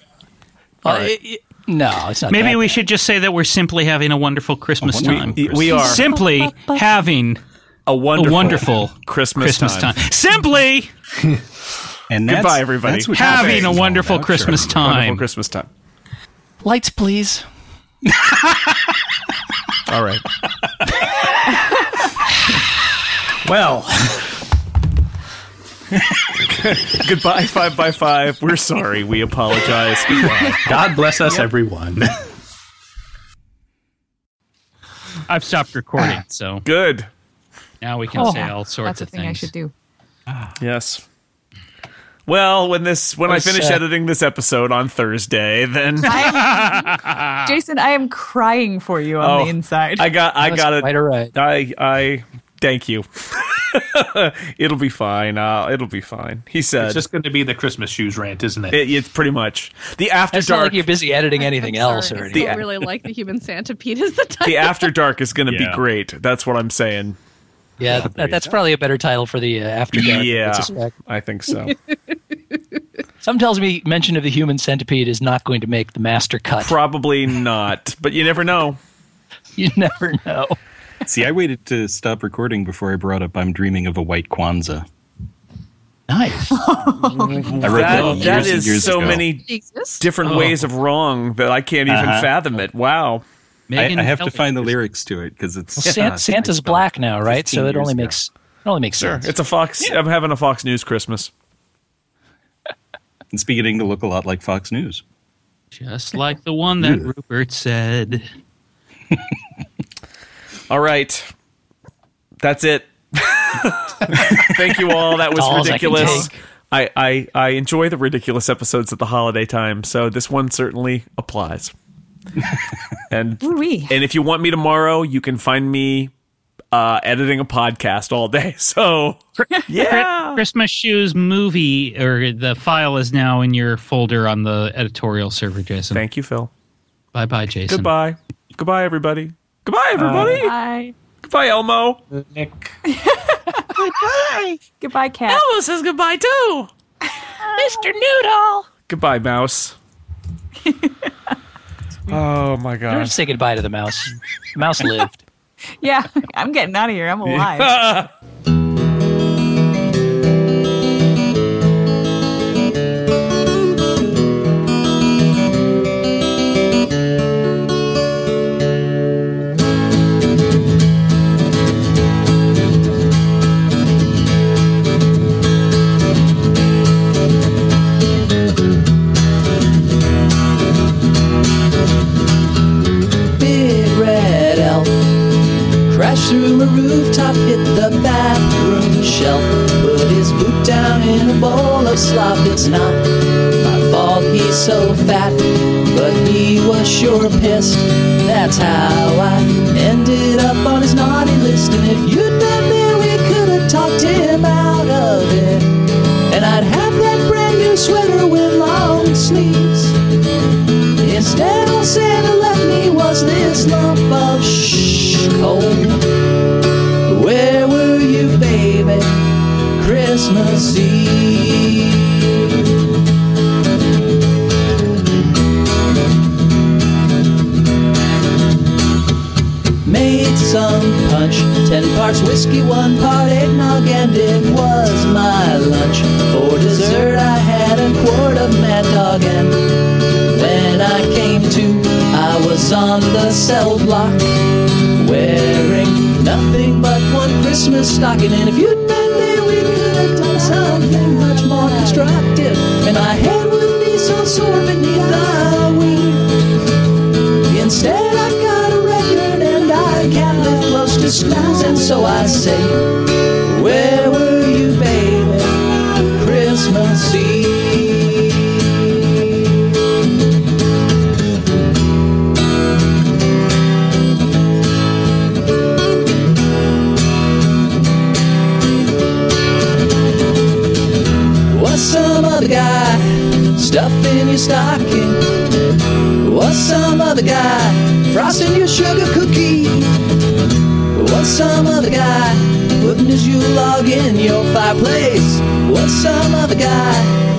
S8: Uh, it- it- no, it's not.
S3: Maybe
S8: that
S3: we should just say that we're simply having a wonderful Christmas time.
S5: Oh, We, we are
S3: Simply having
S5: a
S3: a
S5: wonderful,
S3: wonderful
S5: Christmas,
S3: Christmas time. Simply
S2: And that's,
S5: Goodbye, everybody.
S2: That's what Oh,
S3: having
S2: Christmas
S3: a
S2: is all
S3: wonderful
S2: about,
S3: Christmas
S2: Charlie.
S5: Wonderful
S3: time.
S5: Christmas time.
S8: bad. Lights, please.
S5: All right.
S7: Well,
S5: goodbye, five by five. We're sorry. We apologize.
S7: God bless us, everyone.
S3: I've stopped recording, so
S5: Good.
S3: now we can say all sorts
S6: Oh, That's a
S3: of
S6: thing I
S3: things.
S6: should do.
S5: Yes. Well, when this when I
S8: Let's,
S5: finish
S8: uh,
S5: editing this episode on Thursday, then
S3: Ah.
S6: Jason, I am crying for you on
S5: Oh,
S6: the inside.
S5: I got I
S8: That's
S5: got it.
S8: Quite all right.
S5: I I thank you. it'll be fine. Uh, it'll be fine. He said.
S7: It's just going to be the Christmas shoes rant, isn't it?
S5: It- it's pretty much the after
S8: It's not
S5: dark.
S8: like you're busy editing anything else or
S4: Sorry, I
S8: anything.
S4: still really like the human centipede as the title.
S5: the after dark is going to
S2: Yeah.
S5: be great. That's what I'm saying.
S8: Yeah, th- that's probably a better title for the uh, After Dark. I would
S5: Yeah.
S8: suspect.
S5: I think so.
S8: Some tells me mention of the human centipede is not going to make the master cut.
S5: Probably not, but you never know.
S8: you never know.
S2: See, I waited to stop recording before I brought up I'm dreaming of a white Kwanzaa.
S8: Nice.
S2: I wrote that,
S5: That,
S2: years
S5: that
S2: and years
S5: is so
S2: ago.
S5: many
S4: Jesus.
S5: different
S8: Oh.
S5: ways of wrong that I can't even
S2: Uh-huh.
S5: fathom it. Wow.
S2: I,
S3: Megan
S2: I have to
S3: Kelly.
S2: find the lyrics to it because it's
S8: Well, San-
S2: uh,
S8: Santa's black now, right?
S2: 15
S8: So it
S2: years
S8: only
S2: ago.
S8: makes it only makes sense.
S5: It's a Fox. I'm having a Fox News Christmas.
S2: It's beginning to look a lot like Fox News.
S3: Just like the one that Rupert said.
S5: All right. That's it. Thank you all. That was
S8: All I can
S5: ridiculous. I, I, I enjoy the ridiculous episodes at the holiday time, so this one certainly applies. and
S6: Wee.
S5: and if you want me tomorrow, you can find me uh, editing a podcast all day. So yeah,
S3: Christmas shoes movie or the file is now in your folder on the editorial server, Jason.
S5: thank you, Phil.
S3: bye bye, Jason.
S5: Goodbye. Goodbye, everybody. Goodbye, everybody.
S8: Uh,
S6: Bye.
S5: Goodbye, Elmo.
S7: Nick.
S6: Goodbye, cat.
S5: Elmo says goodbye too.
S6: Mr. Noodle.
S5: Goodbye, mouse. oh my
S8: I
S5: gosh.
S8: don't say goodbye to the mouse. The mouse lived.
S6: Yeah, I'm getting out of here. I'm alive.
S11: big red elf. Crashed through a rooftop, hit the bathroom shelf. Put his boot down in a bowl of slop. It's not my fault he's so fat, but he was sure pissed. That's how I ended up on his naughty list. And if you'd been there, we could have talked him out of it. And I'd have that brand new sweater with long sleeves. Instead, all Santa left me was this lump of shh coal. Where were you, baby, Christmas Eve? Made some punch, ten parts whiskey, one part eggnog, and it was my lunch. For dessert, I had a quart of Mad Dog and when I came to, I was on the cell block, wearing nothing but one Christmas stocking. And if you'd been there, we could have done something much more constructive. And my head would be so sore beneath the wing. Instead, I got a record and I can't live close to skies. And so I say, Where were you, baby? Christmas Eve. Was some other guy stuffed in your stocking? Was some other guy frosting your sugar cookie? Was some other guy putting his Yule log in your fireplace? Was some other guy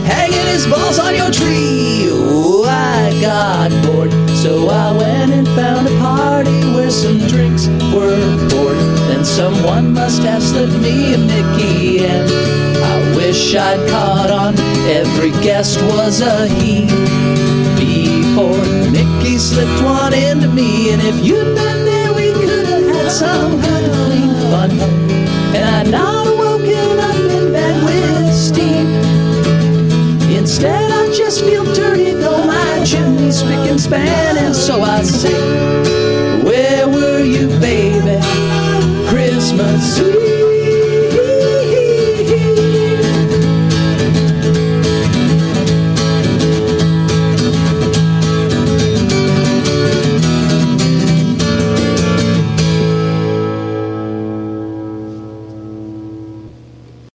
S11: hanging his balls on your tree? Oh, I got bored, so I went and found a party where some drinks were poured. Then someone must have slipped me a Mickey and I wish I'd caught on. Every guest was a he before Mickey slipped one into me. And if you'd been there, we could have had some kind of clean fun. And I'd not have woken up in bed with steam. Instead, I just feel dirty, though my chimney's spick and span. And so I say,